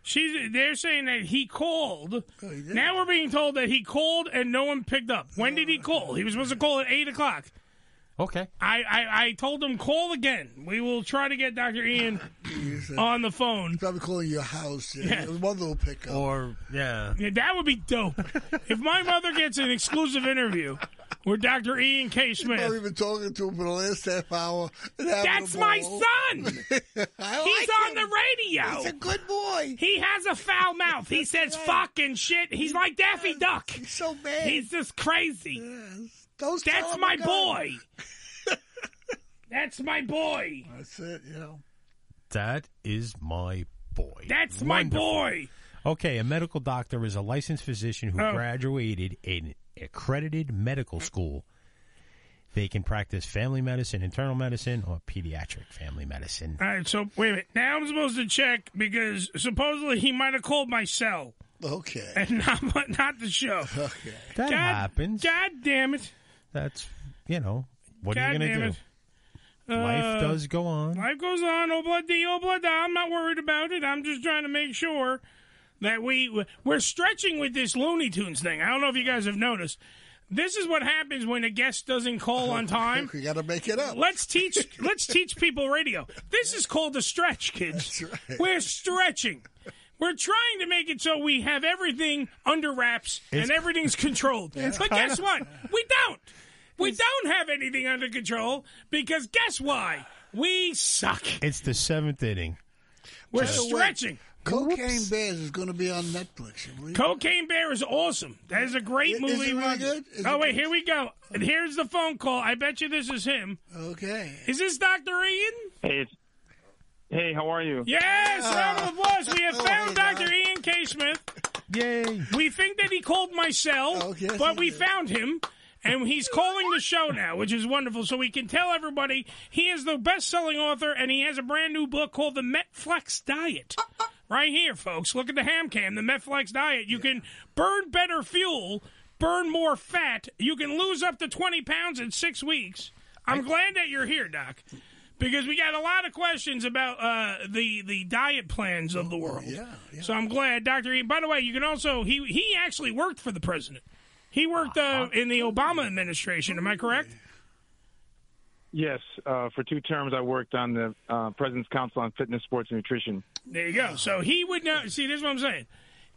She's. They're saying that he called.
Oh,
now we're being told that he called and no one picked up. When did he call? He was supposed to call at eight o'clock.
Okay.
I, I, I told him call again. We will try to get Doctor Ian on the phone.
Probably calling your house. Yeah.
Yeah.
Your mother will pick up.
Or yeah.
Yeah, that would be dope. if my mother gets an exclusive interview with Dr. Ian K. Smith.
I've been talking to him for the last half hour. and having
That's
a
my
ball.
son. He's
like
on the radio.
He's a good boy.
He has a foul mouth. He says fucking shit. He's like Daffy Duck. He's
so bad.
He's just crazy. That's
him
my
a gun.
boy. That's my boy.
That's it, you know.
That is my boy.
That's my
Wonderful.
boy.
Okay, a medical doctor is a licensed physician who
Oh.
graduated in accredited medical school They can practice family medicine, internal medicine, or pediatric family medicine.
All right, so wait a minute. Now I'm supposed to check because supposedly he might have called my cell.
Okay.
And not not the show. Okay.
That
God,
happens.
God damn it.
That's, you know, what
God
are you going
damn
to do?
it.
Life
Uh,
does go on.
Life goes on. Oh, Obla di obla da. I'm not worried about it. I'm just trying to make sure that we we're stretching with this Looney Tunes thing. I don't know if you guys have noticed. This is what happens when a guest doesn't call on time.
We got to make it up.
Let's teach. Let's teach people radio. This is called the stretch, kids. We're stretching. We're trying to make it so we have everything under wraps
It's-
and everything's controlled.
It's
But
kinda-
guess what? We don't. We don't have anything under control because guess why? We suck.
It's the seventh inning.
We're
By the way,
stretching.
Cocaine Bears is going to be on Netflix. you believe it?
Cocaine Bear is awesome. That is a great
Is it
movie.
really
Roger.
good? Is
oh
it
wait,
good?
here we go. And here's the phone call. I bet you this is him.
Okay.
Is this Doctor Ian?
Hey, it's- hey, how are you?
Yes, round of applause. We have
Ah. Oh,
found
hey,
Dr. Ian K. Smith.
Yay.
We think that he called my cell, but we found him. And he's calling the show now, which is wonderful. So we can tell everybody he is the best selling author and he has a brand new book called The Metflex Diet. Right here, folks. Look at the ham cam, the Metflex Diet. You can burn better fuel, burn more fat. You can lose up to 20 pounds in six weeks. I'm glad that you're here, Doc because we got a lot of questions about uh, the the diet plans of the world. Yeah, So I'm glad, Doctor. E, By the way, you can also he he actually worked for the president. He worked uh, in the Obama administration. Am I correct?
Yes, uh, for two terms I worked on the uh, President's Council on Fitness, Sports, and Nutrition.
There you go. So he would know. See, this is what I'm saying.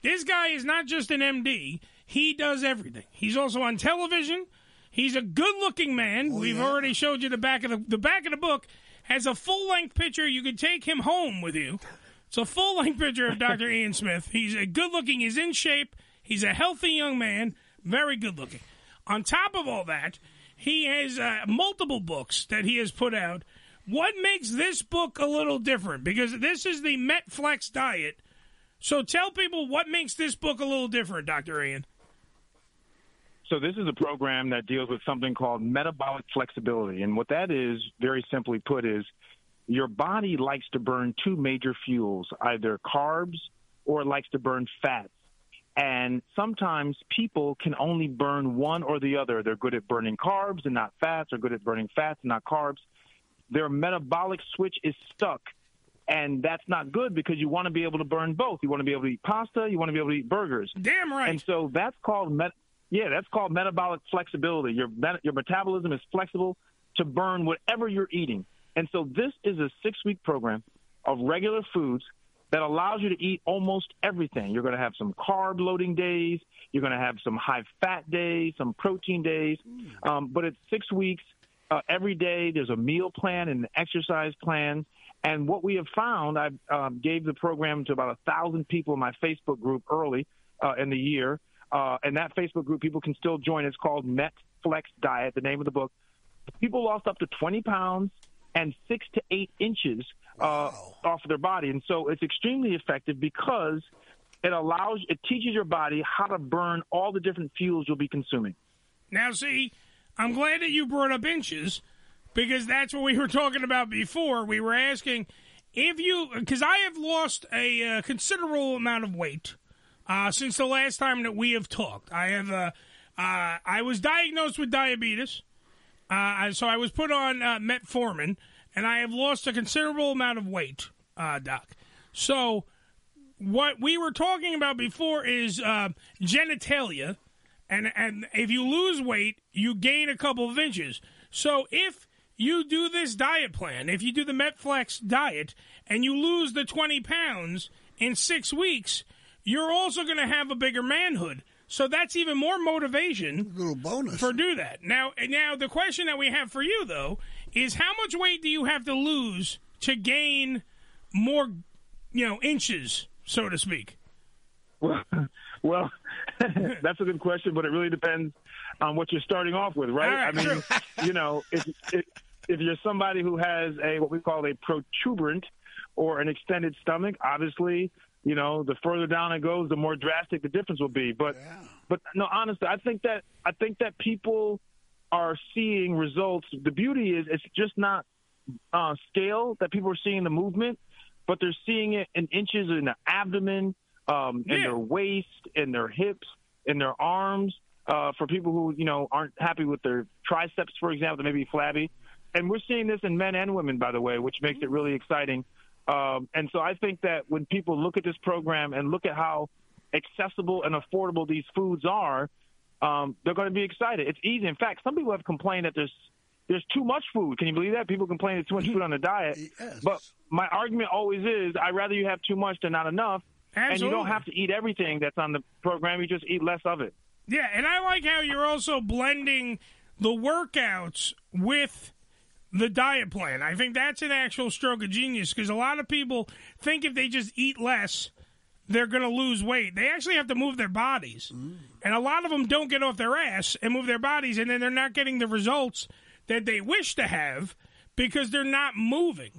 This guy is not just an MD. He does everything. He's also on television. He's a good-looking man. We've already showed you the back of the the back of the book has a full-length picture. You could take him home with you. It's a full-length picture of Dr. Ian Smith. He's a good-looking. He's in shape. He's a healthy young man. Very good-looking. On top of all that, he has uh, multiple books that he has put out. What makes this book a little different? Because this is the Metflex diet. So tell people what makes this book a little different, Dr. Ian.
So this is a program that deals with something called metabolic flexibility, and what that is, very simply put, is your body likes to burn two major fuels, either carbs or it likes to burn fats. And sometimes people can only burn one or the other. They're good at burning carbs and not fats, or good at burning fats and not carbs. Their metabolic switch is stuck. And that's not good because you want to be able to burn both. You want to be able to eat pasta. You want to be able to eat burgers.
Damn right.
And so that's called met- yeah, that's called metabolic flexibility. Your met- your metabolism is flexible to burn whatever you're eating. And so this is a six week program of regular foods that allows you to eat almost everything. You're going to have some carb loading days. You're going to have some high fat days, some protein days. Um, but it's six weeks. Uh, every day there's a meal plan and an exercise plan. And what we have found, I um, gave the program to about a thousand people in my Facebook group early uh, in the year. Uh, and that Facebook group, people can still join. It's called MetFlex Diet, the name of the book. People lost up to 20 pounds and six to eight inches uh, off of their body. And so it's extremely effective because it allows, it teaches your body how to burn all the different fuels you'll be consuming.
Now, see, I'm glad that you brought up inches because that's what we were talking about before. We were asking if you, because I have lost a uh, considerable amount of weight uh, since the last time that we have talked. I have, uh, uh, I was diagnosed with diabetes, uh, I- so I was put on uh, metformin, and I have lost a considerable amount of weight, uh, Doc. So what we were talking about before is uh, genitalia, and and if you lose weight, you gain a couple of inches. So if you do this diet plan, if you do the Metflex diet, and you lose the twenty pounds in six weeks, you're also going to have a bigger manhood. So that's even more motivation.
Little bonus
for do that. Now, now the question that we have for you though is how much weight do you have to lose to gain more, you know, inches, so to speak?
Well, well, that's a good question, but it really depends on what you're starting off with, right? I mean, you know, if, if if you're somebody who has a what we call a protuberant or an extended stomach, obviously, you know, the further down it goes, the more drastic the difference will be. But but no, honestly, I think that I think that people are seeing results. The beauty is it's just not uh, scale that people are seeing the movement, but they're seeing it in inches in their abdomen, um, in their waist, in their hips, in their arms. Uh, for people who you know aren't happy with their triceps, for example, that may be flabby, and we're seeing this in men and women, by the way, which makes it really exciting. Um, and so I think that when people look at this program and look at how accessible and affordable these foods are, um, they're going to be excited. It's easy. In fact, some people have complained that there's there's too much food. Can you believe that? People complain there's too much food on the diet. But my argument always is I'd rather you have too much than not enough. And you don't
Absolutely.
have to eat everything that's on the program. You just eat less of it.
Yeah, and I like how you're also blending the workouts with the diet plan. I think that's an actual stroke of genius because a lot of people think if they just eat less, they're going to lose weight. They actually have to move their bodies. And a lot of them don't get off their ass and move their bodies, and then they're not getting the results that they wish to have because they're not moving.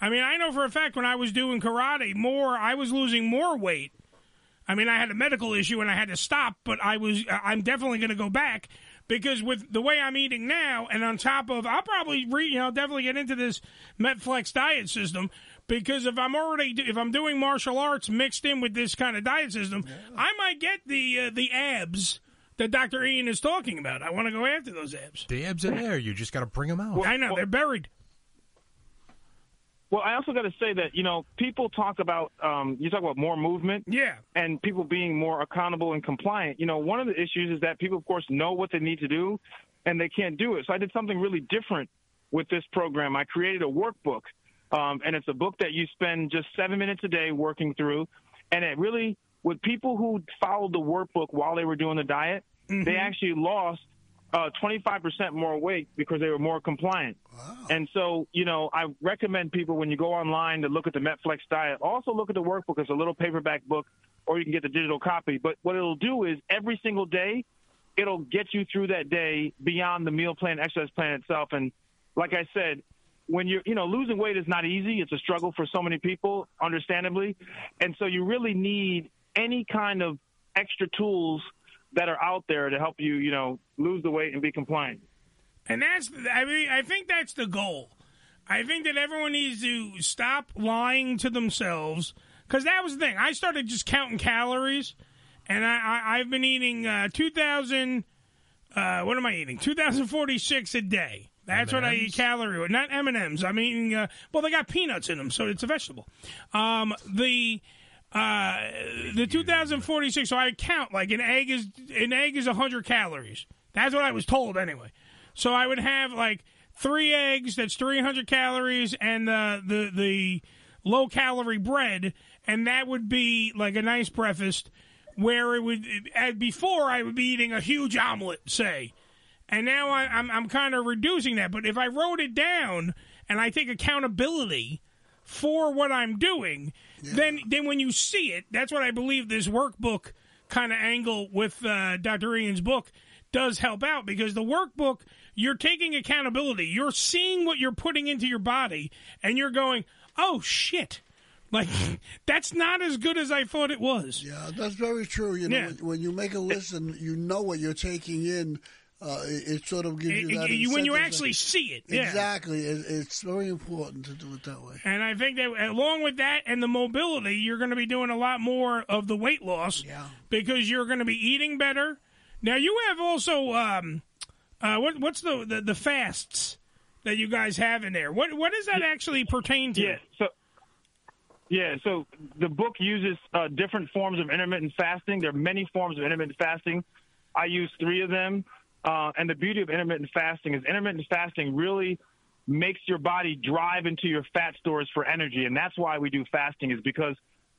I mean, I know for a fact when I was doing karate more, I was losing more weight I mean, I had a medical issue and I had to stop, but I was I'm definitely going to go back because with the way I'm eating now, and on top of I'll probably re, you know definitely get into this Metflex diet system because if I'm already do- if I'm doing martial arts mixed in with this kind of diet system, I might get the uh, the abs that Dr. Ian is talking about. I want to go after those abs.
The abs are there. You just got to bring them out.
I know they're buried.
Well, I also got to say that you know people talk about um, you talk about more movement,
yeah,
and people being more accountable and compliant. You know, one of the issues is that people, of course, know what they need to do, and they can't do it. So I did something really different with this program. I created a workbook, um, and it's a book that you spend just seven minutes a day working through, and it really with people who followed the workbook while they were doing the diet, they actually lost uh, 25% more weight because they were more compliant. And so, you know, I recommend people when you go online to look at the MetFlex diet, also look at the workbook. It's a little paperback book, or you can get the digital copy. But what it'll do is every single day, it'll get you through that day beyond the meal plan, exercise plan itself. And like I said, when you're, you know, losing weight is not easy. It's a struggle for so many people, understandably. And so you really need any kind of extra tools that are out there to help you, you know, lose the weight and be compliant.
And that's I mean I think that's the goal. I think that everyone needs to stop lying to themselves because that was the thing. I started just counting calories, and I, I I've been eating uh, two thousand. Uh, what am I eating? Two thousand forty six a day. That's what I eat calorie. Not M and M's. I'm eating. Uh, well, they got peanuts in them, so it's a vegetable. Um, the uh, the 2046. So I count like an egg is an egg is 100 calories. That's what I was told anyway. So I would have like three eggs. That's 300 calories, and uh, the the low calorie bread, and that would be like a nice breakfast. Where it would at before I would be eating a huge omelet, say, and now I, I'm I'm kind of reducing that. But if I wrote it down and I take accountability for what I'm doing, then then when you see it, that's what I believe this workbook kind of angle with uh, Dr. Ian's book does help out because the workbook you're taking accountability, you're seeing what you're putting into your body, and you're going, oh shit. Like that's not as good as I thought it was.
Yeah, Uh, that's very true. You know,
Yeah.
when, when you make a list and you know what you're taking in, uh, it, it sort of gives
It-
you that.
it- when you
incentive.
actually see it, yeah.
exactly. It, it's very important to do it that way.
And I think that along with that and the mobility, you're going to be doing a lot more of the weight loss because you're going to be eating better. Now you have also um, uh, what, what's the, the the fasts that you guys have in there? What what does that actually pertain to?
Yeah. So, yeah. So the book uses uh, different forms of intermittent fasting. There are many forms of intermittent fasting. I use three of them. Uh, and the beauty of intermittent fasting is intermittent fasting really makes your body drive into your fat stores for energy, and that's why we do fasting. Is because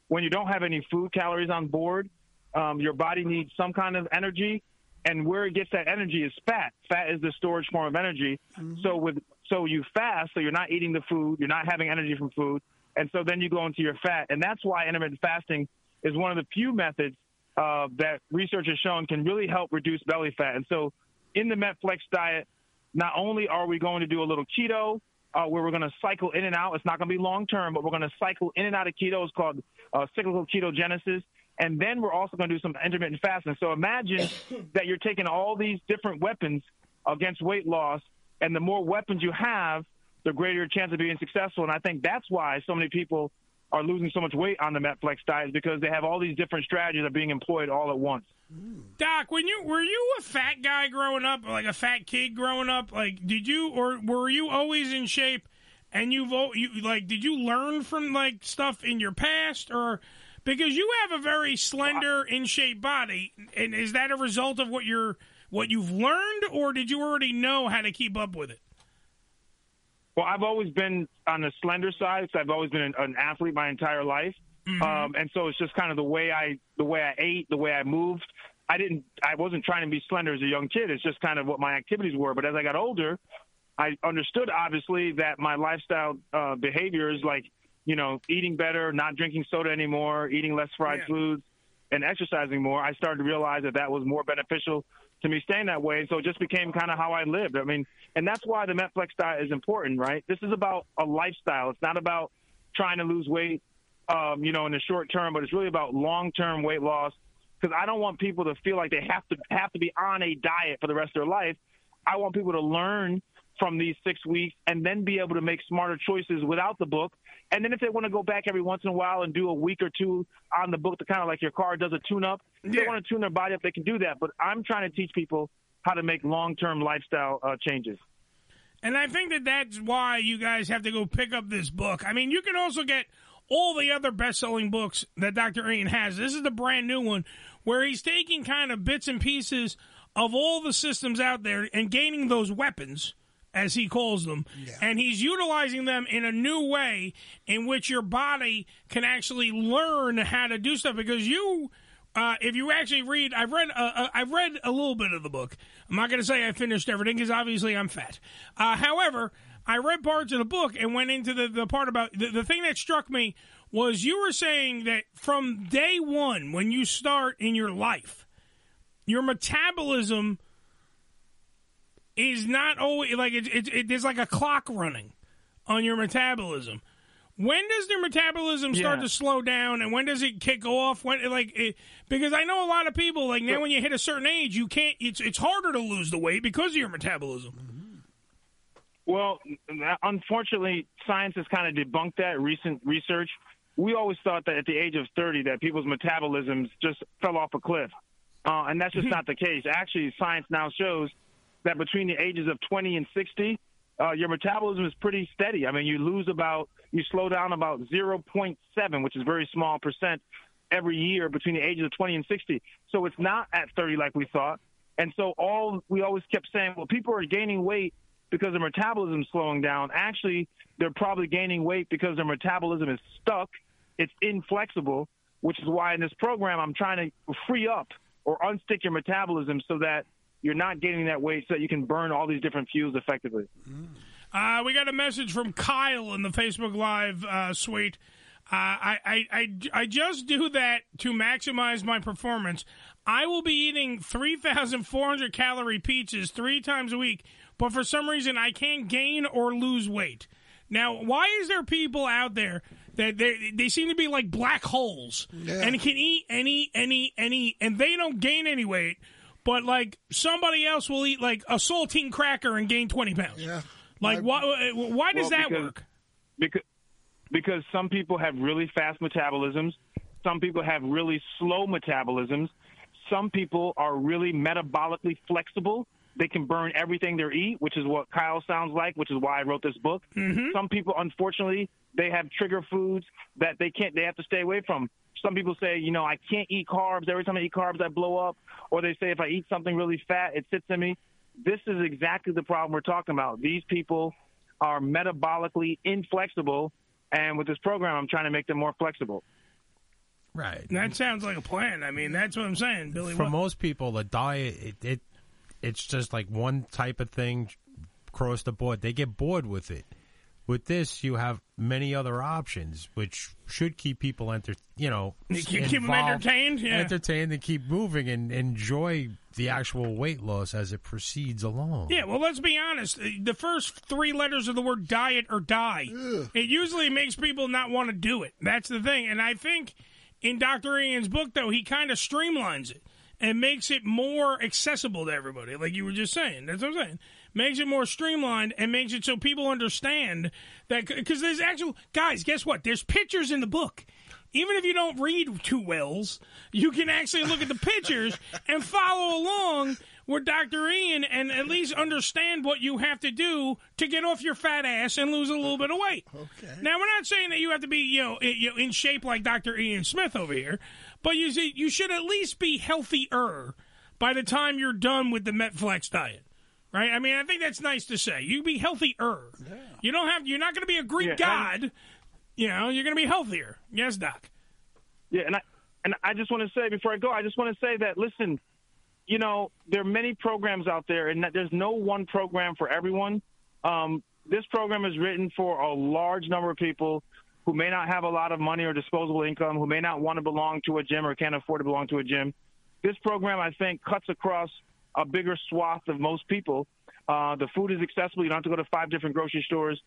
when you don't have any food calories on board, um, your body needs some kind of energy, and where it gets that energy is fat. Fat is the storage form of energy. So with so you fast, so you're not eating the food, you're not having energy from food, and so then you go into your fat, and that's why intermittent fasting is one of the few methods uh, that research has shown can really help reduce belly fat. And so in the MetFlex diet, not only are we going to do a little keto, uh, where we're going to cycle in and out. It's not going to be long term, but we're going to cycle in and out of keto. It's called uh, cyclical ketogenesis. And then we're also going to do some intermittent fasting. So imagine that you're taking all these different weapons against weight loss. And the more weapons you have, the greater your chance of being successful. And I think that's why so many people are losing so much weight on the MetFlex diet is because they have all these different strategies that are being employed all at once.
Doc, when you were you a fat guy growing up, like a fat kid growing up? Like, did you or were you always in shape? And you've al- you like, did you learn from like stuff in your past, or because you have a very slender, in shape body, and is that a result of what you're what you've learned, or did you already know how to keep up with it?
Well, I've always been on the slender side. So I've always been an, an athlete my entire life, um, and so it's just kind of the way I the way I ate, the way I moved. I didn't. I wasn't trying to be slender as a young kid. It's just kind of what my activities were. But as I got older, I understood obviously that my lifestyle uh, behaviors, like you know, eating better, not drinking soda anymore, eating less fried foods, and exercising more, I started to realize that that was more beneficial to me staying that way. So it just became kind of how I lived. I mean, and that's why the MetFlex diet is important, right? This is about a lifestyle. It's not about trying to lose weight, um, you know, in the short term, but it's really about long term weight loss. Because I don't want people to feel like they have to have to be on a diet for the rest of their life. I want people to learn from these six weeks and then be able to make smarter choices without the book. And then if they want to go back every once in a while and do a week or two on the book to kind of like your car does a tune up, if they want to tune their body up, they can do that. But I'm trying to teach people how to make long term lifestyle uh, changes.
And I think that that's why you guys have to go pick up this book. I mean, you can also get all the other best-selling books that Dr. Ian has. This is the brand new one where he's taking kind of bits and pieces of all the systems out there and gaining those weapons as he calls them and he's utilizing them in a new way in which your body can actually learn how to do stuff because you uh, if you actually read, I've read, uh, uh, I've read a little bit of the book. I'm not going to say I finished everything because obviously I'm fat. Uh, however, I read parts of the book and went into the, the part about the, the thing that struck me was you were saying that from day one when you start in your life, your metabolism is not always like it, it, it, there's like a clock running on your metabolism. When does their metabolism start
Yeah.
to slow down, and when does it kick off? When like it, because I know a lot of people like now when you hit a certain age, you can't. It's it's harder to lose the weight because of your metabolism.
Well, unfortunately, science has kind of debunked that recent research. We always thought that at the age of 30 that people's metabolisms just fell off a cliff. Uh, and that's just not the case. Actually, science now shows that between the ages of 20 and 60, uh, your metabolism is pretty steady. I mean, you lose about, you slow down about 0.7, which is very small percent every year between the ages of 20 and 60. So it's not at 30 like we thought. And so all we always kept saying, well, people are gaining weight because their metabolism's slowing down. Actually, they're probably gaining weight because their metabolism is stuck. It's inflexible, which is why in this program I'm trying to free up or unstick your metabolism so that you're not gaining that weight so that you can burn all these different fuels effectively.
Uh, we got a message from Kyle in the Facebook Live uh, suite. Uh, I, I, I, I just do that to maximize my performance. I will be eating 3,400 calorie pizzas three times a week, but for some reason I can't gain or lose weight. Now, why is there people out there that they, they seem to be like black holes and can eat any, any, any, and they don't gain any weight, but like somebody else will eat like a saltine cracker and gain 20 pounds? Yeah. Like, why, why does
Well,
that
because-
work?
Because because some people have really fast metabolisms, some people have really slow metabolisms, some people are really metabolically flexible. They can burn everything they eat, which is what Kyle sounds like, which is why I wrote this book. Some people, unfortunately, they have trigger foods that they can't, they have to stay away from. Some people say, you know, I can't eat carbs. Every time I eat carbs, I blow up. Or they say, if I eat something really fat, it sits in me. This is exactly the problem we're talking about. These people are metabolically inflexible. And with this program, I'm trying to make them more flexible.
Right.
That sounds like a plan. I mean, that's what I'm saying, Billy.
For
Wa-
most people, the diet it, it it's just like one type of thing across the board. They get bored with it. With this, you have many other options, which should keep people enter. You know,
You keep- keep 'em
involved,
entertained, yeah.
entertained, and keep moving and enjoy the actual weight loss as it proceeds along.
Yeah, well, let's be honest. The first three letters of the word diet or die, it usually makes people not want to do it. That's the thing. And I think in Dr. Ian's book, though, he kind of streamlines it. and makes it more accessible to everybody, like you were just saying. That's what I'm saying. Makes it more streamlined and makes it so people understand that because there's actual guys. Guess what? There's pictures in the book. Even if you don't read too wells, you can actually look at the pictures and follow along with Dr. Ian and at least understand what you have to do to get off your fat ass and lose a little bit of weight. Okay. Now we're not saying that you have to be you know i- you know, in shape like Dr. Ian Smith over here, but you see, you should at least be healthier by the time you're done with the Metflex diet. Right? I mean, I think that's nice to say. You be healthier. You don't have you're not going to be a Greek
Yeah,
god. you know, you're going to be healthier. Yes, doc.
Yeah, and I and I just want to say before I go, I just want to say that listen, you know, there are many programs out there, and that there's no one program for everyone. Um, this program is written for a large number of people who may not have a lot of money or disposable income, who may not want to belong to a gym or can't afford to belong to a gym. This program, I think, cuts across a bigger swath of most people. Uh, the food is accessible. You don't have to go to five different grocery stores.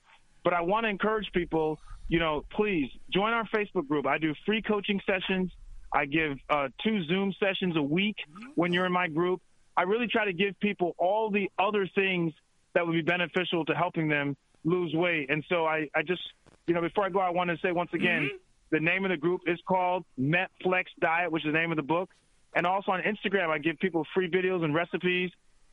But I want to encourage people, you know, please join our Facebook group. I do free coaching sessions. I give uh, two Zoom sessions a week when you're in my group. I really try to give people all the other things that would be beneficial to helping them lose weight. And so I, I just, you know, before I go, I want to say once again, the name of the group is called Metflex Diet, which is the name of the book. And also on Instagram, I give people free videos and recipes.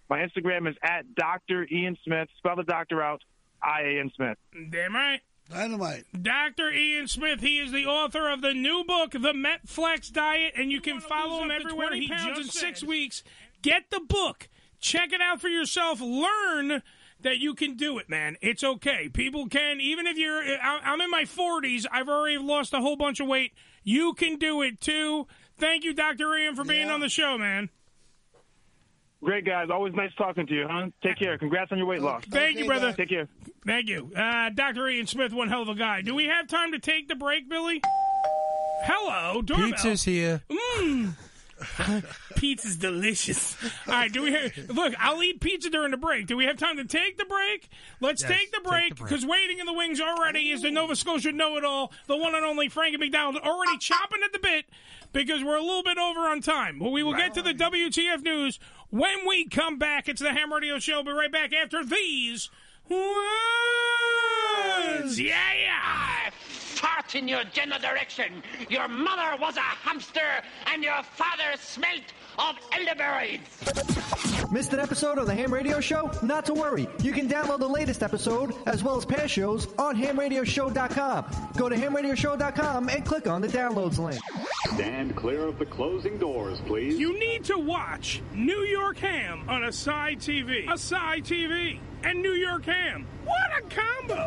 My Instagram is at Dr. Ian Smith. Spell the doctor out, I A N Smith.
Damn right.
Dynamite.
Dr. Ian Smith, he is the author of the new book, The Metflex Diet, and you can follow him everywhere. He pounds in six weeks. Get the book. Check it out for yourself. Learn that you can do it, man. It's okay. People can, even if you're, I- I'm in my 40s, I've already lost a whole bunch of weight. You can do it too. Thank you, Dr. Ian, for being on the show, man.
Great guys. Always nice talking to you, huh? Take care. Congrats on your weight loss.
Thank you, brother.
Take care.
Thank you. Uh, Dr. Ian Smith, one hell of a guy. Do we have time to take the break, Billy? Hello, doorbell.
Pizza's here.
Mmm. Pizza's delicious. All right, do we have, look? I'll eat pizza during the break. Do we have time to take the break? Let's
Yes,
take the break because waiting in the wings already is the Nova Scotia know-it-all, the one and only Frankie McDonald, already chopping at the bit because we're a little bit over on time. But we will get to the WTF news when we come back. It's the Ham Radio Show. Be right back after these words. Yeah, yeah.
Fart in your general direction. Your mother was a hamster, and your father smelt of elderberries.
Missed an episode of the Ham Radio Show? Not to worry. You can download the latest episode, as well as past shows, on hamradioshow.com. Go to hamradioshow.com and click on the downloads link.
Stand clear of the closing doors, please.
You need to watch New York Ham on Asai TV. Asai TV and New York Ham. What a combo!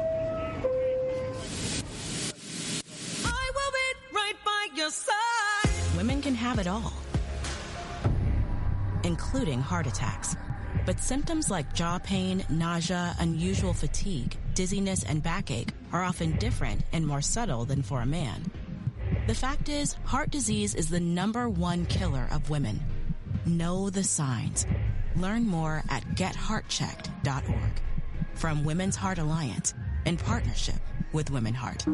I will be right by your side. Women can have it all, including heart attacks. But symptoms like jaw pain, nausea, unusual fatigue, dizziness, and backache are often different and more subtle than for a man. The fact is, heart disease is the number one killer of women. Know the signs. Learn more at getheartchecked.org from Women's Heart Alliance in partnership with Women Heart.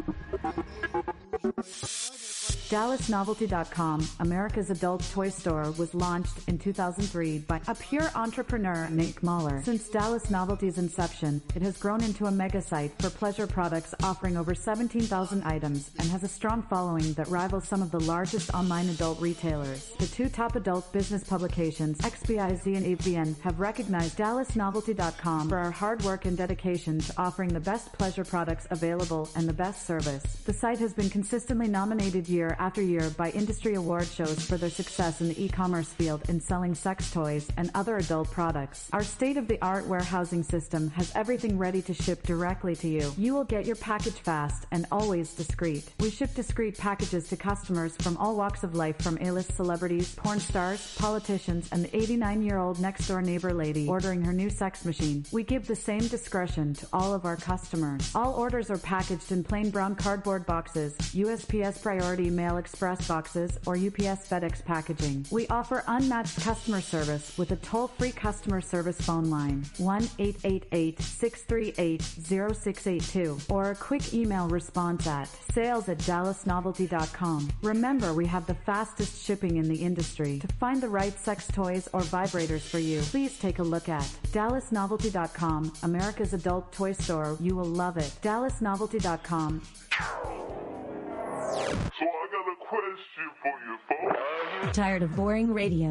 DallasNovelty.com, America's adult toy store, was launched in 2003 by a pure entrepreneur, Nick Mahler. Since Dallas Novelty's inception, it has grown into a mega site for pleasure products offering over 17,000 items and has a strong following that rivals some of the largest online adult retailers. The two top adult business publications, XBIZ and AVN, have recognized DallasNovelty.com for our hard work and dedication to offering the best pleasure products available and the best service. The site has been consistently nominated year after year by industry award shows for their success in the e-commerce field in selling sex toys and other adult products. Our state-of-the-art warehousing system has everything ready to ship directly to you. You will get your package fast and always discreet. We ship discreet packages to customers from all walks of life from A-list celebrities, porn stars, politicians, and the 89-year-old next-door neighbor lady ordering her new sex machine. We give the same discretion to all of our customers. All orders are packaged in plain brown cardboard boxes, USPS priority mail mail express boxes, or UPS FedEx packaging. We offer unmatched customer service with a toll-free customer service phone line, 1-888-638-0682, or a quick email response at sales at dallasnovelty.com. Remember, we have the fastest shipping in the industry. To find the right sex toys or vibrators for you, please take a look at dallasnovelty.com, America's adult toy store. You will love it. dallasnovelty.com.
Tired of boring radio?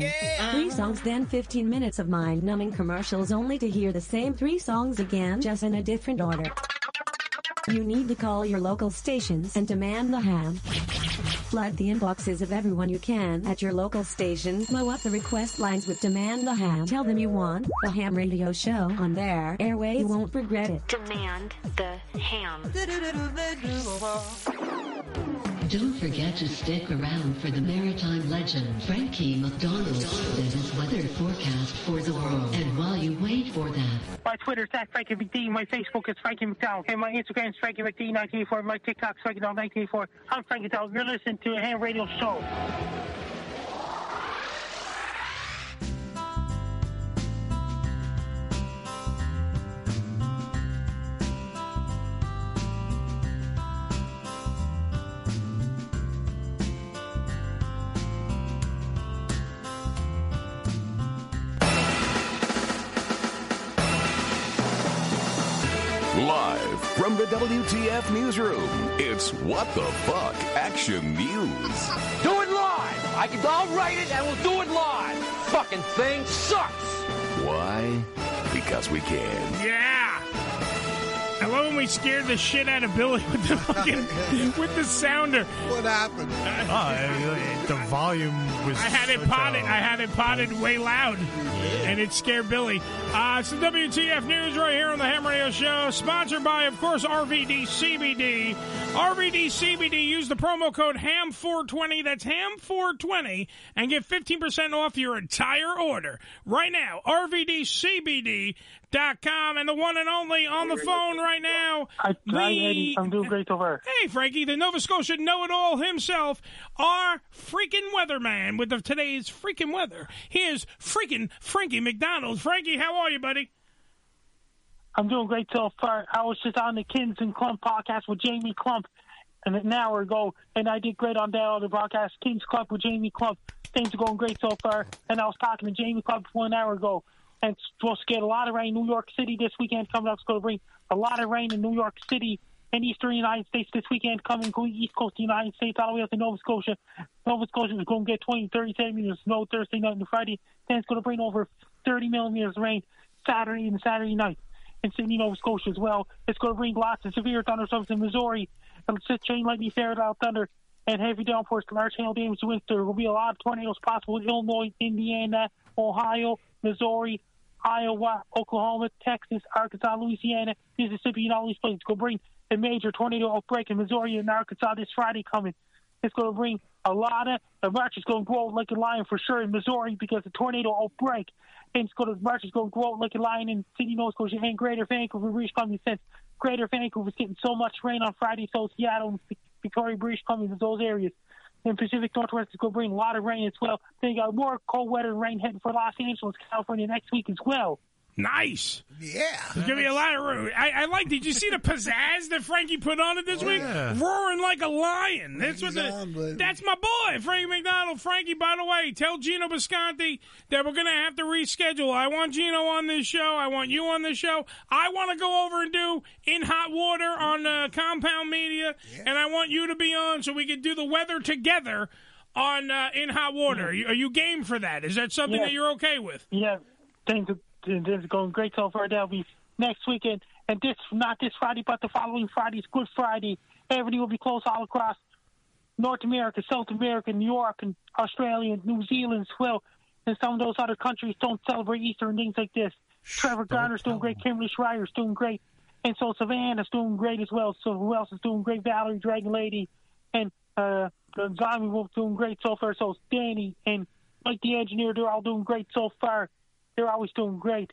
Three songs, then 15 minutes of mind numbing commercials only to hear the same three songs again, just in a different order. You need to call your local stations and demand the ham. Flood the inboxes of everyone you can at your local station. Blow up the request lines with Demand the Ham. Tell them you want the ham radio show on their airway. You won't regret it.
Demand the ham.
Don't forget to stick around for the maritime legend, Frankie McDonald's business weather forecast for the world. And while you wait for that,
My Twitter is at Frankie McD. My Facebook is Frankie McDowell. And my Instagram is Frankie McD1984. My TikTok is Frankie McD1984. I'm Frankie McDowell. You're listening to a ham radio show.
Live from the WTF newsroom, it's What the Fuck Action News.
Do it live! I can, I'll write it and we'll do it live! Fucking thing
Ah,
sucks!
Why? Because we can.
Yeah. I love when we scared the shit out of Billy with the fucking with the sounder.
What happened?
the volume was. uh,
I had it potted. I had it potted way loud, and it scared Billy. Uh, it's the WTF News right here on the Ham Radio Show, sponsored by, of course, RVD CBD. RVD CBD. Use the promo code Ham420. That's Ham420, and get 15% off your entire order right now. RVDCBD.com, and the one and only on the phone right now.
I, I, Eddie, I'm doing great over.
Hey, Frankie, the Nova Scotia know-it-all himself, our freaking weatherman with the, today's freaking weather. Here's freaking Frankie McDonald. Frankie, how are you, buddy?
I'm doing great so far. I was just on the Kins and Clump podcast with Jamie Clump an, an hour ago, and I did great on that other broadcast, Kins Clump with Jamie Clump. Things are going great so far, and I was talking to Jamie Clump one hour ago. And it's supposed to get a lot of rain in New York City this weekend coming up. It's going to bring a lot of rain in New York City and eastern United States this weekend coming going east coast of the United States all the way up to Nova Scotia. Nova Scotia is going to get 20, 30 centimeters of snow Thursday night and Friday. Then it's going to bring over 30 millimeters of rain Saturday and Saturday night in Sydney, Nova Scotia as well. It's going to bring lots of severe thunderstorms in Missouri. It'll set chain lightning, fairlight thunder, and heavy downpours to large hail damage to winds. There will be a lot of tornadoes possible in Illinois, Indiana, Ohio, Missouri, Iowa, Oklahoma, Texas, Arkansas, Louisiana, Mississippi, and all these places. It's going to bring a major tornado outbreak in Missouri and Arkansas this Friday coming. It's going to bring a lot of the March is going to grow like a lion for sure in Missouri because the tornado outbreak. And it's going to March is going to grow like a lion in Sydney, Nova Scotia, and Greater Vancouver, British Columbia. Since Greater Vancouver is getting so much rain on Friday, so Seattle and Victoria, British Columbia, and those areas. In Pacific Northwest, it's going to bring a lot of rain as well. Then you got more cold weather and rain heading for Los Angeles, California next week as well.
Nice.
Yeah.
There's gonna be a lot of room. I, I like. Did you see the pizzazz that Frankie put on it this week?
yeah.
Roaring like a lion. That's what the. that's my boy, Frankie McDonald. Frankie, by the way, tell Gino Bisconti that we're gonna have to reschedule. I want Gino on this show. I want you on this show. I want to go over and do in hot water on uh, Compound Media, and I want you to be on so we can do the weather together on uh, in hot water. Are you, are you game for that? Is that something
Yeah.
that you're okay with?
Yeah, things are, things are going great so far. That'll be next weekend, and this not this Friday, but the following Friday is Good Friday. Everything will be closed all across North America, South America, New York, and Australia, and New Zealand as well. And some of those other countries don't celebrate Easter and things like this. Trevor Garner's doing great. Kimberly Schreier's doing great. And so Savannah's doing great as well. So who else is doing great? Valerie, Dragon Lady, and uh, the Zombie Wolf doing great so far. So it's Danny and Mike the Engineer, they're all doing great so far. They're always doing great.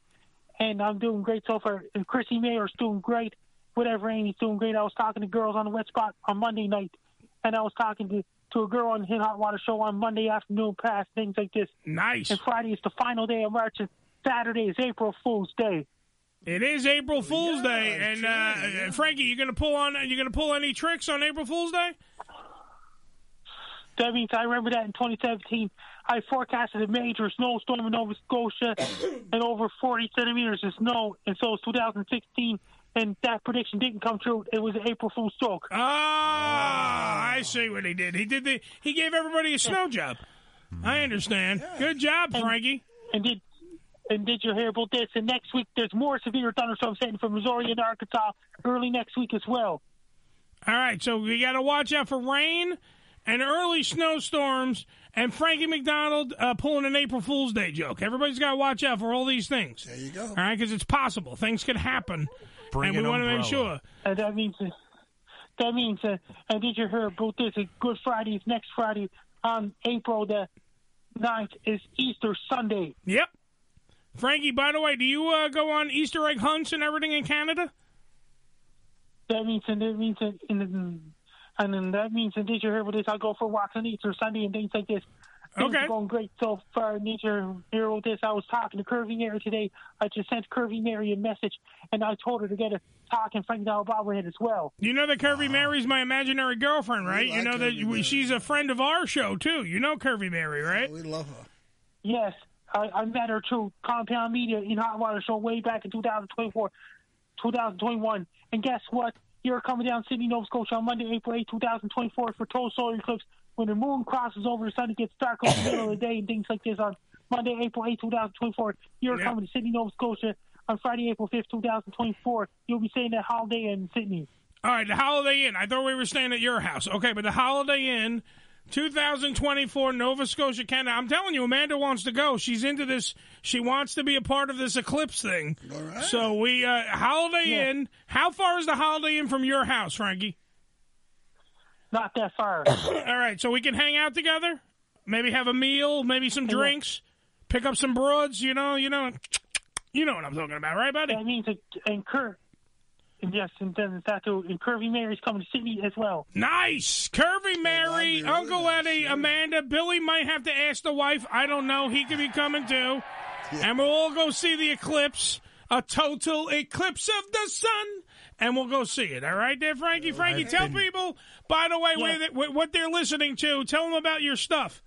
And I'm doing great so far. And Chrissy Mayer's doing great. Whatever, Amy's doing great. I was talking to girls on the wet spot on Monday night and I was talking to to a girl on Hit Hot Water Show on Monday afternoon pass, things like this.
Nice.
And Friday is the final day of March, and Saturday is April Fool's Day.
It is April Fool's Day, and uh, uh, Frankie, you gonna pull on? You gonna pull any tricks on April Fool's Day?
That means I remember that in 2017, I forecasted a major snowstorm in Nova Scotia and over 40 centimeters of snow, and so it's 2016, and that prediction didn't come true. It was an April Fool's joke.
Ah, I see what he did. He did the. He gave everybody a snow job. I understand. Good job, Frankie.
And did and did you hear about this? And next week there's more severe thunderstorms heading from Missouri and Arkansas early next week as well.
All right, so we got to watch out for rain and early snowstorms and Frankie McDonald uh, pulling an April Fool's Day joke. Everybody's got to watch out for all these things. There you go. All right, because it's possible things could happen,
Bring
and we
an
want to make
umbrella.
sure.
And that means that means uh, and did you hear about this? Uh, Good Friday is next Friday on April the 9th is Easter Sunday.
Yep. Frankie, by the way, do you uh, go on Easter egg hunts and everything in Canada?
That means and that means that in the, and then that means in nature here with this I go for walks on Easter Sunday and things like this. Things
Okay.
are going great so far. Nature here with this. I was talking to Curvy Mary today. I just sent Curvy Mary a message and I told her to get a talk and Frank Dow Bobblehead as well.
You know that Curvy Mary's my imaginary girlfriend, right? You know that Uh, we, she's a friend of our show too. You know Curvy Mary, right? we love her.
Yes. I, I met her through Compound Media in Hot Water Show way back in 2024, 2021. And guess what? You're coming down Sydney, Nova Scotia on Monday, April 8, 2024 for total solar eclipse. When the moon crosses over the sun, it gets dark over the middle of the day and things like this on Monday, April 8, 2024. You're coming to Sydney, Nova Scotia on Friday, April 5th, 2024. You'll be staying at Holiday Inn in Sydney.
All right, the Holiday Inn. I thought we were staying at your house. Okay, but the Holiday Inn, 2024, Nova Scotia, Canada. I'm telling you, Amanda wants to go. She's into this. She wants to be a part of this eclipse thing. All right. So we uh, Holiday Inn. How far is the Holiday Inn from your house, Frankie?
Not that far.
All right, so we can hang out together. Maybe have a meal. Maybe some drinks. Pick up some broads. You know. You know. You know what I'm talking about, right, buddy?
That means it, and Cur- Yes, and then that too. And Curvy Mary's coming to Sydney as well.
Nice. Curvy Mary, Uncle Eddie, Amanda, Billy might have to ask the wife. I don't know. He could be coming too. And we'll all go see the eclipse, a total eclipse of the sun. And we'll go see it. All right, there, Frankie. Frankie, tell people, by the way, where they- what they're listening to. Tell them about your stuff.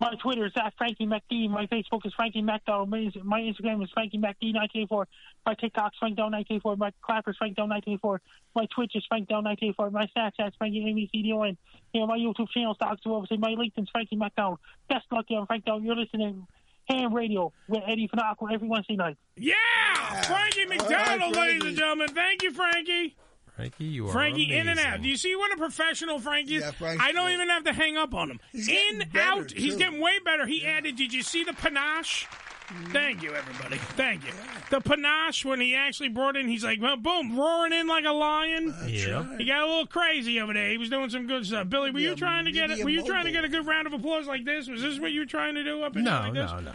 My Twitter is at Frankie MacD. My Facebook is Frankie MacDowell. My my Instagram is Frankie MacD984. My TikTok is FrankDown984. My Clapper is FrankDown984. My Twitch is FrankDown984. My Snapchat is FrankieMECDON. You know, my YouTube channel is Docs obviously. My LinkedIn is Frankie MacDowell. Best luck to you. I'm Frank Down. You're listening to Ham Radio with Eddie Finacco every Wednesday night.
Yeah! Frankie McDonald, ladies and gentlemen. Thank you, Frankie.
Frankie, you are
Frankie, in and
amazing.
out. Do you see what a professional Frankie is? I don't even have to hang up on him. in,
better,
out. He's
too.
getting way better. He added, did you see the panache? Thank you, everybody. Thank you. The panache, when he actually brought in, he's like, well, boom, roaring in like a lion.
Yeah.
He got a little crazy over there. He was doing some good stuff. Billy, were you trying to get it?
media
Were you trying to
mogul.
get a good round of applause like this? Was this what you were trying to do up in
No,
like this?
no, no.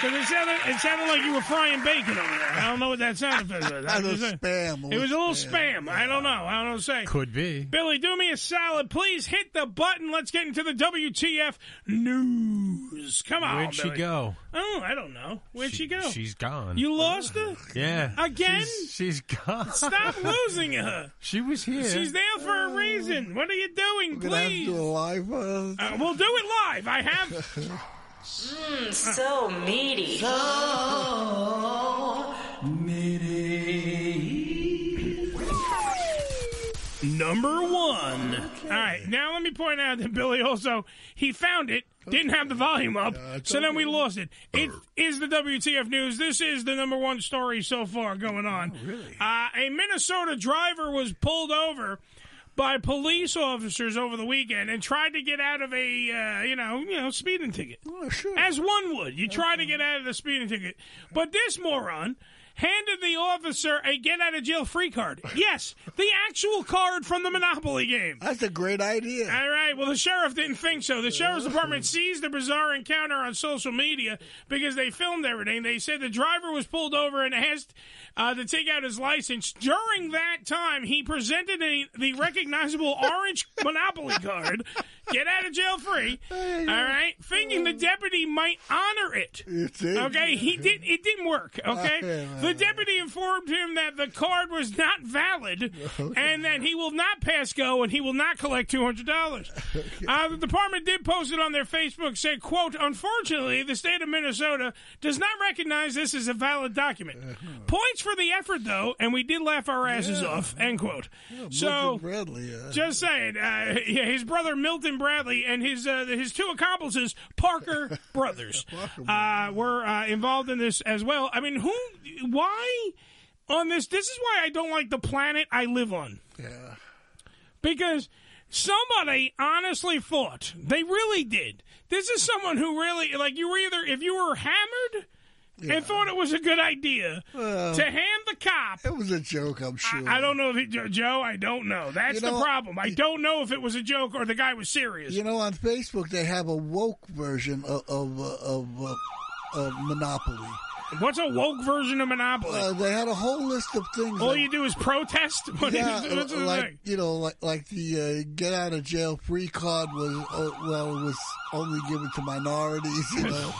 Because it sounded, it sounded like you were frying bacon over there. I don't know what that sounded was.
A little spam, a
It
little
was a little spam. I don't know. I don't know what to say.
Could be.
Billy, do me a solid. Please hit the button. Let's get into the WTF news. Come on.
Where'd she
Billy.
go?
Oh, I don't know. Where'd she, go?
She's gone.
You lost her?
yeah.
Again?
She's, she's gone.
Stop losing her.
She was here.
She's there for a reason. What are you doing,
gonna have to
please?
do
a live,
Uh, we'll do it live. I have.
so meaty.
So Number one. All right, now let me point out that Billy also he found it, didn't have the volume up, so then we lost it. It is the WTF news. This is the number one story so far going on. really? Uh, a Minnesota driver was pulled over by police officers over the weekend and tried to get out of a uh, you know you know speeding ticket. As one would, you try to get out of the speeding ticket, but this moron handed the officer a get out of jail free card. Yes, the actual card from the Monopoly game.
That's a great idea.
All right. Well, the sheriff didn't think so. The sheriff's department seized the bizarre encounter on social media because they filmed everything. They said the driver was pulled over and asked uh, to take out his license. During that time, he presented a, the recognizable orange Monopoly card. Get out of jail free. All right. Thinking the deputy might honor it.
see?
Okay. He did. It didn't work. Okay.
Okay, all
The deputy informed him that the card was not valid and that he will not pass go and he will not collect $200. Uh, the department did post it on their Facebook, said, quote, unfortunately, the state of Minnesota does not recognize this as a valid document.
Uh-huh.
Points for the effort, though, and we did laugh our asses off, end quote. so,
Bradley, uh,
just saying, uh, yeah, his brother Milton Bradley and his uh, his two accomplices, Parker brothers, uh, were uh, involved in this as well. I mean, who, why on this? This is why I don't like the planet I live on
yeah.
because somebody honestly thought they really did. This is someone who really like you were either if you were hammered. And thought it was a good idea to hand the cop
It was a joke, I'm sure.
I don't know if it, Joe, Joe. I don't know. That's
You know,
the problem. I don't know if it was a joke or the guy was serious.
You know, on Facebook they have a woke version of of uh, of, uh, of Monopoly.
What's a woke version of Monopoly?
Uh, they had a whole list of things.
All
that-
you do is protest. What is-
yeah,
what's the
like
thing?
you know, like like the uh, get out of jail free card was uh, well it was only given to minorities. You know,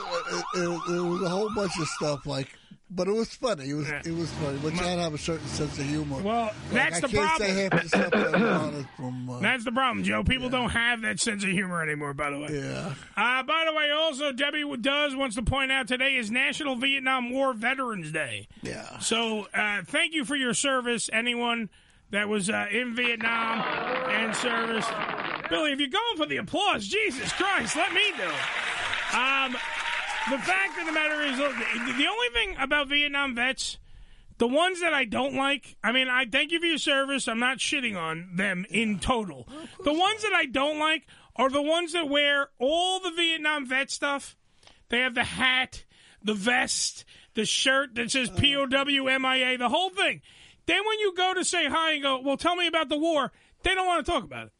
it, it, it was a whole bunch of stuff like. But it was funny. It was it was funny. But you gotta have a certain sense of humor. Well,
that's
I
the
can't
problem.
Say half the stuff that I'm honest from. Uh,
That's the problem, Joe. People don't have that sense of humor anymore. By the way.
Yeah.
Uh, by the way, also Debbie does wants to point out today is National Vietnam War Veterans Day.
Yeah.
So uh, thank you for your service, anyone that was uh, in Vietnam and service. Billy, if you're going for the applause, Jesus Christ, let me do it. Um, the fact of the matter is, look, the only thing about Vietnam vets. The ones that I don't like, I mean, I thank you for your service. I'm not shitting on them in total. The ones that I don't like are the ones that wear all the Vietnam vet stuff. They have the hat, the vest, the shirt that says POW MIA, the whole thing. Then when you go to say hi and go, well, tell me about the war, they don't want to talk about it.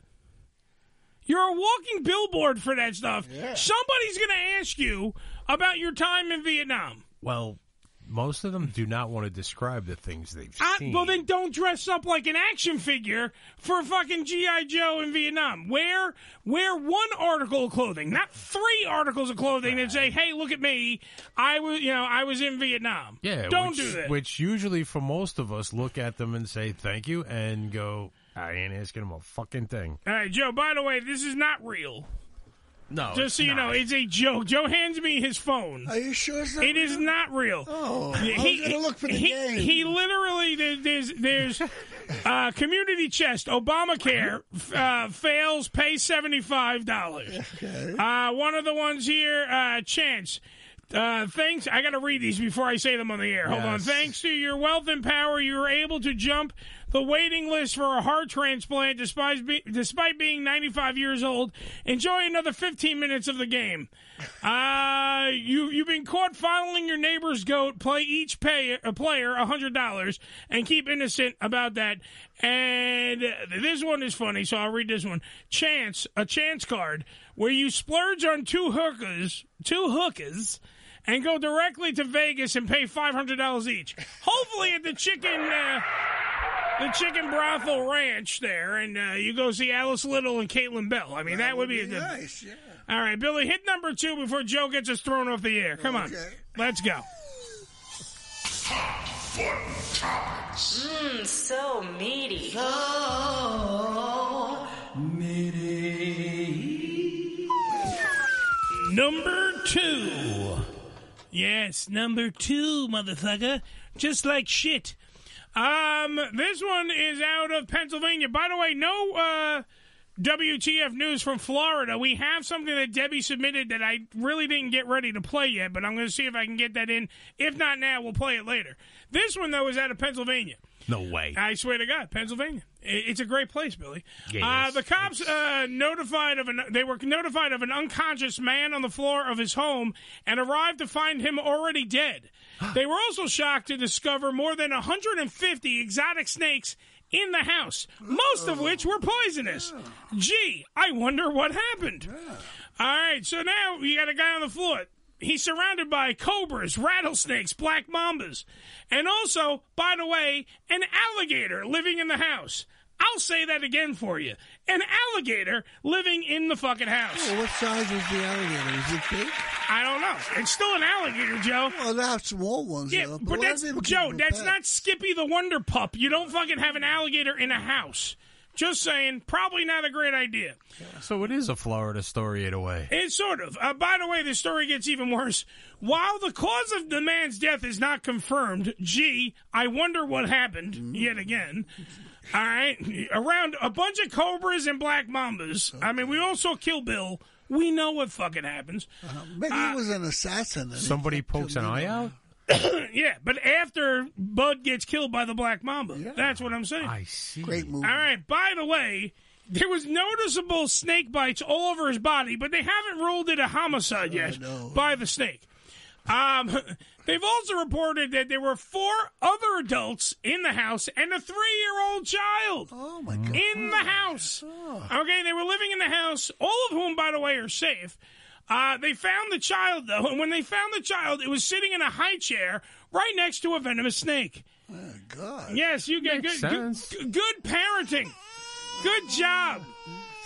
You're a walking billboard for that stuff. Somebody's going to ask you about your time in Vietnam.
Well, most of them do not want to describe the things they've
I,
seen.
well, then don't dress up like an action figure for fucking GI Joe in Vietnam. Wear wear one article of clothing, not three articles of clothing that say, "Hey, look at me. I was, you know, I was in Vietnam."
yeah,
don't
which,
do that.
Which usually, for most of us, look at them and say thank you, and go, I ain't asking them a fucking thing.
All right, Joe. By the way, this is not real.
No,
Just so you know, it's a joke. Joe hands me his phone.
Are you sure it's not
It is not real.
Oh,
Yeah,
I was gonna look for the
he,
game.
He literally there- there's there's uh, community chest. Obamacare f- uh, fails. Pay seventy five dollars. Uh, one of the ones here. Uh, chance. Uh, thanks. I got to read these before I say them on the air. Hold on.
Yes.
Thanks to your wealth and power, you were able to jump the waiting list for a heart transplant despite, be- despite being 95 years old. Enjoy another 15 minutes of the game. Uh, you, you've been caught fondling your neighbor's goat. Play each pay- uh, player $100 and keep innocent about that. And uh, this one is funny, so I'll read this one. Chance, a chance card, where you splurge on two hookers, two hookers and go directly to Vegas and pay five hundred dollars each. Hopefully at the chicken, uh, the chicken brothel ranch there, and uh, you go see Alice Little and Caitlin Bell. I mean, that, would be, a good-
nice. Yeah.
All right, Billy, hit number two before Joe gets us thrown off the air. Come on,
Okay.
let's go.
Mmm, so meaty.
Number two. Yes, number two, motherfucker. Just like shit. Um, this one is out of Pennsylvania. By the way, no, uh, WTF news from Florida. We have something that Debbie submitted that I really didn't get ready to play yet, but I'm going to see if I can get that in. If not now, we'll play it later. This one, though, is out of Pennsylvania.
No way.
I swear to God, Pennsylvania. I- It's a great place, Billy.
Yeah, it
Uh,
is.
the cops uh, notified of an they were notified of an unconscious man on the floor of his home and arrived to find him already dead. they were also shocked to discover more than 150 exotic snakes in the house, most of which were poisonous. Gee, I wonder what happened. All right, so now you got a guy on the floor. He's surrounded by cobras, rattlesnakes, black mambas, and also, by the way, an alligator living in the house. I'll say that again for you. An alligator living in the fucking house.
Oh, what size was the alligator? Is it Oh, big?
I don't know. It's still an alligator, Joe.
Well, they have small ones.
Yeah,
though,
but
a lot of
that's
people
Joe.
keep them
That's
pet.
not Skippy the Wonder Pup. You don't fucking have an alligator in a house. Just saying, probably not a great idea.
So it is a Florida story in a way.
It's sort of. Uh, by the way, the story gets even worse. While the cause of the man's death is not confirmed, gee, I wonder what happened yet
Mm.
again. All right, around a bunch of cobras and black mambas. I mean, we all saw Kill Bill. We know what fucking happens.
Uh-huh. Maybe
Uh,
he was an assassin. and he
Somebody
kept
pokes an
killing
eye
them.
out.
yeah, but after Bud gets killed by the Black Mamba. That's what I'm saying. I
see.
Great movie.
All right, by the way, there was noticeable snake bites all over his body, but they haven't ruled it a homicide yet by the snake. Um, they've also reported that there were four other adults in the house and a three-year-old child. Oh my god! In the house. Okay, they were living in the house, all of whom, by the way, are safe. Uh, they found the child though, and when they found the child, it was sitting in a high chair right next to a venomous snake. God. Yes, you get good,
Makes
good,
sense.
good parenting. Good job.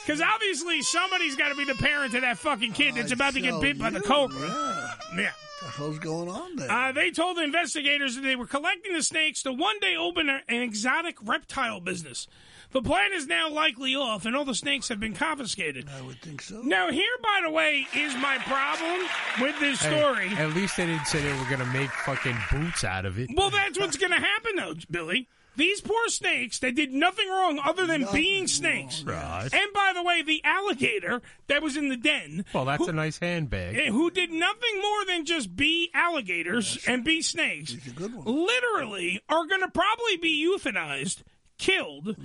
Because obviously somebody's got to be the parent to that fucking kid that's about to get
so
bit by the
you,
cobra. yeah.
What the hell's going on there?
Uh, they told the investigators that they were collecting the snakes to one day open a- an exotic reptile business. The plan is now likely off, and all the snakes have been confiscated. I would think so. Now, here, by the way, is my problem with this
Hey,
story.
at least they didn't say they were going to make fucking boots out of it.
Well, that's what's going to happen, though, Billy. These poor snakes that did nothing wrong other than being snakes.
Right.
And by the way, the alligator that was in the den,
Well, that's a nice handbag.
eh, who did nothing more than just be alligators and be snakes, literally are going to probably be euthanized, killed,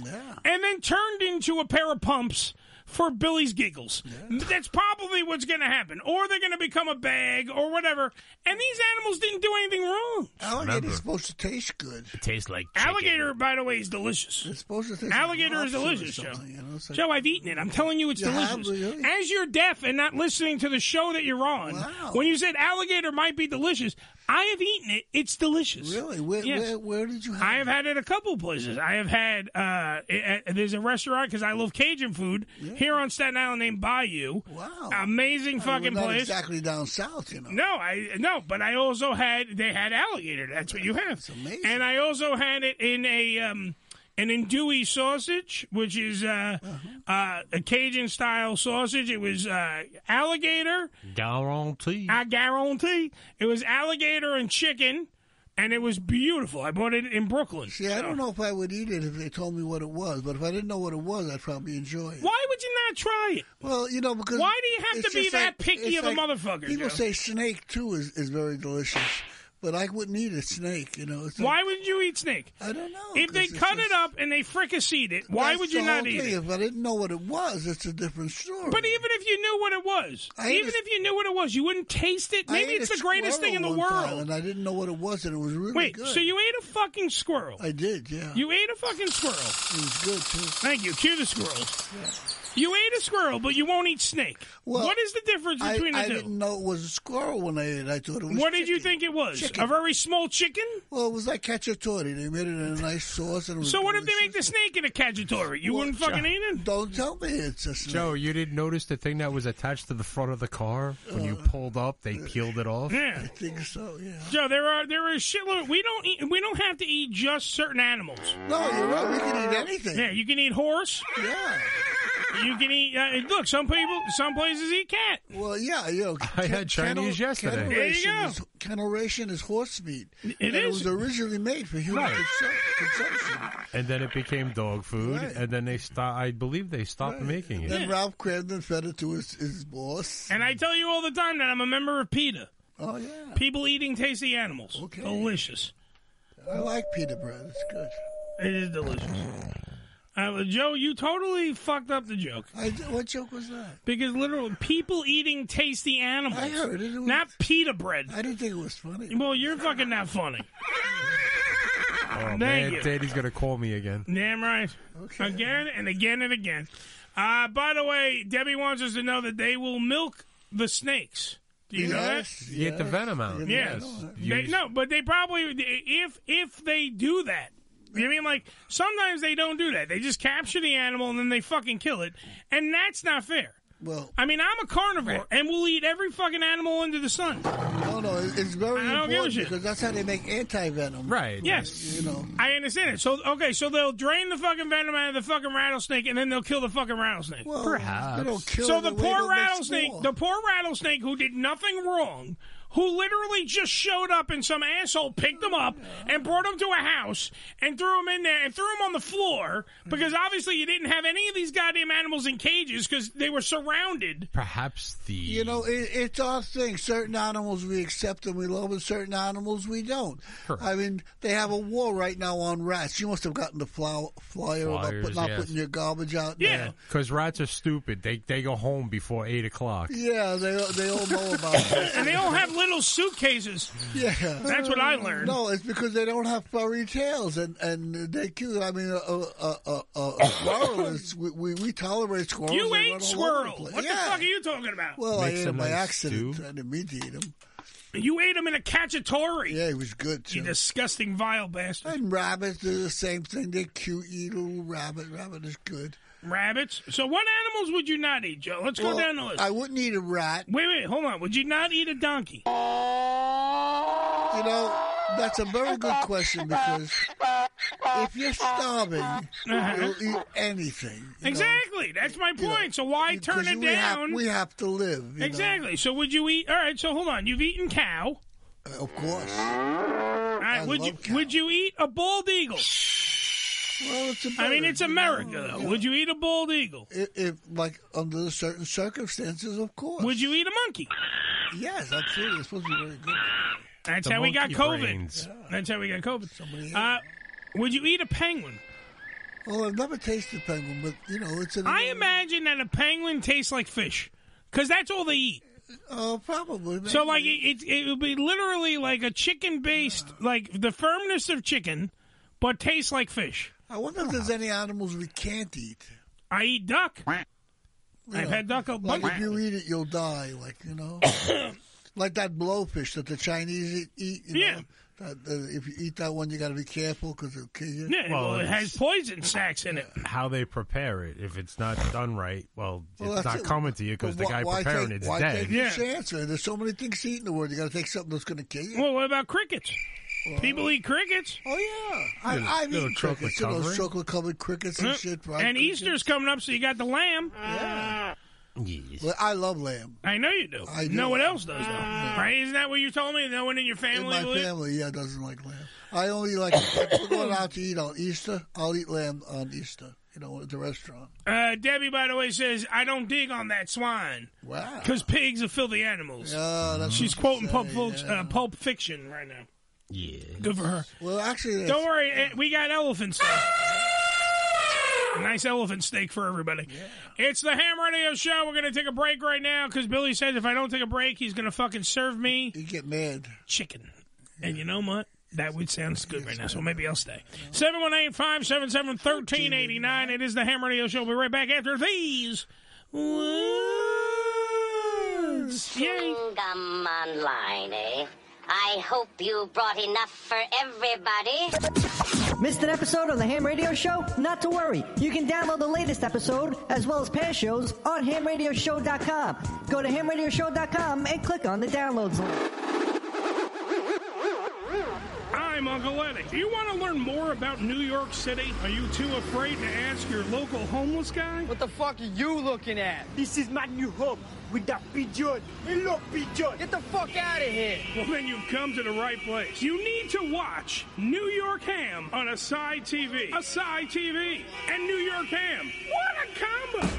and then turned into a pair of pumps. For Billy's giggles. That's probably what's going to happen. Or they're going to become a bag or whatever. And these animals didn't do anything wrong.
Alligator's supposed to taste good.
It tastes like
Alligator, by the way, is delicious. It's
supposed to taste like
Alligator is
lobster or
delicious, Joe.
something, you know, it's like-
Joe, I've eaten it. I'm telling you, it's
You have,
delicious. As you're deaf and not listening to the show that you're on, when you said alligator might be delicious, I have eaten it. It's delicious. Really? Where,
where-
did you have I have had it a couple places. I have had, uh, i- i- there's a restaurant because I love Cajun food here on Staten Island named Bayou. Wow. Amazing
I mean,
fucking
we're not
place.
exactly down south, you know.
No, I no, but I also had they had alligator. That's what you have. And I also had it in a um, an andouille sausage, which is uh,
Uh-huh.
uh a Cajun style sausage. It was uh, alligator.
Guarantee.
I guarantee it was alligator and chicken, and it was beautiful. I bought it in Brooklyn.
See, I don't know if I would eat it if they told me what it was, but if I didn't know what it was, I'd probably enjoy it.
Why would you not try it?
Well, you know, because
Why do you have
it's
to be
just
that
like-
picky
it's
of a
like-
motherfucker,
People
Joe?
say snake too is, is very delicious, but I wouldn't eat a snake. You know, it's
Why would you eat snake?
I don't know.
If they
'cause it's
cut
just-
it up and they fricasseed it, why
That's
would you
the
not
whole
eat
thing.
it?
If I didn't know what it was, it's a different story.
But even if you knew what it was,
I
even
ate a-
if you knew what it was, you wouldn't taste it.
I
Maybe
ate
it's
a
the greatest thing in the
squirrel one time,
world.
and I didn't know what it was, and it was really
Wait,
good.
so you ate a fucking squirrel?
I did, yeah.
You ate a fucking squirrel. It
was good too.
Thank you. Cue the squirrels. You ate a squirrel, but you won't eat snake. what is the difference
I,
between the
I
two?
didn't know it was a squirrel when I ate it. I thought it was.
What did you think it was?
Chicken.
A very small chicken?
Well, it was like cacciatore. They made it in a nice sauce, and it was
So what if they make the snake in a cacciatore? You
Well,
wouldn't fucking
Joe,
eat it?
Don't tell me it's a snake.
Joe, you didn't notice the thing that was attached to the front of the car when you
Uh,
pulled up? They peeled it off.
Yeah.
I think so. Yeah.
Joe, there are there are a shitload. We don't eat, we don't have to eat just certain animals.
No, you're right. We can eat anything.
Yeah, you can eat horse.
Yeah.
You can eat. Uh, look, some people, some places eat cat.
Well, yeah, you know,
I had Chinese yesterday. There you
ration
go.
Is, kennel ration is horse meat.
It
and It
is.
was originally made for human
Right.
consu- consumption.
and then it became dog food,
Right.
and then they stopped. I believe they stopped making it.
Then Ralph Cramden fed it to his, his boss.
And I tell you all the time that I'm a member of PETA.
Oh yeah.
People eating tasty animals. Delicious.
I like pita bread. It's good.
It is delicious. Uh, Joe, you totally fucked up the joke.
I, what joke was that?
Because literally, people eating tasty animals.
I heard it. It was-
not pita bread. I
didn't think it was funny.
Well, you're fucking not funny.
Oh
Ah, Thank
man,
you.
Daddy's gonna call me again.
Damn right. Again and again and again. Uh, by the way, Debbie wants us to know that they will milk the snakes. Do you know that?
You get the venom out.
Yes. They, no, but they probably if if they do that. I mean, like sometimes they don't do that. They just capture the animal and then they fucking kill it, and that's not fair.
Well,
I mean, I'm a carnivore, and we'll eat every fucking animal under the sun.
No, no, it's very
I don't give a
important
shit.
because that's how they make anti venom.
Right.
Yes,
You know.
I understand it. So okay, so they'll drain the fucking venom out of the fucking rattlesnake, and then they'll kill the fucking rattlesnake.
Well, Perhaps. they don't kill
so
it,
the
they wait till
poor
next
rattlesnake,
war.
the poor rattlesnake who did nothing wrong, who literally just showed up and some asshole picked him up and brought him to a house and threw him in there and threw him on the floor because obviously you didn't have any of these goddamn animals in cages because they were surrounded.
Perhaps the
You know, it, it's our thing. Certain animals we accept and we love, and certain animals we don't. I mean, they have a war right now on rats. You must have gotten the flow, flyer about
Flyers,
put, not
yes.
putting your garbage out there.
because rats are stupid. They they go home before eight o'clock.
Yeah, they they all know about it.
and they all have little suitcases.
Yeah,
That's what I learned.
Uh, No, it's because they don't have furry tails, and and they kill. I mean, uh, a a a, a, a squirrel is uh, we, we we tolerate squirrels.
You
They
ate
run all over the
squirrel.
place.
What the
Yeah.
fuck are you talking about?
Well, I ate him by accident. I didn't mean to eat him.
You ate him in a cacciatore.
Yeah, he was good too.
You disgusting, vile bastard.
And rabbits do the same thing. They're cute, eat a little rabbit. Rabbit is good.
Rabbits. So, what animals would you not eat, Joe? Let's
Well,
go down the list.
I wouldn't eat a rat.
Wait, wait, hold on. Would you not eat a donkey?
You know, that's a very good question because if you're starving, you'll eat anything. you know.
Uh-huh. exactly. That's my point. so, why turn
'Cause
it
we have-
down?
we have to live. you know.
exactly. So, would you eat? All right. So, hold on. You've eaten cow.
Uh, Of course.
All right. would you would you eat a bald eagle?
Well, it's
I mean, it's America, though. Would you eat a bald eagle?
If, if like under certain circumstances, of course.
Would you eat a monkey?
Yes, absolutely. It's supposed to be very good.
That's
The
how we got
monkey
COVID.
brains.
That's how we got COVID. Uh, would you eat a penguin?
Well, I've never tasted penguin, but you know, it's an.
I imagine that a penguin tastes like fish, because that's all they eat.
Oh, probably.
So, like, it, it it would be literally like a chicken based, like the firmness of chicken, but tastes like fish.
I wonder if there's any animals we can't eat.
I eat duck.
You
I've
know,
had duck a
Like
bunch.
if you eat it, you'll die. Like you know, like that blowfish that the Chinese eat. eat you
Yeah.
Know, that, that if you eat that one, you got to be careful because it'll kill you.
Yeah, well, it has poison sacks in it.
How they prepare it. If it's not done right, well,
Well,
it's
that's it.
not coming to you because
But why-
the guy
why
preparing
take-
it's
why
dead.
Take yeah. chance, man? There's so many things to eat in the world. You got to take something that's going to kill you.
Well, what about crickets? People eat crickets.
Oh yeah, I,
Little-
I've
little
eaten
chocolate
crickets. You know,
covering.
chocolate covered crickets and
Uh,
shit. fried
and
crickets.
Easter's coming up, so you got the lamb.
Well, I love lamb.
I know you do.
I do.
No one else does, though. Right? Isn't that what you told me? No one in your
In
family
my
will eat-
family, yeah, doesn't like lamb. I only like if we're going out to eat on Easter. I'll eat lamb on Easter. You know, at the restaurant.
Uh, Debbie, by the way, says, I don't dig on that swine.
Wow.
Because pigs are filthy animals. She's quoting Pulp, Fic- uh, Pulp Fiction right now.
Yeah.
Good for her.
Well, actually,
Don't worry, eh, we got elephant steak. nice elephant steak for everybody. It's the Ham Radio Show. We're going to take a break right now because Billy says if I don't take a break, he's going to fucking serve me.
You get mad.
Chicken. And you know what? That would sound good right now, so maybe I'll stay. 718 577 1389. It is the Ham Radio Show. We'll be right back after these. words. Yay.
Chewing-gum online, eh? I hope you brought enough for everybody.
Missed an episode of the Ham Radio Show? Not to worry. You can download the latest episode as well as past shows on hamradioshow.com. Go to hamradioshow.com and click on the downloads link.
I I'm Uncle Eddie. Do you want to learn more about New York City? Are you too afraid to ask your local homeless guy? What the fuck are you looking at? This is my new home with that pigeon. Hello, pigeon. Get the fuck out of here. Well, then you've come to the right place. You need to watch New York Ham on Asai TV. Asai TV and New York Ham. What a combo!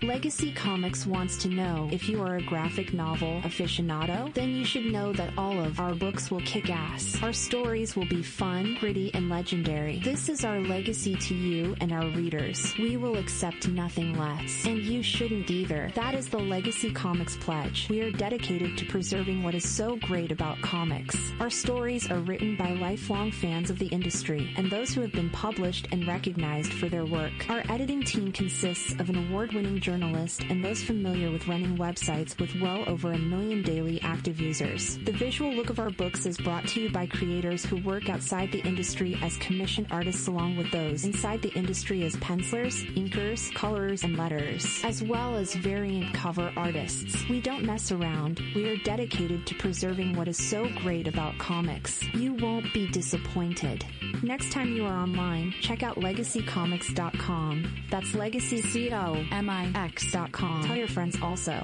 Legacy Comics wants to know if you are a graphic novel aficionado, then you should know that all of our books will kick ass. Our stories will be fun, gritty, and legendary. This is our legacy to you and our readers. We will accept nothing less, and you shouldn't either. That is the Legacy Comics pledge. We are dedicated to preserving what is so great about comics. Our stories are written by lifelong fans of the industry and those who have been published and recognized for their work. Our editing team consists of an award-winning journalist and those familiar with running websites with well over a million daily active users. The visual look of our books is brought to you by creators who work outside the industry as commissioned artists along with those inside the industry as pencilers, inkers, colorers, and letterers, as well as variant cover artists. We don't mess around. We are dedicated to preserving what is so great about comics. You won't be disappointed. Next time you are online, check out legacycomics.com. That's legacy C O M I X.com. Tell your friends also.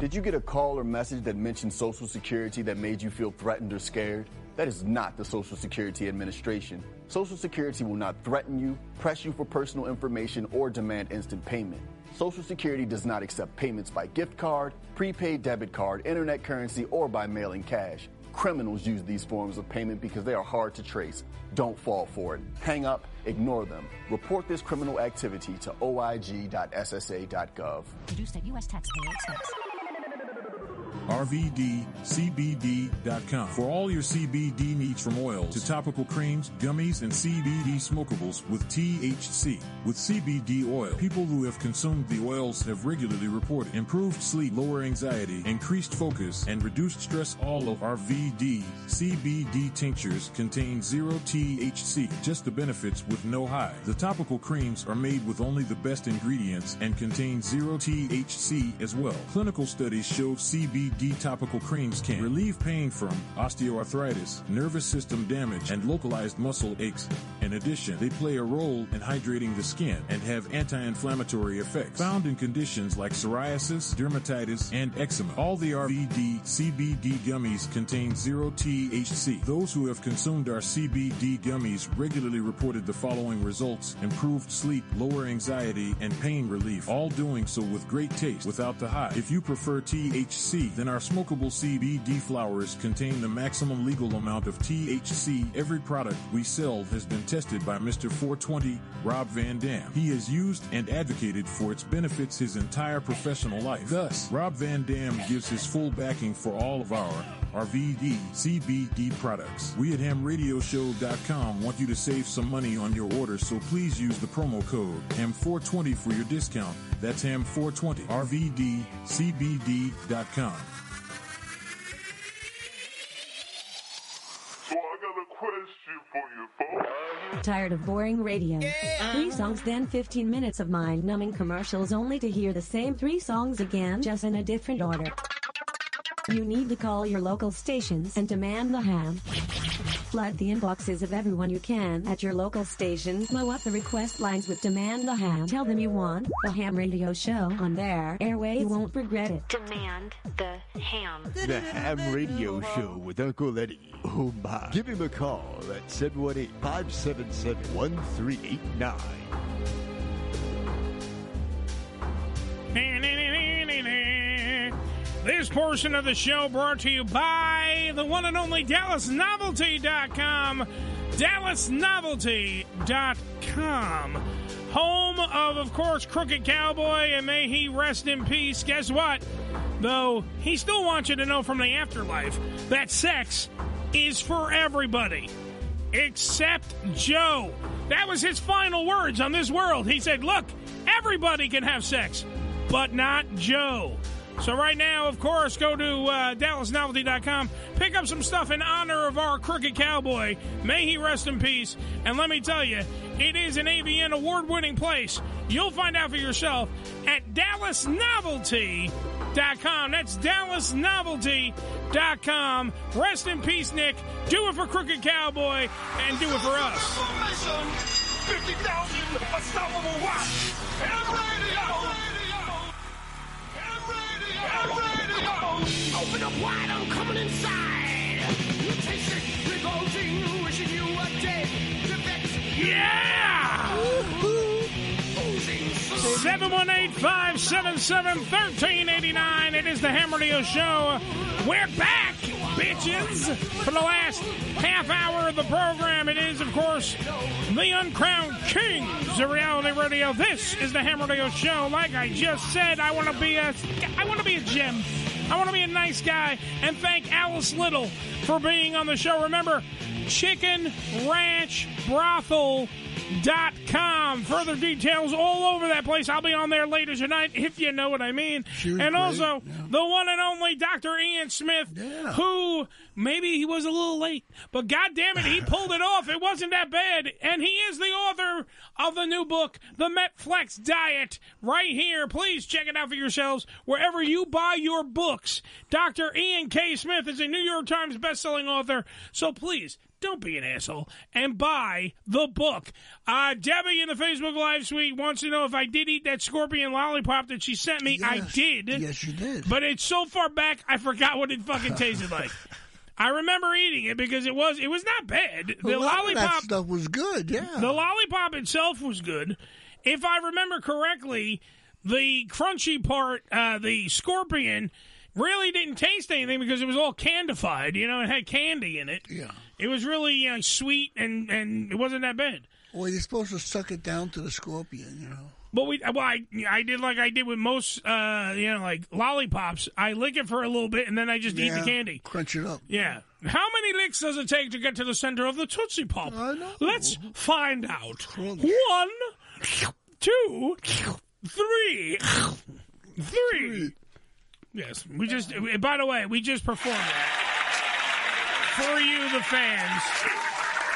Did you get a call or message that mentioned Social Security that made you feel threatened or scared? That is not the Social Security Administration. Social Security will not threaten you, press you for personal information, or demand instant payment. Social Security does not accept payments by gift card, prepaid debit card, internet currency, or by mailing cash. Criminals use these forms of payment because they are hard to trace. Don't fall for it. Hang up, ignore them. Report this criminal activity to oig.ssa.gov.
Produced at U.S. taxpayer expense.
RVDCBD.com for all your CBD needs from oils to topical creams, gummies, and CBD smokables with THC. With CBD oil, people who have consumed the oils have regularly reported improved sleep, lower anxiety, increased focus, and reduced stress. All of RVD CBD tinctures contain zero THC, just the benefits with no high. The topical creams are made with only the best ingredients and contain zero THC as well. Clinical studies showed CBD topical creams can relieve pain from osteoarthritis, nervous system damage, and localized muscle aches. In addition, they play a role in hydrating the skin and have anti-inflammatory effects found in conditions like psoriasis, dermatitis, and eczema. All the RVD CBD gummies contain zero THC. Those who have consumed our CBD gummies regularly reported the following results: improved sleep, lower anxiety, and pain relief. All doing so with great taste, without the high. If you prefer THC, then our smokable CBD flowers contain the maximum legal amount of THC. Every product we sell has been tested by Mr. 420 Rob Van Dam. He has used and advocated for its benefits his entire professional life. Thus, Rob Van Dam gives his full backing for all of our RVD CBD products. We at hamradioshow.com want you to save some money on your order, so please use the promo code HAM420 for your discount. That's HAM420, RVDCBD.com.
Tired of boring radio? Three songs, then 15 minutes of mind numbing commercials only to hear the same three songs again, just in a different order. You need to call your local stations and demand the ham. Flood the inboxes of everyone you can at your local station. Blow up the request lines with Demand the Ham. Tell them you want the ham radio show on their airway. You won't regret it.
Demand the ham.
The Ham Radio Show with Uncle Eddie. Oh my. Give him a call at 718 577 1389.
This portion of the show brought to you by the one and only DallasNovelty.com. DallasNovelty.com. Home of, of course, Crooked Cowboy, and may he rest in peace. Guess what? Though he still wants you to know from the afterlife that sex is for everybody except Joe. That was his final words on this world. He said, Look, everybody can have sex, but not Joe. So, right now, of course, go to uh, DallasNovelty.com, pick up some stuff in honor of our crooked cowboy. May he rest in peace. And let me tell you, it is an ABN award winning place. You'll find out for yourself at DallasNovelty.com. DallasNovelty.com. That's DallasNovelty.com. Rest in peace, Nick. Do it for Crooked Cowboy and do it for us.
Open up wide, I'm coming inside. You taste it, revolting, wishing you were dead. The vex-
Yeah!
Oozing
718 577 1389. It is the Hammer Deal Show. We're back, bitches, for the last half hour of the program. It is, of course, the Uncrowned Kings of Reality Radio. This is the Hammer Deal Show. Like I just said, I want to be a, I want to be a gem. I want to be a nice guy and thank Alice Little for being on the show. Remember, Chicken Ranch Brothel com. Further details all over that place. I'll be on there later tonight, if you know what I mean. And also, the one and only Dr. Ian Smith, who maybe he was a little late, but God damn it, he pulled it off. It wasn't that bad. And he is the author of the new book, The Metflex Diet, right here. Please check it out for yourselves wherever you buy your books. Dr. Ian K. Smith is a New York Times bestselling author, so please don't be an asshole and buy the book. Uh, Debbie in the Facebook Live suite wants to know if I did eat that scorpion lollipop that she sent me. I did. Yes, you did. But it's so far back, I forgot what it fucking tasted like. I remember eating it because it was it was not bad.
A
The
lot of that
lollipop
stuff was good. Yeah.
the lollipop itself was good. If I remember correctly, the crunchy part, uh, the scorpion, really didn't taste anything because it was all candified. You know, it had candy in it. Yeah. It was really uh, sweet and, and it wasn't that bad.
Well, you're supposed to suck it down to the scorpion, you know.
But we, well, I, I did like I did with most, uh, you know, like lollipops. I lick it for a little bit and then I just eat
Yeah,
the candy.
Crunch it up.
Yeah. How many licks does it take to get to the center of the Tootsie Pop? Let's find out. One, two, three, three. Yes, we just. By the way, we just performed that for you, the fans.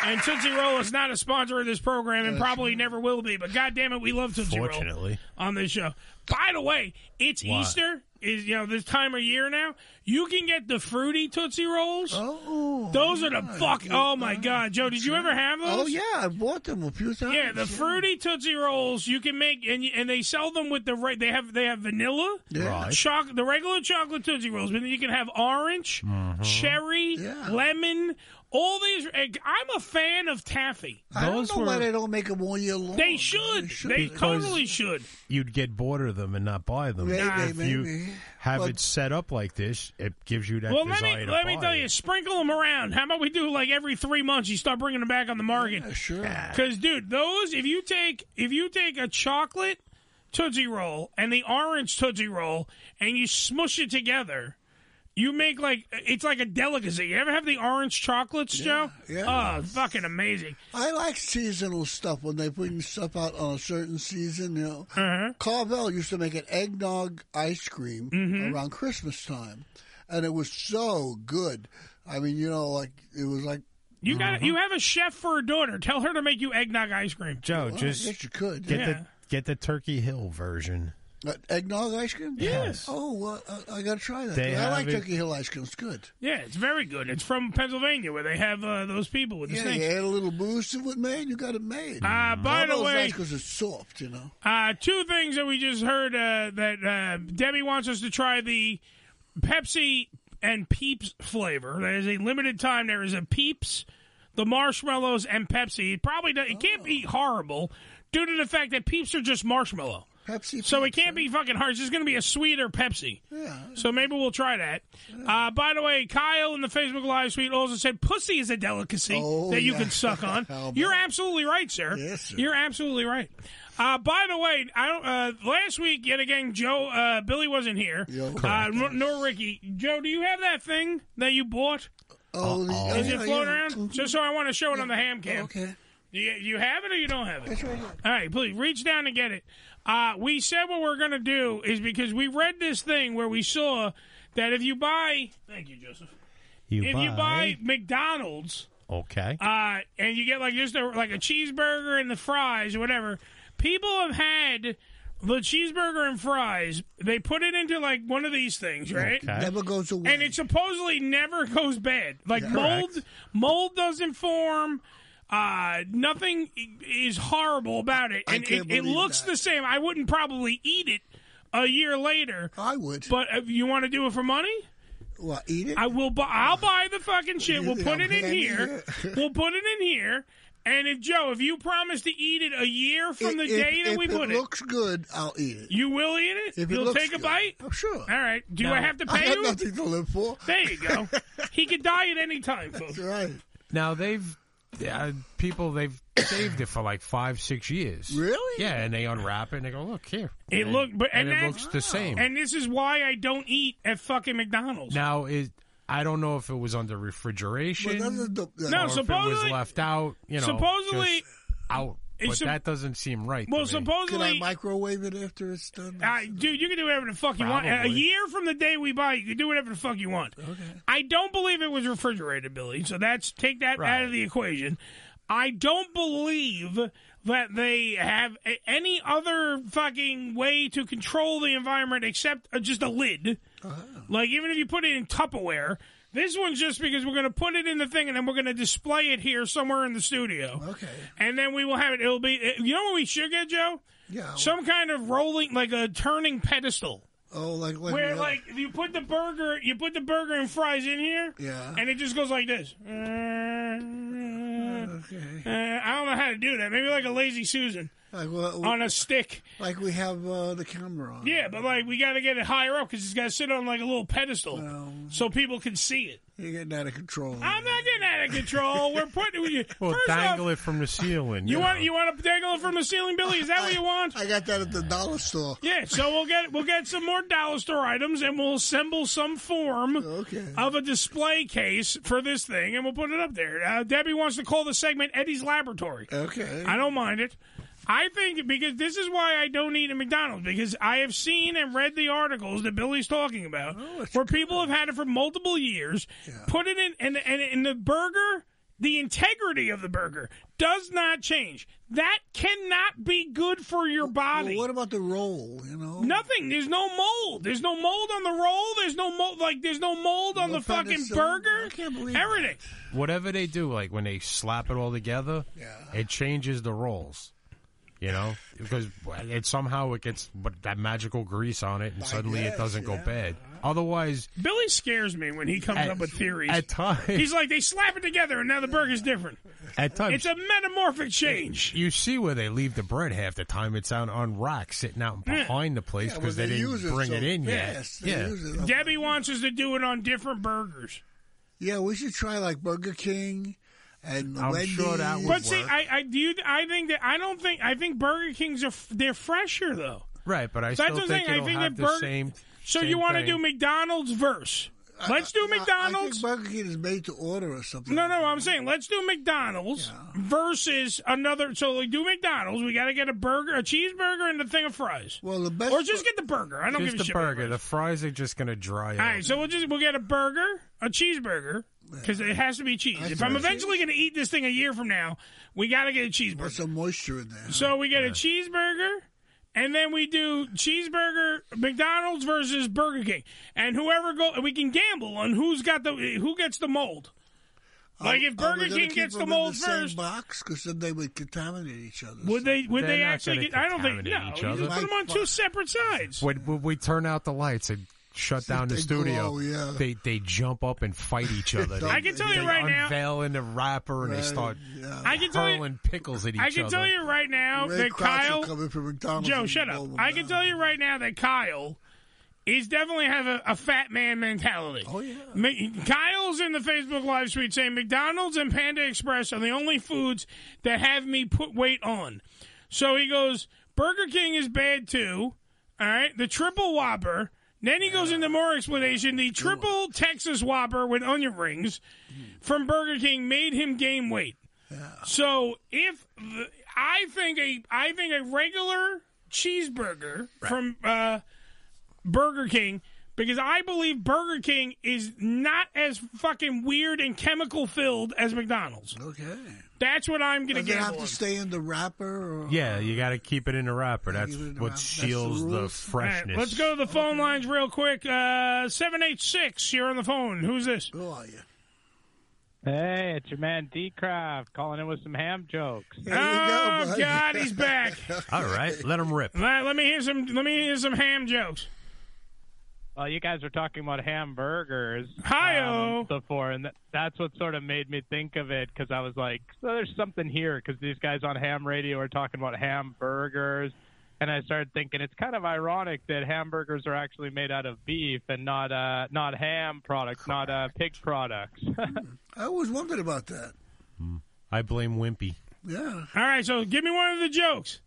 And Tootsie Roll is not a sponsor of this program, and probably never will be. But goddamn it, we love Tootsie Roll
Fortunately.
on this show. By the way, it's
What?
Easter. Is you know this time of year now? You can get the fruity tootsie rolls. Oh, those are the fuck. Oh my god, Joe, did you ever have those?
Oh yeah, I bought them a few times.
Yeah, the fruity tootsie rolls you can make, and and they sell them with the right. They have they have vanilla,
Yeah. Right.
choc- the regular chocolate tootsie rolls, but then you can have orange,
Mm-hmm.
cherry, lemon. All these. I'm a fan of taffy.
I don't know why they don't make them all year long.
They should. They, totally should.
You'd get bored of them and not buy them.
Maybe,
if you
maybe.
have
But-
it set up like this, it gives you that
well, let
desire
me
to
let me
buy
tell
it.
you, sprinkle them around. How about we do like every three months? You start bringing them back on the market.
sure.
Because, dude, those if you take if you take a chocolate tootsie roll and the orange tootsie roll and you smush it together, you make like it's like a delicacy. You ever have the orange chocolates, Joe?
yeah.
Oh, fucking amazing.
I like seasonal stuff when they bring stuff out on a certain season. You know,
Mm-hmm.
Carvel used to make an eggnog ice cream
Mm-hmm.
around Christmas time, and it was so good. I mean, you know, like it was like Mm-hmm.
You got you have a chef for a daughter. Tell her to make you eggnog ice cream.
Joe,
Well, I
just
guess you could,
get
yeah.
the get the Turkey Hill version.
uh, eggnog ice cream.
Yes.
Oh, well, I, I got to try that.
They
I like
have it-
Turkey Hill ice cream. It's good.
Yeah, it's very good. It's from Pennsylvania where they have uh, those people with the
Yeah,
snakes.
you add a little booze to it, man. You got it made.
Uh, by the way-
because it's soft, you know.
Uh, two things that we just heard uh, that uh, Debbie wants us to try the Pepsi and Peeps flavor. There is a limited time. There is a Peeps, the marshmallows, and Pepsi. It probably does, it can't
Oh.
be horrible due to the fact that Peeps are just marshmallow.
Pepsi.
So it can't be fucking hard. It's just going to be a sweeter Pepsi.
Yeah.
So maybe we'll try that. Uh, by the way, Kyle in the Facebook Live suite also said pussy is a delicacy that you
Oh, yeah.
can suck on.
How
You're absolutely right, sir. Yes, sir. You're absolutely right. Uh, by the way, I don't, uh, last week yet again, Joe uh, Billy wasn't here. Uh, nor, nor Ricky. Joe, do you have that thing that you bought?
Oh,
Is it
yeah,
floating
yeah.
around? Just so I want to show it on the ham cam.
Okay.
You, you have it or you don't have it?
It's right here.
All right, please reach down and get it. Uh, we said what we're going to do is because we read this thing where we saw that if you buy, thank you, Joseph.
You
if
buy,
you buy McDonald's,
okay,
uh, and you get like just a, like a cheeseburger and the fries or whatever, people have had the cheeseburger and fries, they put it into like one of these things, right?
Okay. Never goes away.
And it supposedly never goes bad. Like
Yeah.
mold, mold doesn't form. Uh, nothing i- is horrible about it,
I
and
can't
it, it
believe
looks the same. I wouldn't probably eat it a year later. I would, but if you want to do it for money?
Well, eat it.
I will. Bu- I'll buy the fucking shit. We'll
Yeah,
put it in
man,
here. We'll put it in here. And if Joe, if you promise to eat it a year from the
If-
day that
if
we put
it looks good, I'll eat it.
you will eat it.
If it
You'll
looks
take a
good.
bite.
Oh, sure.
All right. Do
No.
I have to
I
pay
have
you?
nothing to live for.
There you go. he could die at any time, folks.
right.
Now they've uh, people they've saved it for like five six years. Really? Yeah, and they unwrap it and they go, look here.
It
And-
looked, but and,
it
that-
looks the same.
And this is why I don't eat at fucking McDonald's.
now is I don't know if it was under refrigeration.
Well, that's a dope-
or
No,
if it
supposedly-
was left out. You know,
supposedly-
just out.
It's
But
sup-
that doesn't seem right.
Well,
to me.
supposedly,
Can I microwave it after it's done?
I, dude, you can do whatever the fuck you want. A
Probably.
year from the day we buy, it, you can do whatever the fuck you want.
Oh.
I don't believe it was refrigerated, Billy. So that's take that out of the equation. I don't believe that they have a, any other fucking way to control the environment except uh, just a lid.
Uh-huh.
Like even if you put it in Tupperware, this one's just because we're going to put it in the thing and then we're going to display it here somewhere in the studio. Okay. And then we will have it. It'll be. uh, You know what we should get, Joe?
Yeah.
Some kind of rolling, like a turning pedestal.
Oh, like, like
Where
yeah.
like you put the burger, you put the burger and fries in here,
Yeah.
and it just goes like this. Uh, I don't know how to do that. Maybe like a lazy Susan
like what,
on a stick.
like we have uh, the camera on.
Yeah, but like we got to get it higher up because it's got to sit on like a little pedestal so people can see it.
You're getting out of control.
I'm not getting out of control. We're putting you.
Well,
first off,
dangle it from the ceiling.
you
know.
want you want to dangle it from the ceiling, Billy? Is that what you want?
I got that at the dollar store.
Yeah, so we'll get we'll get some more dollar store items, and we'll assemble some form of a display case for this thing, and we'll put it up there. Uh, Debbie wants to call the segment Eddie's Laboratory.
Okay.
I don't mind it. I think because this is why I don't eat at McDonald's because I have seen and read the articles that Billy's talking about
Oh,
where people have had it for multiple years, put it in, and, and, and the burger, the integrity of the burger does not change. That cannot be good for your body.
What about the roll? You know,
Nothing. There's no mold. There's no mold on the roll. There's no mold. Like there's no mold on
No
the fucking
penicillin?
burger.
I can't believe
everything.
whatever they do, like when they slap it all together, it changes the rolls. You know, because it somehow it gets what- that magical grease on it, and suddenly it doesn't go bad. Otherwise,
Billy scares me when he comes
At-
up with theories.
at times-
he's like they slap it together and now the burger's different.
at times
It's a metamorphic change.
you see where they leave the bread half the time. It's out on racks, sitting out
Yeah.
behind the place
Yeah,
because
well,
they,
they use
didn't
it
bring
so
it in
fast. They
yet.
use
Yeah,
Debbie wants us to do it on different burgers.
Yeah, we should try like Burger King and Wendy's.
But see, I, I do. You, I think that I don't think I think Burger Kings are f- they're fresher though.
right. But I
That's the
still think
thing, I
it'll
think that
have the
Burger-
same.
So
same
you want to
thing.
do McDonald's verse? Let's do McDonald's.
Burger King is made to order or something.
No, no, I'm saying let's do McDonald's versus another. So we do McDonald's. We got to get a burger, a cheeseburger, and a thing of fries.
Well, the best,
or just get the burger. I don't
Just
give a
the
shit.
burger. The fries are just going to dry
All
out.
right, so we'll just we'll get a burger, a cheeseburger, because it has to be cheese. if I'm
right.
eventually going to eat this thing a year from now, we got to get a cheeseburger.
Put some moisture in there.
So we get a cheeseburger, and then we do cheeseburger McDonald's versus Burger King, and whoever go we can gamble on who's got the who gets the mold. Like if
Are we
Burger
Oh, gonna
King
keep
gets the
them
mold
in the
first,
same box because then they would contaminate each other.
would they would
They're
they
not
actually?
gonna
Get, I don't think no.
contaminate each
you
other.
just put them on two separate sides.
When, when we turn out the lights and shut down the
they
studio,
glow, yeah.
they they jump up and fight each other. They,
I can tell you
they
right now-
unveil in the wrapper and they start
I can tell you-
hurling pickles at each
I can
other.
tell you right now
Ray
that
Kroc will
Kyle
come in from McDonald's
Joe,
and
shut up.
roll them
I can tell you right now that Kyle is definitely have a, a fat man mentality. Oh yeah. Kyle's in the Facebook live suite saying McDonald's and Panda Express are the only foods that have me put weight on. So he goes, Burger King is bad too. All right, the triple whopper. Then he goes into more explanation. The triple Texas Whopper with onion rings from Burger King made him gain weight. So if the, I think a I think a regular cheeseburger from uh, Burger King because I believe Burger King is not as fucking weird and chemical filled as McDonald's.
Okay.
That's what I'm going to
Does
get.
it have to stay in the wrapper? Or...
Yeah, you got to keep it in a wrapper. That's
Keep it in a
what
wrapper. That's the
shields the,
rules.
freshness.
let's go to the phone lines real quick. Uh, 786, you're on the phone. Who's this?
Who are you?
Hey, it's your man D Craft calling in with some ham jokes.
oh, God, he's back.
All right, let him rip.
let, let me hear some. Let me hear some ham jokes.
Well, you guys are talking about hamburgers
Hi-yo.
um, before, and th- that's what sort of made me think of it because I was like, so there's something here because these guys on ham radio are talking about hamburgers. And I started thinking it's kind of ironic that hamburgers are actually made out of beef and not uh, not ham products, not uh, pig products.
I always wondered about that.
I blame Wimpy.
Yeah.
All right, so give me one of the jokes.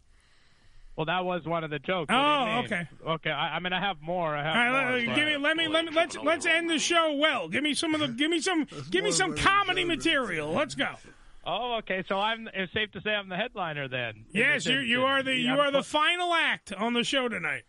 Well, that was one of the jokes.
Oh,
What do you mean?
okay.
Okay, I, I mean I have more. I
All
have
right,
more,
let, uh,
but-
give me, let me, let me, let's let's end the show well. Give me some of the, give me some, give me some comedy material. Let's go.
Oh, okay. So I'm. It's safe to say I'm the headliner then.
Yes, you you are the you
Yeah,
are the
I'm-
final act on the show tonight.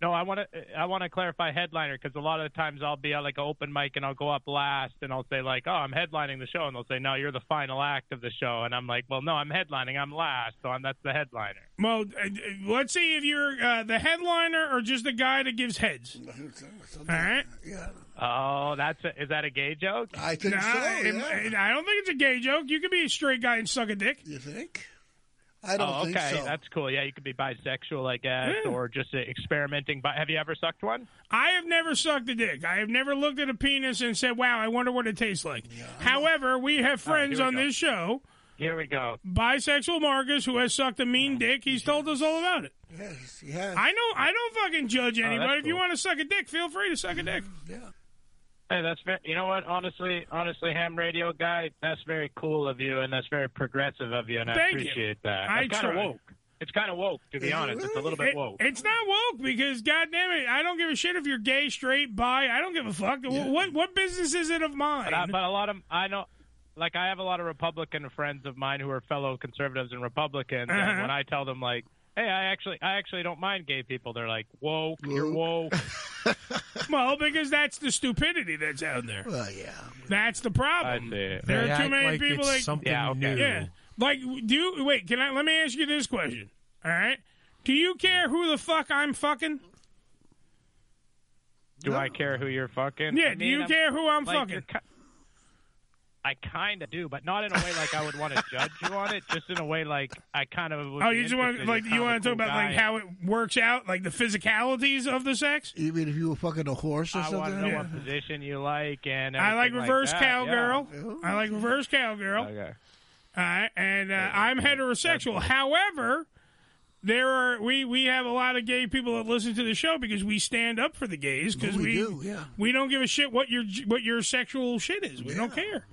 No, I want to. I want to clarify headliner because a lot of the times I'll be at like an open mic and I'll go up last and I'll say like, "Oh, I'm headlining the show," and they'll say, "No, you're the final act of the show," and I'm like, "Well, no, I'm headlining. I'm last, so I'm that's the headliner."
Well, uh, uh, let's see if you're uh, the headliner or just the guy that gives heads. All right.
Oh, that's a, is that a gay joke?
I think
Nah,
so.
it-
yeah.
it- I don't think it's a gay joke. You can be a straight guy and suck a dick.
You think? I don't
oh,
think
okay,
so.
that's cool. Yeah, you could be bisexual, I guess, or just uh, experimenting. Bi- have you ever sucked one?
I have never sucked a dick. I have never looked at a penis and said, "Wow, I wonder what it tastes like." However, we have
All right,
friends
here we
on
go.
this show,
Here we go.
bisexual Marcus, who has sucked a mean dick. He's told us all about it.
Yes, yes.
I know. I don't fucking judge
Oh, that's
anybody. If you
cool.
want to suck a dick, feel free to suck a dick.
Hey, that's very, you know what? Honestly, honestly, ham radio guy, that's very cool of you, and that's very progressive of you, and I
Thank you.
appreciate that.
I
it's kind of
try.
woke. It's kind of woke, to be honest. It's a little bit
It-
woke.
It's not woke because, goddamn it, I don't give a shit if you're gay, straight, bi. I don't give a fuck. Wh- What what business is it of mine?
but, I, but a lot of I know, like I have a lot of Republican friends of mine who are fellow conservatives and Republicans,
Uh-huh.
and when I tell them like, hey, I actually I actually don't mind gay people, they're like, woke, you're woke.
well, because that's the stupidity that's out there.
Well, yeah.
That's the problem.
They
There are too
act
many
like
people
it's
that
something
yeah,
new.
Like, do you wait? Can I? Let me ask you this question. All right. Do you care who the fuck I'm fucking?
Do I care who you're fucking?
Yeah,
I
do
mean,
you care who I'm
like,
fucking?
you're ki- I kind of do, but not in a way like I would want to judge you on it. Just in a way like I kind of.
Oh, you just want like you want to talk about like how it works out, like the physicalities of the sex.
You mean if you were fucking a horse or
I
something?
want to know what position you like and.
I like
everything
reverse
that, yeah.
cowgirl. I like reverse cowgirl.
Okay.
All right, and uh, I'm heterosexual. However, there are we we have a lot of gay people that listen to the show because we stand up for the gays because
Oh, We
we
do, yeah.
we don't give a shit what your what your sexual shit is. We don't care.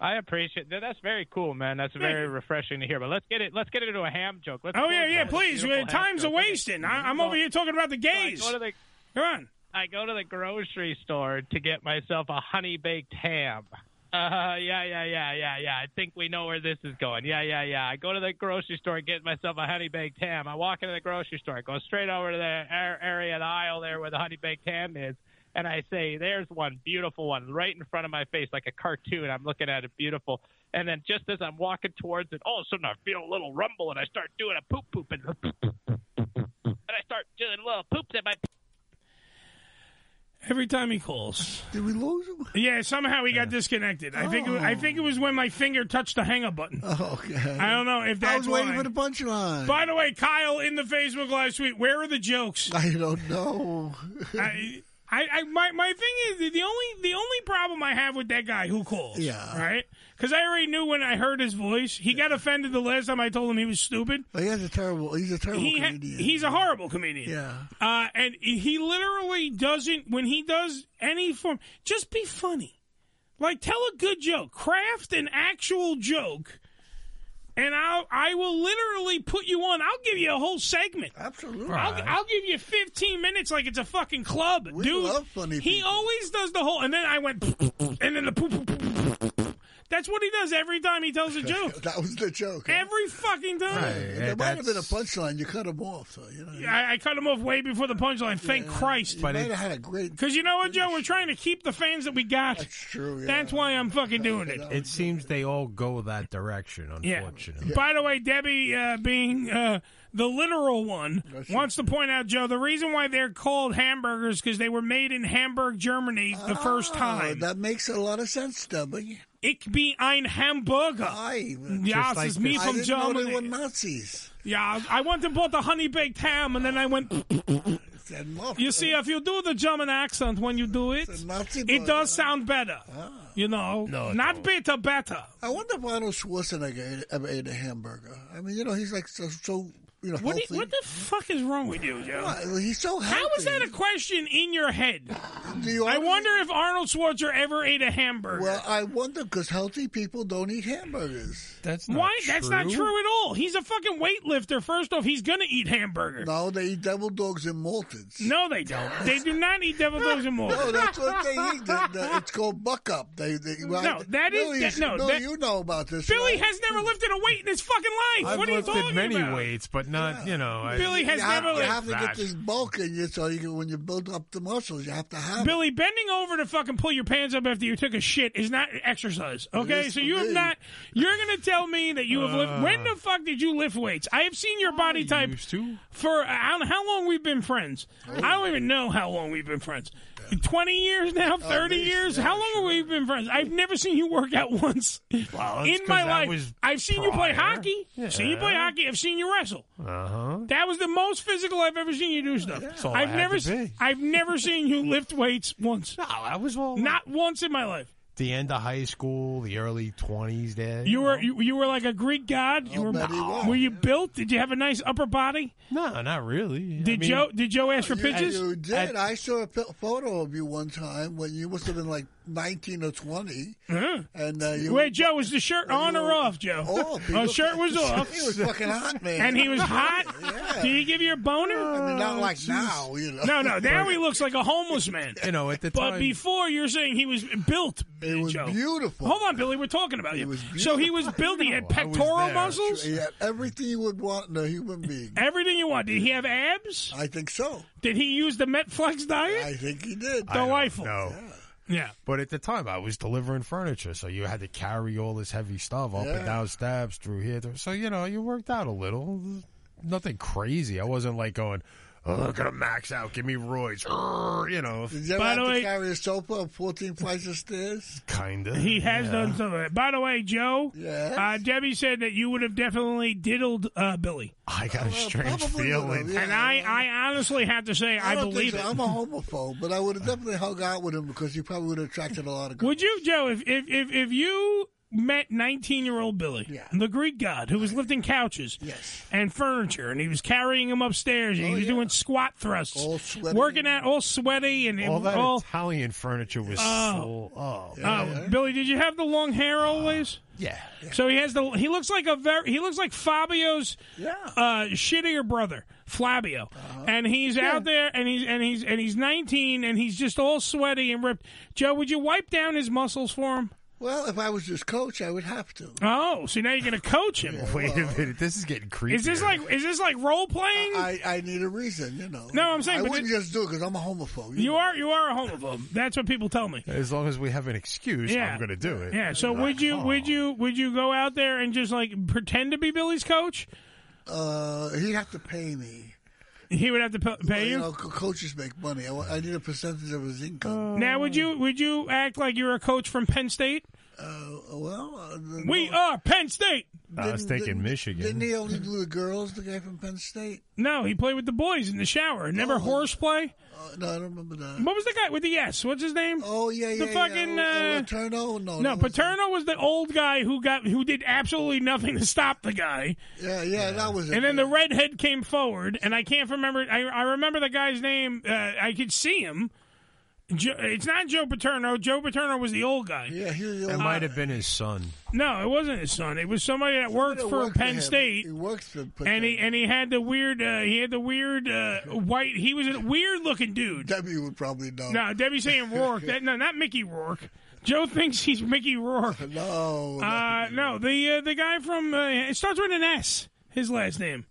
I appreciate that. That's very cool, man. That's very refreshing to hear. But let's get it. Let's get it into a ham joke. Let's
oh
close
yeah,
out
yeah.
with
Please,
beautiful ham
time's a
joke. Okay. Mm-hmm.
wasting. I, I'm
Well,
over here talking about the gays.
Go to the
Come on.
I go to the grocery store to get myself a honey baked ham. Uh, yeah, yeah, yeah, yeah, yeah. I think we know where this is going. Yeah, yeah, yeah. I go to the grocery store and get myself a honey baked ham. I walk into the grocery store, I go straight over to the a- area, the aisle there where the honey baked ham is, and I say, "There's one beautiful one right in front of my face, like a cartoon." I'm looking at it, beautiful. And then just as I'm walking towards it, all of a sudden I feel a little rumble, and I start doing a poop poop, and, and I start doing little poops at my
Every time he calls,
did we lose him?
Yeah, somehow he got disconnected. I think it, I think it was when my finger touched the hang up button.
Oh, okay.
I don't know if
I
that's
was waiting
why.
for the punchline.
By the way, Kyle in the Facebook Live suite, where are the jokes?
I don't know.
I, I, I my, my thing is the only the only problem I have with that guy who calls,
Yeah.
right? Because I already knew when I heard his voice, he got offended the last time I told him he was stupid.
But he has a terrible. He's a terrible
He ha-
comedian.
he's a horrible comedian.
Yeah.
Uh, and he literally doesn't, when he does any form, just be funny. Like, tell a good joke, craft an actual joke, and I'll, I will literally put you on. I'll give you a whole segment.
Absolutely.
I'll, I'll give you 15 minutes like it's a fucking club,
We
dude.
love funny
he
people.
always does the whole, and then I went, and then the poop, poop, poop, poop, poop. That's what he does every time he tells a joke.
that was the joke.
Every fucking time.
there might have been a punchline. You cut him off, so you know.
I, I cut him off way before the punchline. Thank Christ.
You might have had a great.
Because you know what, Joe? We're trying to keep the fans that we got. That's
true.
That's why I'm fucking doing it.
It seems they all go that direction, unfortunately.
By the way, Debbie, uh, being uh, the literal one, wants to point out, Joe, the reason why they're called hamburgers because they were made in Hamburg, Germany, the first time.
Oh, That makes a lot of sense, Debbie.
Ich bin ein Hamburger.
I,
ja, es ist mir
I
vom
didn't know
Germany.
they were Nazis.
Yeah, I went and bought the honey baked ham, and then I went. you see, if you do the German accent when you do it, it does sound better.
Ah,
You know,
No, it
not better, better.
I wonder if Arnold Schwarzenegger ate- ever ate a hamburger. I mean, you know, he's like so, so you know,
What, do
healthy.
you- what the fuck is wrong with you, Joe?
What? He's so healthy.
How is that a question in your head? I wonder if Arnold Schwarzenegger ever ate a hamburger.
Well, I wonder because healthy people don't eat hamburgers.
That's
Why? That's not true at all. He's a fucking weightlifter. First off, he's gonna eat hamburger.
No, they eat devil dogs and malteds.
No, they don't. They do not eat devil dogs and malteds.
No, that's what they eat. The- the- it's called buck up. They, they, right?
No, that is-
Billy,
that-
you-
no, that-
you know about this.
Billy
right?
has never lifted a weight in his fucking life.
I've
what are you
lifted
talking
many
about?
weights, but not you know. I-
Billy has
you have,
never
You have to
lifted-
get this bulk in you, so you can, when you build up the muscles, you have to have.
Billy, bending over to fucking pull your pants up after you took a shit is not exercise. Okay,
is
so
for
you have
me.
not. You're gonna tell me that you have lifted. When
Uh.
the fuck did you lift weights? I have seen your body type for I don't know how long we've been friends. I don't even know how long we've been friends. Twenty years now, thirty years. how long have we been friends? I've never seen you work out once in
'cause
my
I
life.
was
I've seen you play
prior.
hockey. Seen you play
Yeah.
hockey. I've seen you wrestle.
it. Uh huh.
That was the most physical I've ever seen you do stuff.
all I
I've
had to
never, s-
be.
I've never seen you lift weights once. No,
I was all
not once in my life.
The end of high school, the early twenties. There,
You were you, you were like a Greek god. You were, were you built? Did you have a nice upper body?
No, Uh, not really.
Did
I mean-
Joe did Joe ask for
You-
pictures?
You did. I saw a pho- photo of you one time when you must have been like 19 or 20.
Huh.
And uh, you
Wait, Uh-huh. Joe, was the shirt on or off, Joe?
Off. He
Oh,
looked-
shirt was off.
He was fucking hot, man.
And he was hot? Did he give you a boner?
I mean, not like now, you know.
No, no. Now he looks like a homeless man.
You know, at the
But
time-
before, you're saying he was built. It was
beautiful.
Hold on, Billy. We're talking about you. so he was built. He had pectoral muscles.
He had everything you would want in a human being.
Everything you want. Did he have abs?
I think so.
Did he use the Metflex diet?
I think he did.
Delightful.
No.
Yeah.
But at the time, I was delivering furniture, so you had to carry all this heavy stuff up
Yeah.
and down steps through here. through- So you know, you worked out a little. Nothing crazy. I wasn't like going, "Oh, I'm gonna max out. Give me roids." Urgh, You know,
Did you ever have to carry a sofa up 14 flights of stairs?
kinda.
He has
yeah.
done some of it. By the way, Joe,
Yes?
uh, Debbie said that you would have definitely diddled uh, Billy.
I got a strange
probably would've,
feeling.
yeah.
And I, I honestly have to say, I,
don't think
believe
so.
it.
I'm a homophobe, but I would have definitely hung out with him because he probably would have attracted a lot of girls.
Would you, Joe, if if if, if you met 19 year old Billy, the Greek god who was lifting couches and furniture, and he was carrying them upstairs,
Oh,
and he was doing squat thrusts, all sweaty. working out all sweaty, and
all that
all-
Italian furniture was
Oh.
so. Oh, Uh,
Oh, Billy, did you have the long hair always?
yeah.
So he has the. He looks like a very. He looks like Fabio's uh, shittier brother, Flavio,
Uh-huh.
and he's out there, and he's and he's and he's 19, and he's just all sweaty and ripped. Joe, would you wipe down his muscles for him?
Well, if I was his coach, I would have to.
Oh, so now you're gonna coach him?
Wait a minute, this is getting creepy.
Is this like is this like role playing?
I, I need a reason, you know.
No, I'm saying,
I
but
wouldn't just do it because I'm a homophobe.
you are you are a homophobe. That's what people tell me.
As long as we have an excuse,
Yeah.
I'm going to do it.
Yeah. So would you would you would you go out there and just like pretend to be Billy's coach?
Uh, he'd have to pay me.
He would have to p- pay
You
you.
know, co- coaches make money. I, wa- I need a percentage of his income.
Now would you would you act like you're a coach from Penn State?
Uh, well, uh, the-
Oh.
We are Penn State.
I was thinking Michigan.
didn't he only do the girls? The guy from Penn State?
No, he played with the boys in the shower. Never horseplay.
Oh, Uh, no, I don't remember that.
What was the guy with the S? What's his name?
Oh yeah, yeah,
The fucking
yeah.
uh,
Paterno? No,
no,
that was-
Paterno was the old guy who got who did absolutely nothing to stop the guy.
yeah, yeah, that was it.
And then the redhead came forward, and I can't remember. I, I remember the guy's name. Uh, I could see him. Jo- it's not Joe Paterno. Joe Paterno was the old guy.
yeah, he was the
It
only-
might have been his son.
No, it wasn't his son. It was somebody that
somebody
worked
that
for Penn
him.
State.
He worked for Paterno.
And he and he had the weird uh, he had the weird uh, white he was a weird looking dude.
Debbie would probably know.
No, Debbie's saying Rourke. That, no, not Mickey Rourke. Joe thinks he's Mickey Rourke.
No,
uh, no, the uh, the guy from uh, it starts with an S. His last name.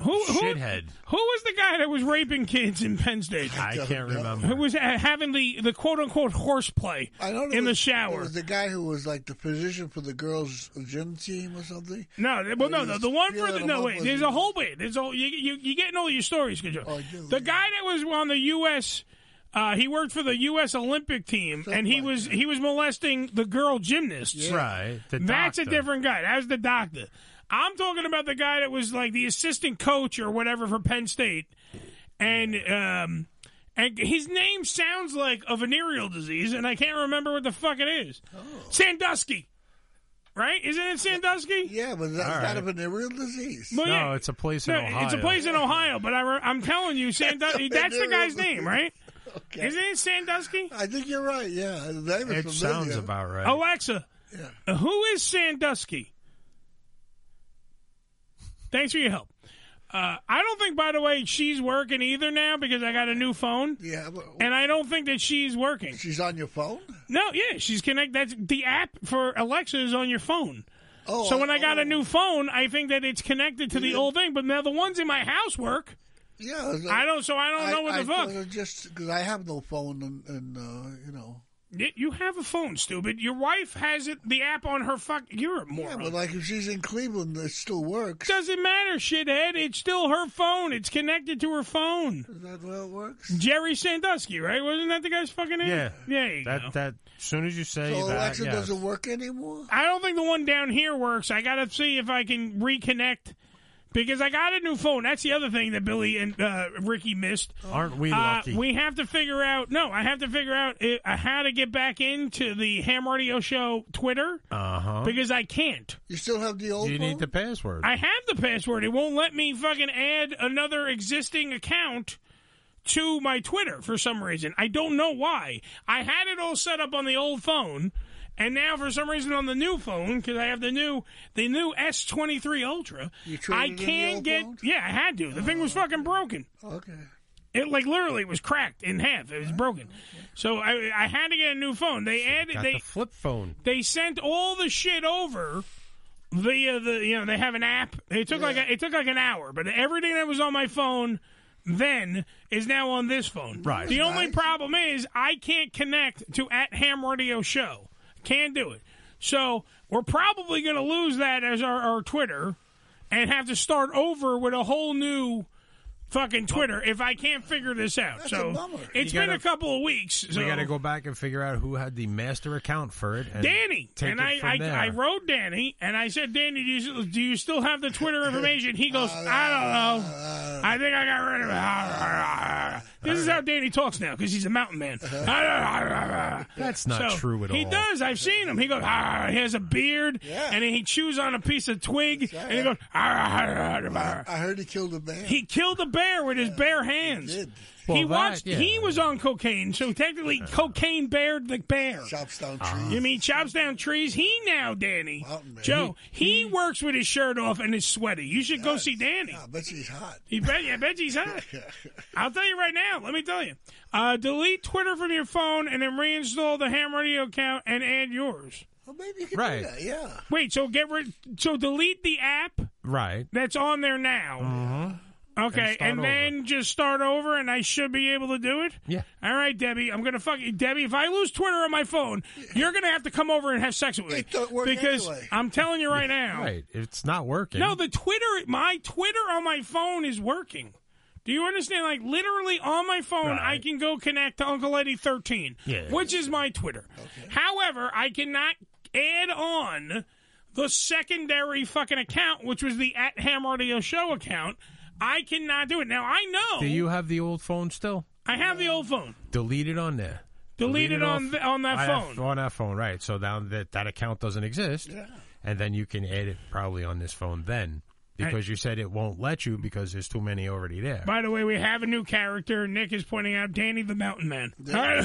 Who, who
Shithead.
Who was the guy that was raping kids in Penn State?
I can't remember.
Who was uh, having the, the quote unquote horseplay
I don't know
in
if
the
it's- It
shower?
was the guy who was like the physician for the girls' gym team or something.
No, th- well, no,
He
no,
was
the one for
feeling
the
him
no.
up
Wait,
with
there's
you.
a whole bit. There's a whole- you you you getting all your stories, good Joe. The guy that was on the U.S. Uh, he worked for the U.S. Olympic team, and he was he was molesting the girl gymnasts.
Yeah. Right, the
That's a
doctor.
different guy. That's the doctor. I'm talking about the guy that was like the assistant coach or whatever for Penn State, and um, and his name sounds like a venereal disease, and I can't remember what the fuck it is.
Oh.
Sandusky, right? Isn't it Sandusky?
Yeah, but that's
All
not
right.
a venereal disease.
Well, yeah.
No, it's a place in
No,
Ohio.
it's a place in Ohio, but I re- I'm telling Oh, you, Sandusky. that's the guy's name, right? Isn't it Sandusky?
I think you're right. Yeah, that
It sounds about right.
Oh, Alexa, uh, who is Sandusky? Thanks for your help. Uh, I don't think, by the way, she's working either now because I got a new phone.
Yeah, but-
and I don't think that she's working.
She's on your phone.
No, yeah, she's connected. That's the app for Alexa is on your phone.
Oh,
so when I got a new phone, I think that it's connected to the old thing. But now the ones in my house work.
Yeah, it's like-
I don't. So I don't know what the
I
fuck.
thought it Just because I have no phone and, and uh, you know.
Y- You have a phone, stupid. Your wife has it, the app on her fuck. You're a
Yeah,
moron.
but like if she's in Cleveland, it still works.
Doesn't matter, shithead. It's still her phone. It's connected to her phone.
Is that how it works?
Jerry Sandusky, right? Wasn't that the guy's fucking name?
Yeah,
Yeah. you
That
go.
that as soon as you say
So
that,
Alexa
yes.
doesn't work anymore.
I don't think the one down here works. I gotta see if I can reconnect because I got a new phone. That's the other thing that Billy and uh, Ricky missed.
Aren't we
Uh,
lucky?
we have to figure out. No, I have to figure out uh, how to get back into the Ham Radio Show Twitter
Uh huh.
because I can't.
You still have the old
You
phone.
need the password.
I have the password. It won't let me fucking add another existing account to my Twitter for some reason. I don't know why. I had it all set up on the old phone, and now for some reason on the new phone because I have the new the new S twenty three Ultra. I
traded in the
can't
old
get. Yeah, I had to. The thing was fucking broken.
Okay.
It like literally was cracked in half. It was broken. So I I had to get a new phone. They added
Got
they
the flip phone.
they sent all the shit over via the you know they have an app. It took like a, it took like an hour, but everything that was on my phone then is now on this phone.
Right.
The only problem is I can't connect to at Ham Radio Show. Can't do it. So we're probably going to lose that as our, our Twitter and have to start over with a whole new fucking Twitter if I can't figure this out. so it's
You
been a
gotta-
couple of weeks. So
We got to go back and figure out who had the master account for it. And
Danny
take
and
it
I,
from
I,
there.
I wrote Danny and I said, Danny, do you, do you still have the Twitter information? He goes,
Uh,
I don't know. I think I got rid of it. This is how Danny talks now because he's a mountain man.
That's not
So,
true at
He
all.
does. I've seen him. He goes. "Ah," He has a beard, and he chews on a piece of twig, and he goes. "Ah, ah, ah, ah."
I heard he killed a man.
He killed a bear with his bare hands. He,
Well, that-
watched.
yeah. Uh-huh.
He was on cocaine, so technically, cocaine bared the bear. Uh-huh.
Chops down
You
trees.
mean chops down trees? He now, Danny. Joe, he, works with his shirt off and is sweaty. You should go see Danny.
I bet she's hot.
He bet, I bet he's hot. I'll tell you right now. Let me tell you. Uh, delete Twitter from your phone and then reinstall the Ham Radio account and add yours.
Well, maybe you can
Right.
do that. Yeah.
Wait, so get rid. So delete the app
Right.
that's on there now. Okay,
And start
and, then just start over, and I should be able to do it.
Yeah.
All right, Debbie, I'm gonna fuck you, Debbie. If I lose Twitter on my phone, you're gonna have to come over and have sex with me
It don't work
because
anyway.
I'm telling you right now.
Right. It's not working.
No, the Twitter, my Twitter on my phone is working. Do you understand? Like literally on my phone, I can go connect to Uncle Eddie thirteen,
Yeah.
which is my Twitter. However, I cannot add on the secondary fucking account, which was the at Ham Radio Show account. I cannot do it now. I know
Do you have the old phone still?
I have the old phone.
Delete it on there.
Delete it on
off-
th- on that
I have-
phone.
on that phone, right? So now that that account doesn't exist, and then you can add it probably on this phone then, because you said it won't let you because there's too many already there.
By the way, we have a new character. Nick is pointing out Danny the Mountain Man.
Why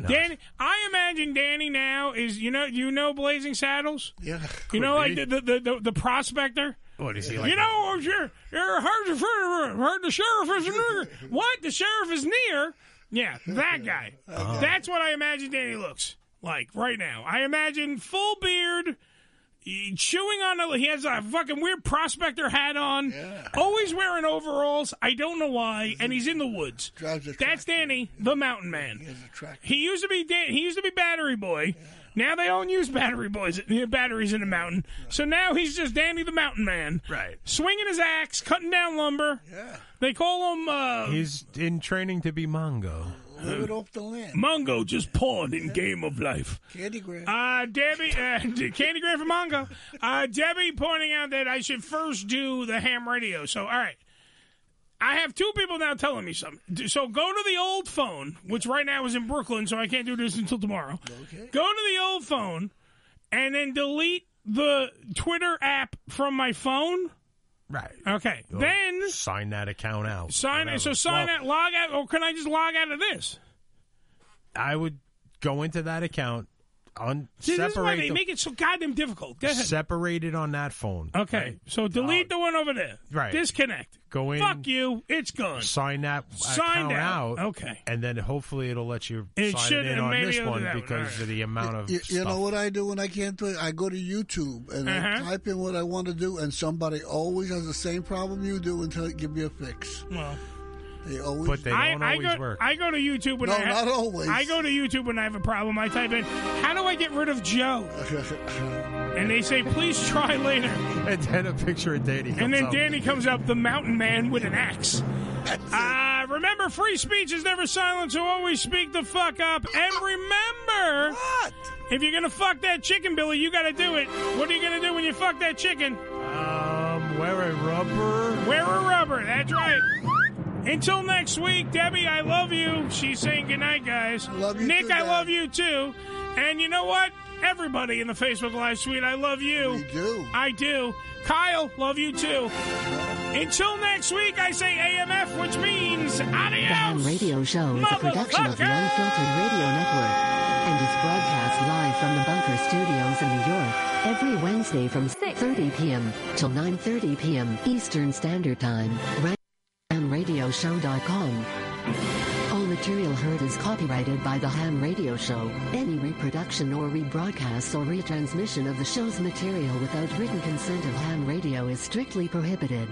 not?
Danny, I imagine Danny now is you know you know Blazing Saddles.
Yeah.
You know, like
Could
the the, the the the prospector.
What is he like?
you oh, know, you're, you're heard, the, heard the sheriff is near. What? The sheriff is near. Yeah, that guy.
Uh-huh.
That's what I imagine Danny looks like right now. I imagine full beard, e- chewing on a. He has a fucking weird prospector hat on. Always wearing overalls. I don't know why. And he's in the woods. That's Danny, the mountain man. He, used to be Dan, he used to be Battery Boy. Now they don't use battery boys, batteries in the mountain. So now he's just Danny the Mountain Man, right? Swinging his axe, cutting down lumber. Yeah. They call him. Uh,
He's in training to be Mongo.
Living off the land. Mongo just pawn in Game of Life.
Candy grab.
Uh, Debbie, uh, Candy Graham from Mongo. Uh, Debbie pointing out that I should first do the ham radio. So, all right. I have two people now telling me something. So go to the old phone, which right now is in Brooklyn, so I can't do this until tomorrow. Go to the old phone and then delete the Twitter app from my phone.
Right.
Okay. then
sign that account out.
sign
Whatever.
so sign
Well,
out, log out, or can I just log out of this?
I would go into that account, un-
See, this is why
separate
they
the-
make it so goddamn difficult. Go ahead.
separate it on that phone.
Okay, so delete the one over there.
right.
Disconnect.
Go in.
Fuck you. It's gone.
Sign that
Signed
account
out.
out.
Okay.
And then hopefully it'll let you
It
sign
should,
in
and
on
maybe
this
it'll do
one
that one.
because of the amount of
You, you
stuff.
know what I do when I can't do it? I go to YouTube and I
Uh-huh.
type in what I want to do, and somebody always has the same problem you do until it give me a fix.
Well,
they always.
I, I go, I go to YouTube when
No,
I have,
not always.
I go to YouTube when I have a problem. I type in, "How do I get rid of Joe?" and they say, "Please try later."
And then a picture of Danny.
and
comes
then
up.
Danny comes up, the mountain man with an axe. Uh, remember, free speech is never silent, so always speak the fuck up. And remember, if you're gonna fuck that chicken, Billy, you gotta do it. What are you gonna do when you fuck that chicken?
Um, wear a rubber.
Wear a rubber. That's right. Until next week, Debbie, I love you. She's saying goodnight, guys. Love you Nick, I love you too. And you know what? Everybody in the Facebook Live suite, I love you. We do. I do. Kyle, love you too. Until next week, I say AMF, which means
The
adios.
Ham Radio Show is a production of the Unfiltered Radio Network and is broadcast live from the Bunker Studios in New York every Wednesday from 6.30 p.m. till 9.30 p.m. Eastern Standard Time. Right on radioshow.com. All material heard is copyrighted by The Ham Radio Show. Any reproduction or rebroadcast or retransmission of the show's material without written consent of Ham Radio is strictly prohibited.